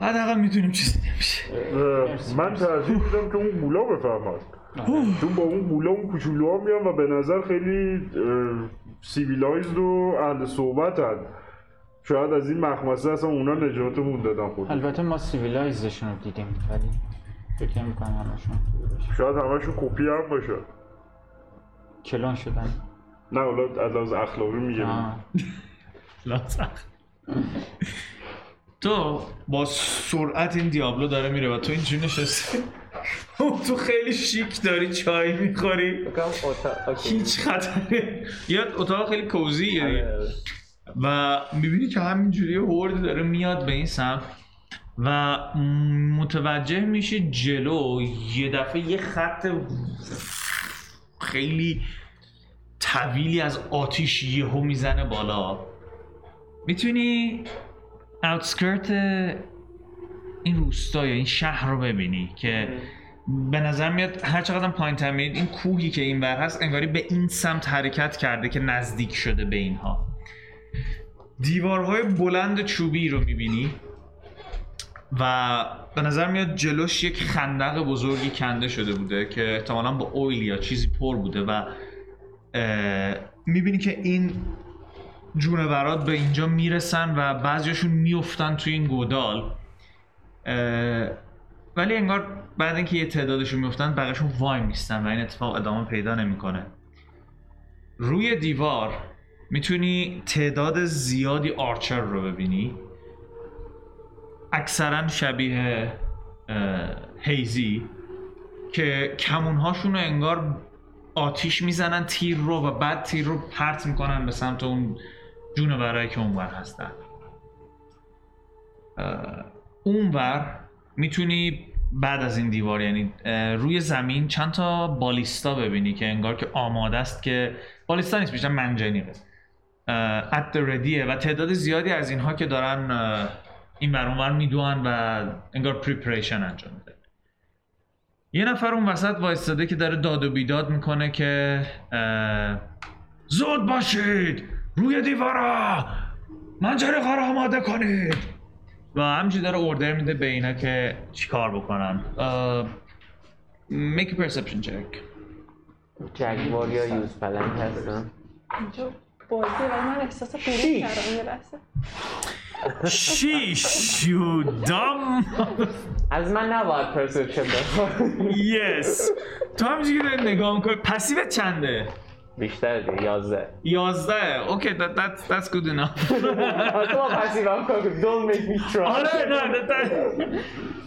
Speaker 1: حداقل میدونیم چیزی نمیشه
Speaker 6: اه، من ترجیح میدم که اون مولا بفهمد چون با اون مولا اون کوچولوها میان و به نظر خیلی سیویلایزد و اهل صحبت هن. شاید از این مخمسه اصلا اونا نجاتمون دادن خود
Speaker 9: البته ما سیویلایزشون رو دیدیم ولی فکر نمی کنم همشون
Speaker 6: شاید همشون کپی هم باشه
Speaker 9: کلون شدن
Speaker 6: نه حالا از لحاظ اخلاقی میگم
Speaker 9: آه.
Speaker 1: لازم تو با سرعت این دیابلو داره میره و تو اینجوری نشستی اون تو خیلی شیک داری چای میخوری
Speaker 2: بگم اتاق اوکی.
Speaker 1: هیچ خطری یا اتاق خیلی کوزیه دیگه
Speaker 2: آره.
Speaker 1: و میبینی که همینجوری یه هردی داره میاد به این سمت و متوجه میشه جلو یه دفعه یه خط خیلی طویلی از آتیش یهو میزنه بالا میتونی اوتسکرت این روستا یا این شهر رو ببینی که به نظر میاد هر چقدر پایین تر میرید این کوهی که این بر هست انگاری به این سمت حرکت کرده که نزدیک شده به اینها دیوارهای بلند چوبی رو میبینی و به نظر میاد جلوش یک خندق بزرگی کنده شده بوده که احتمالا با اویل یا چیزی پر بوده و میبینی که این جونورات به اینجا میرسن و بعضیشون میفتن توی این گودال اه، ولی انگار بعد اینکه یه تعدادشون میفتن بقیشون وای میستن و این اتفاق ادامه پیدا نمیکنه روی دیوار میتونی تعداد زیادی آرچر رو ببینی اکثرا شبیه اه، هیزی که کمونهاشون رو انگار آتیش میزنن تیر رو و بعد تیر رو پرت میکنن به سمت اون جونورایی که اونور هستن اه، اونور میتونی بعد از این دیوار یعنی اه، روی زمین چند تا بالیستا ببینی که انگار که آماده است که بالیستا نیست بیشتر منجنیقه ات ردیه و تعداد زیادی از اینها که دارن اه، این بر اونور میدوان و انگار پریپریشن انجام میده یه نفر اون وسط وایستاده که داره داد و بیداد میکنه که اه، زود باشید روی دیوارا منجنیق ها رو آماده کنید و همچنین داره اوردر میده به اینا که چیکار بکنن میک پرسپشن چک
Speaker 2: جگواریا یوز پلنگ هستن
Speaker 4: اینجا بازی ولی من احساس غرور کردم یه لحظه
Speaker 1: شیش یو دام
Speaker 2: از من نباید پرسپشن بخواد
Speaker 1: یس تو همینجوری که داری نگاه میکنی پسیو چنده
Speaker 2: بیشتر دیگه 11
Speaker 1: یازده اوکی that, that, that's good enough
Speaker 2: آره، تو با پسیوم کار کن don't make me try
Speaker 1: آره نه نه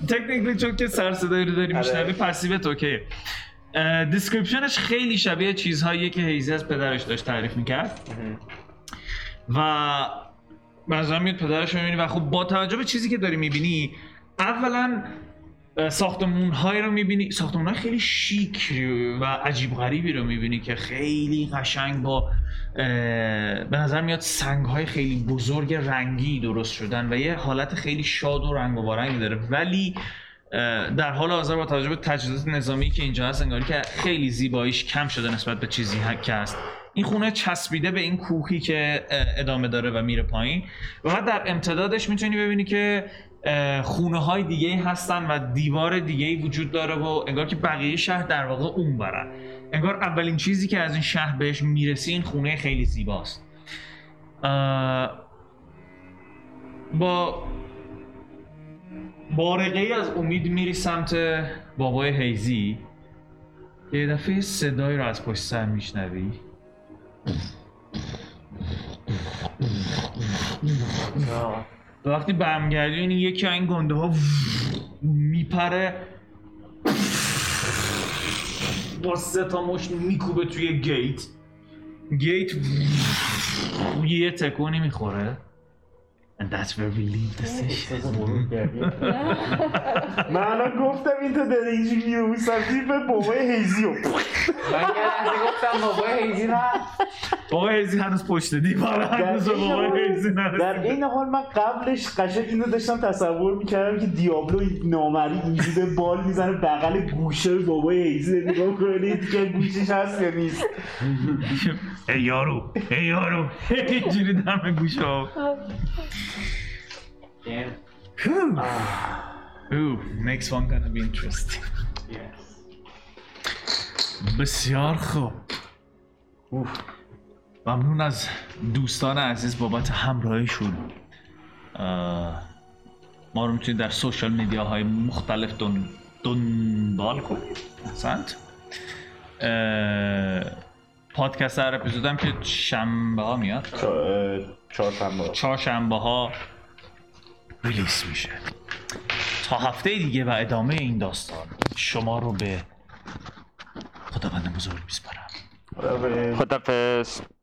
Speaker 1: تکنیکلی چون که سر صدایی رو داری میشنوی پسیوت اوکی دیسکریپشنش خیلی شبیه چیزهاییه که هیزی از پدرش داشت تعریف میکرد و مثلا میاد پدرش رو میبینی و خب با توجه به چیزی که داری میبینی اولا ساختمون هایی رو میبینی ساختمون های خیلی شیک و عجیب غریبی رو میبینی که خیلی قشنگ با اه، به نظر میاد سنگ های خیلی بزرگ رنگی درست شدن و یه حالت خیلی شاد و رنگ و بارنگی داره ولی اه، در حال حاضر با توجه به تجهیزات نظامی که اینجا هست انگاری که خیلی زیباییش کم شده نسبت به چیزی ها- که هست این خونه چسبیده به این کوهی که اه، ادامه داره و میره پایین و بعد در امتدادش میتونی ببینی که خونه های دیگه هستن و دیوار دیگه ای وجود داره و انگار که بقیه شهر در واقع اون برن انگار اولین چیزی که از این شهر بهش میرسی این خونه خیلی زیباست اه، با بارقه ای از امید میری سمت بابای هیزی که یه دفعه صدایی رو از پشت سر میشنوی و وقتی برمیگردی این یکی از این گنده ها میپره با سه تا مشت میکوبه توی گیت گیت یه تکونی میخوره And that's where we leave the session.
Speaker 6: من الان گفتم این تو داره اینجوری میره اون سمتی به بابای هیزی رو
Speaker 9: من یه لحظه گفتم بابای هیزی
Speaker 2: 啊
Speaker 9: رفت
Speaker 1: بابا هیزی هنوز پشت دیواره هنوز
Speaker 5: در این
Speaker 1: بابا
Speaker 5: حال-
Speaker 1: هیزی
Speaker 5: در
Speaker 1: نرسیده.
Speaker 5: این حال من قبلش قشنگ اینو داشتم تصور میکردم که دیابلو این نامری اینجوری به بال میزنه بغل گوشه بابای هیزی نگاه کنید که گوشش هست یا نیست
Speaker 1: ای یارو ای یارو اینجوری دم گوشه ها Ooh, next one gonna be interesting. بسیار خوب. ممنون از دوستان عزیز بابت همراهیشون. اه، ما رو میتونید در سوشال میدیا های مختلف دن... دنبال کنید. احسنت. اه، پادکست هر اپیزود هم که شنبه ها میاد.
Speaker 5: چهار شنبه
Speaker 1: چهار شنبه ها ریلیس میشه تا هفته دیگه و ادامه این داستان شما
Speaker 5: آره.
Speaker 1: رو به خداوند بزرگ میسپارم
Speaker 6: خدافز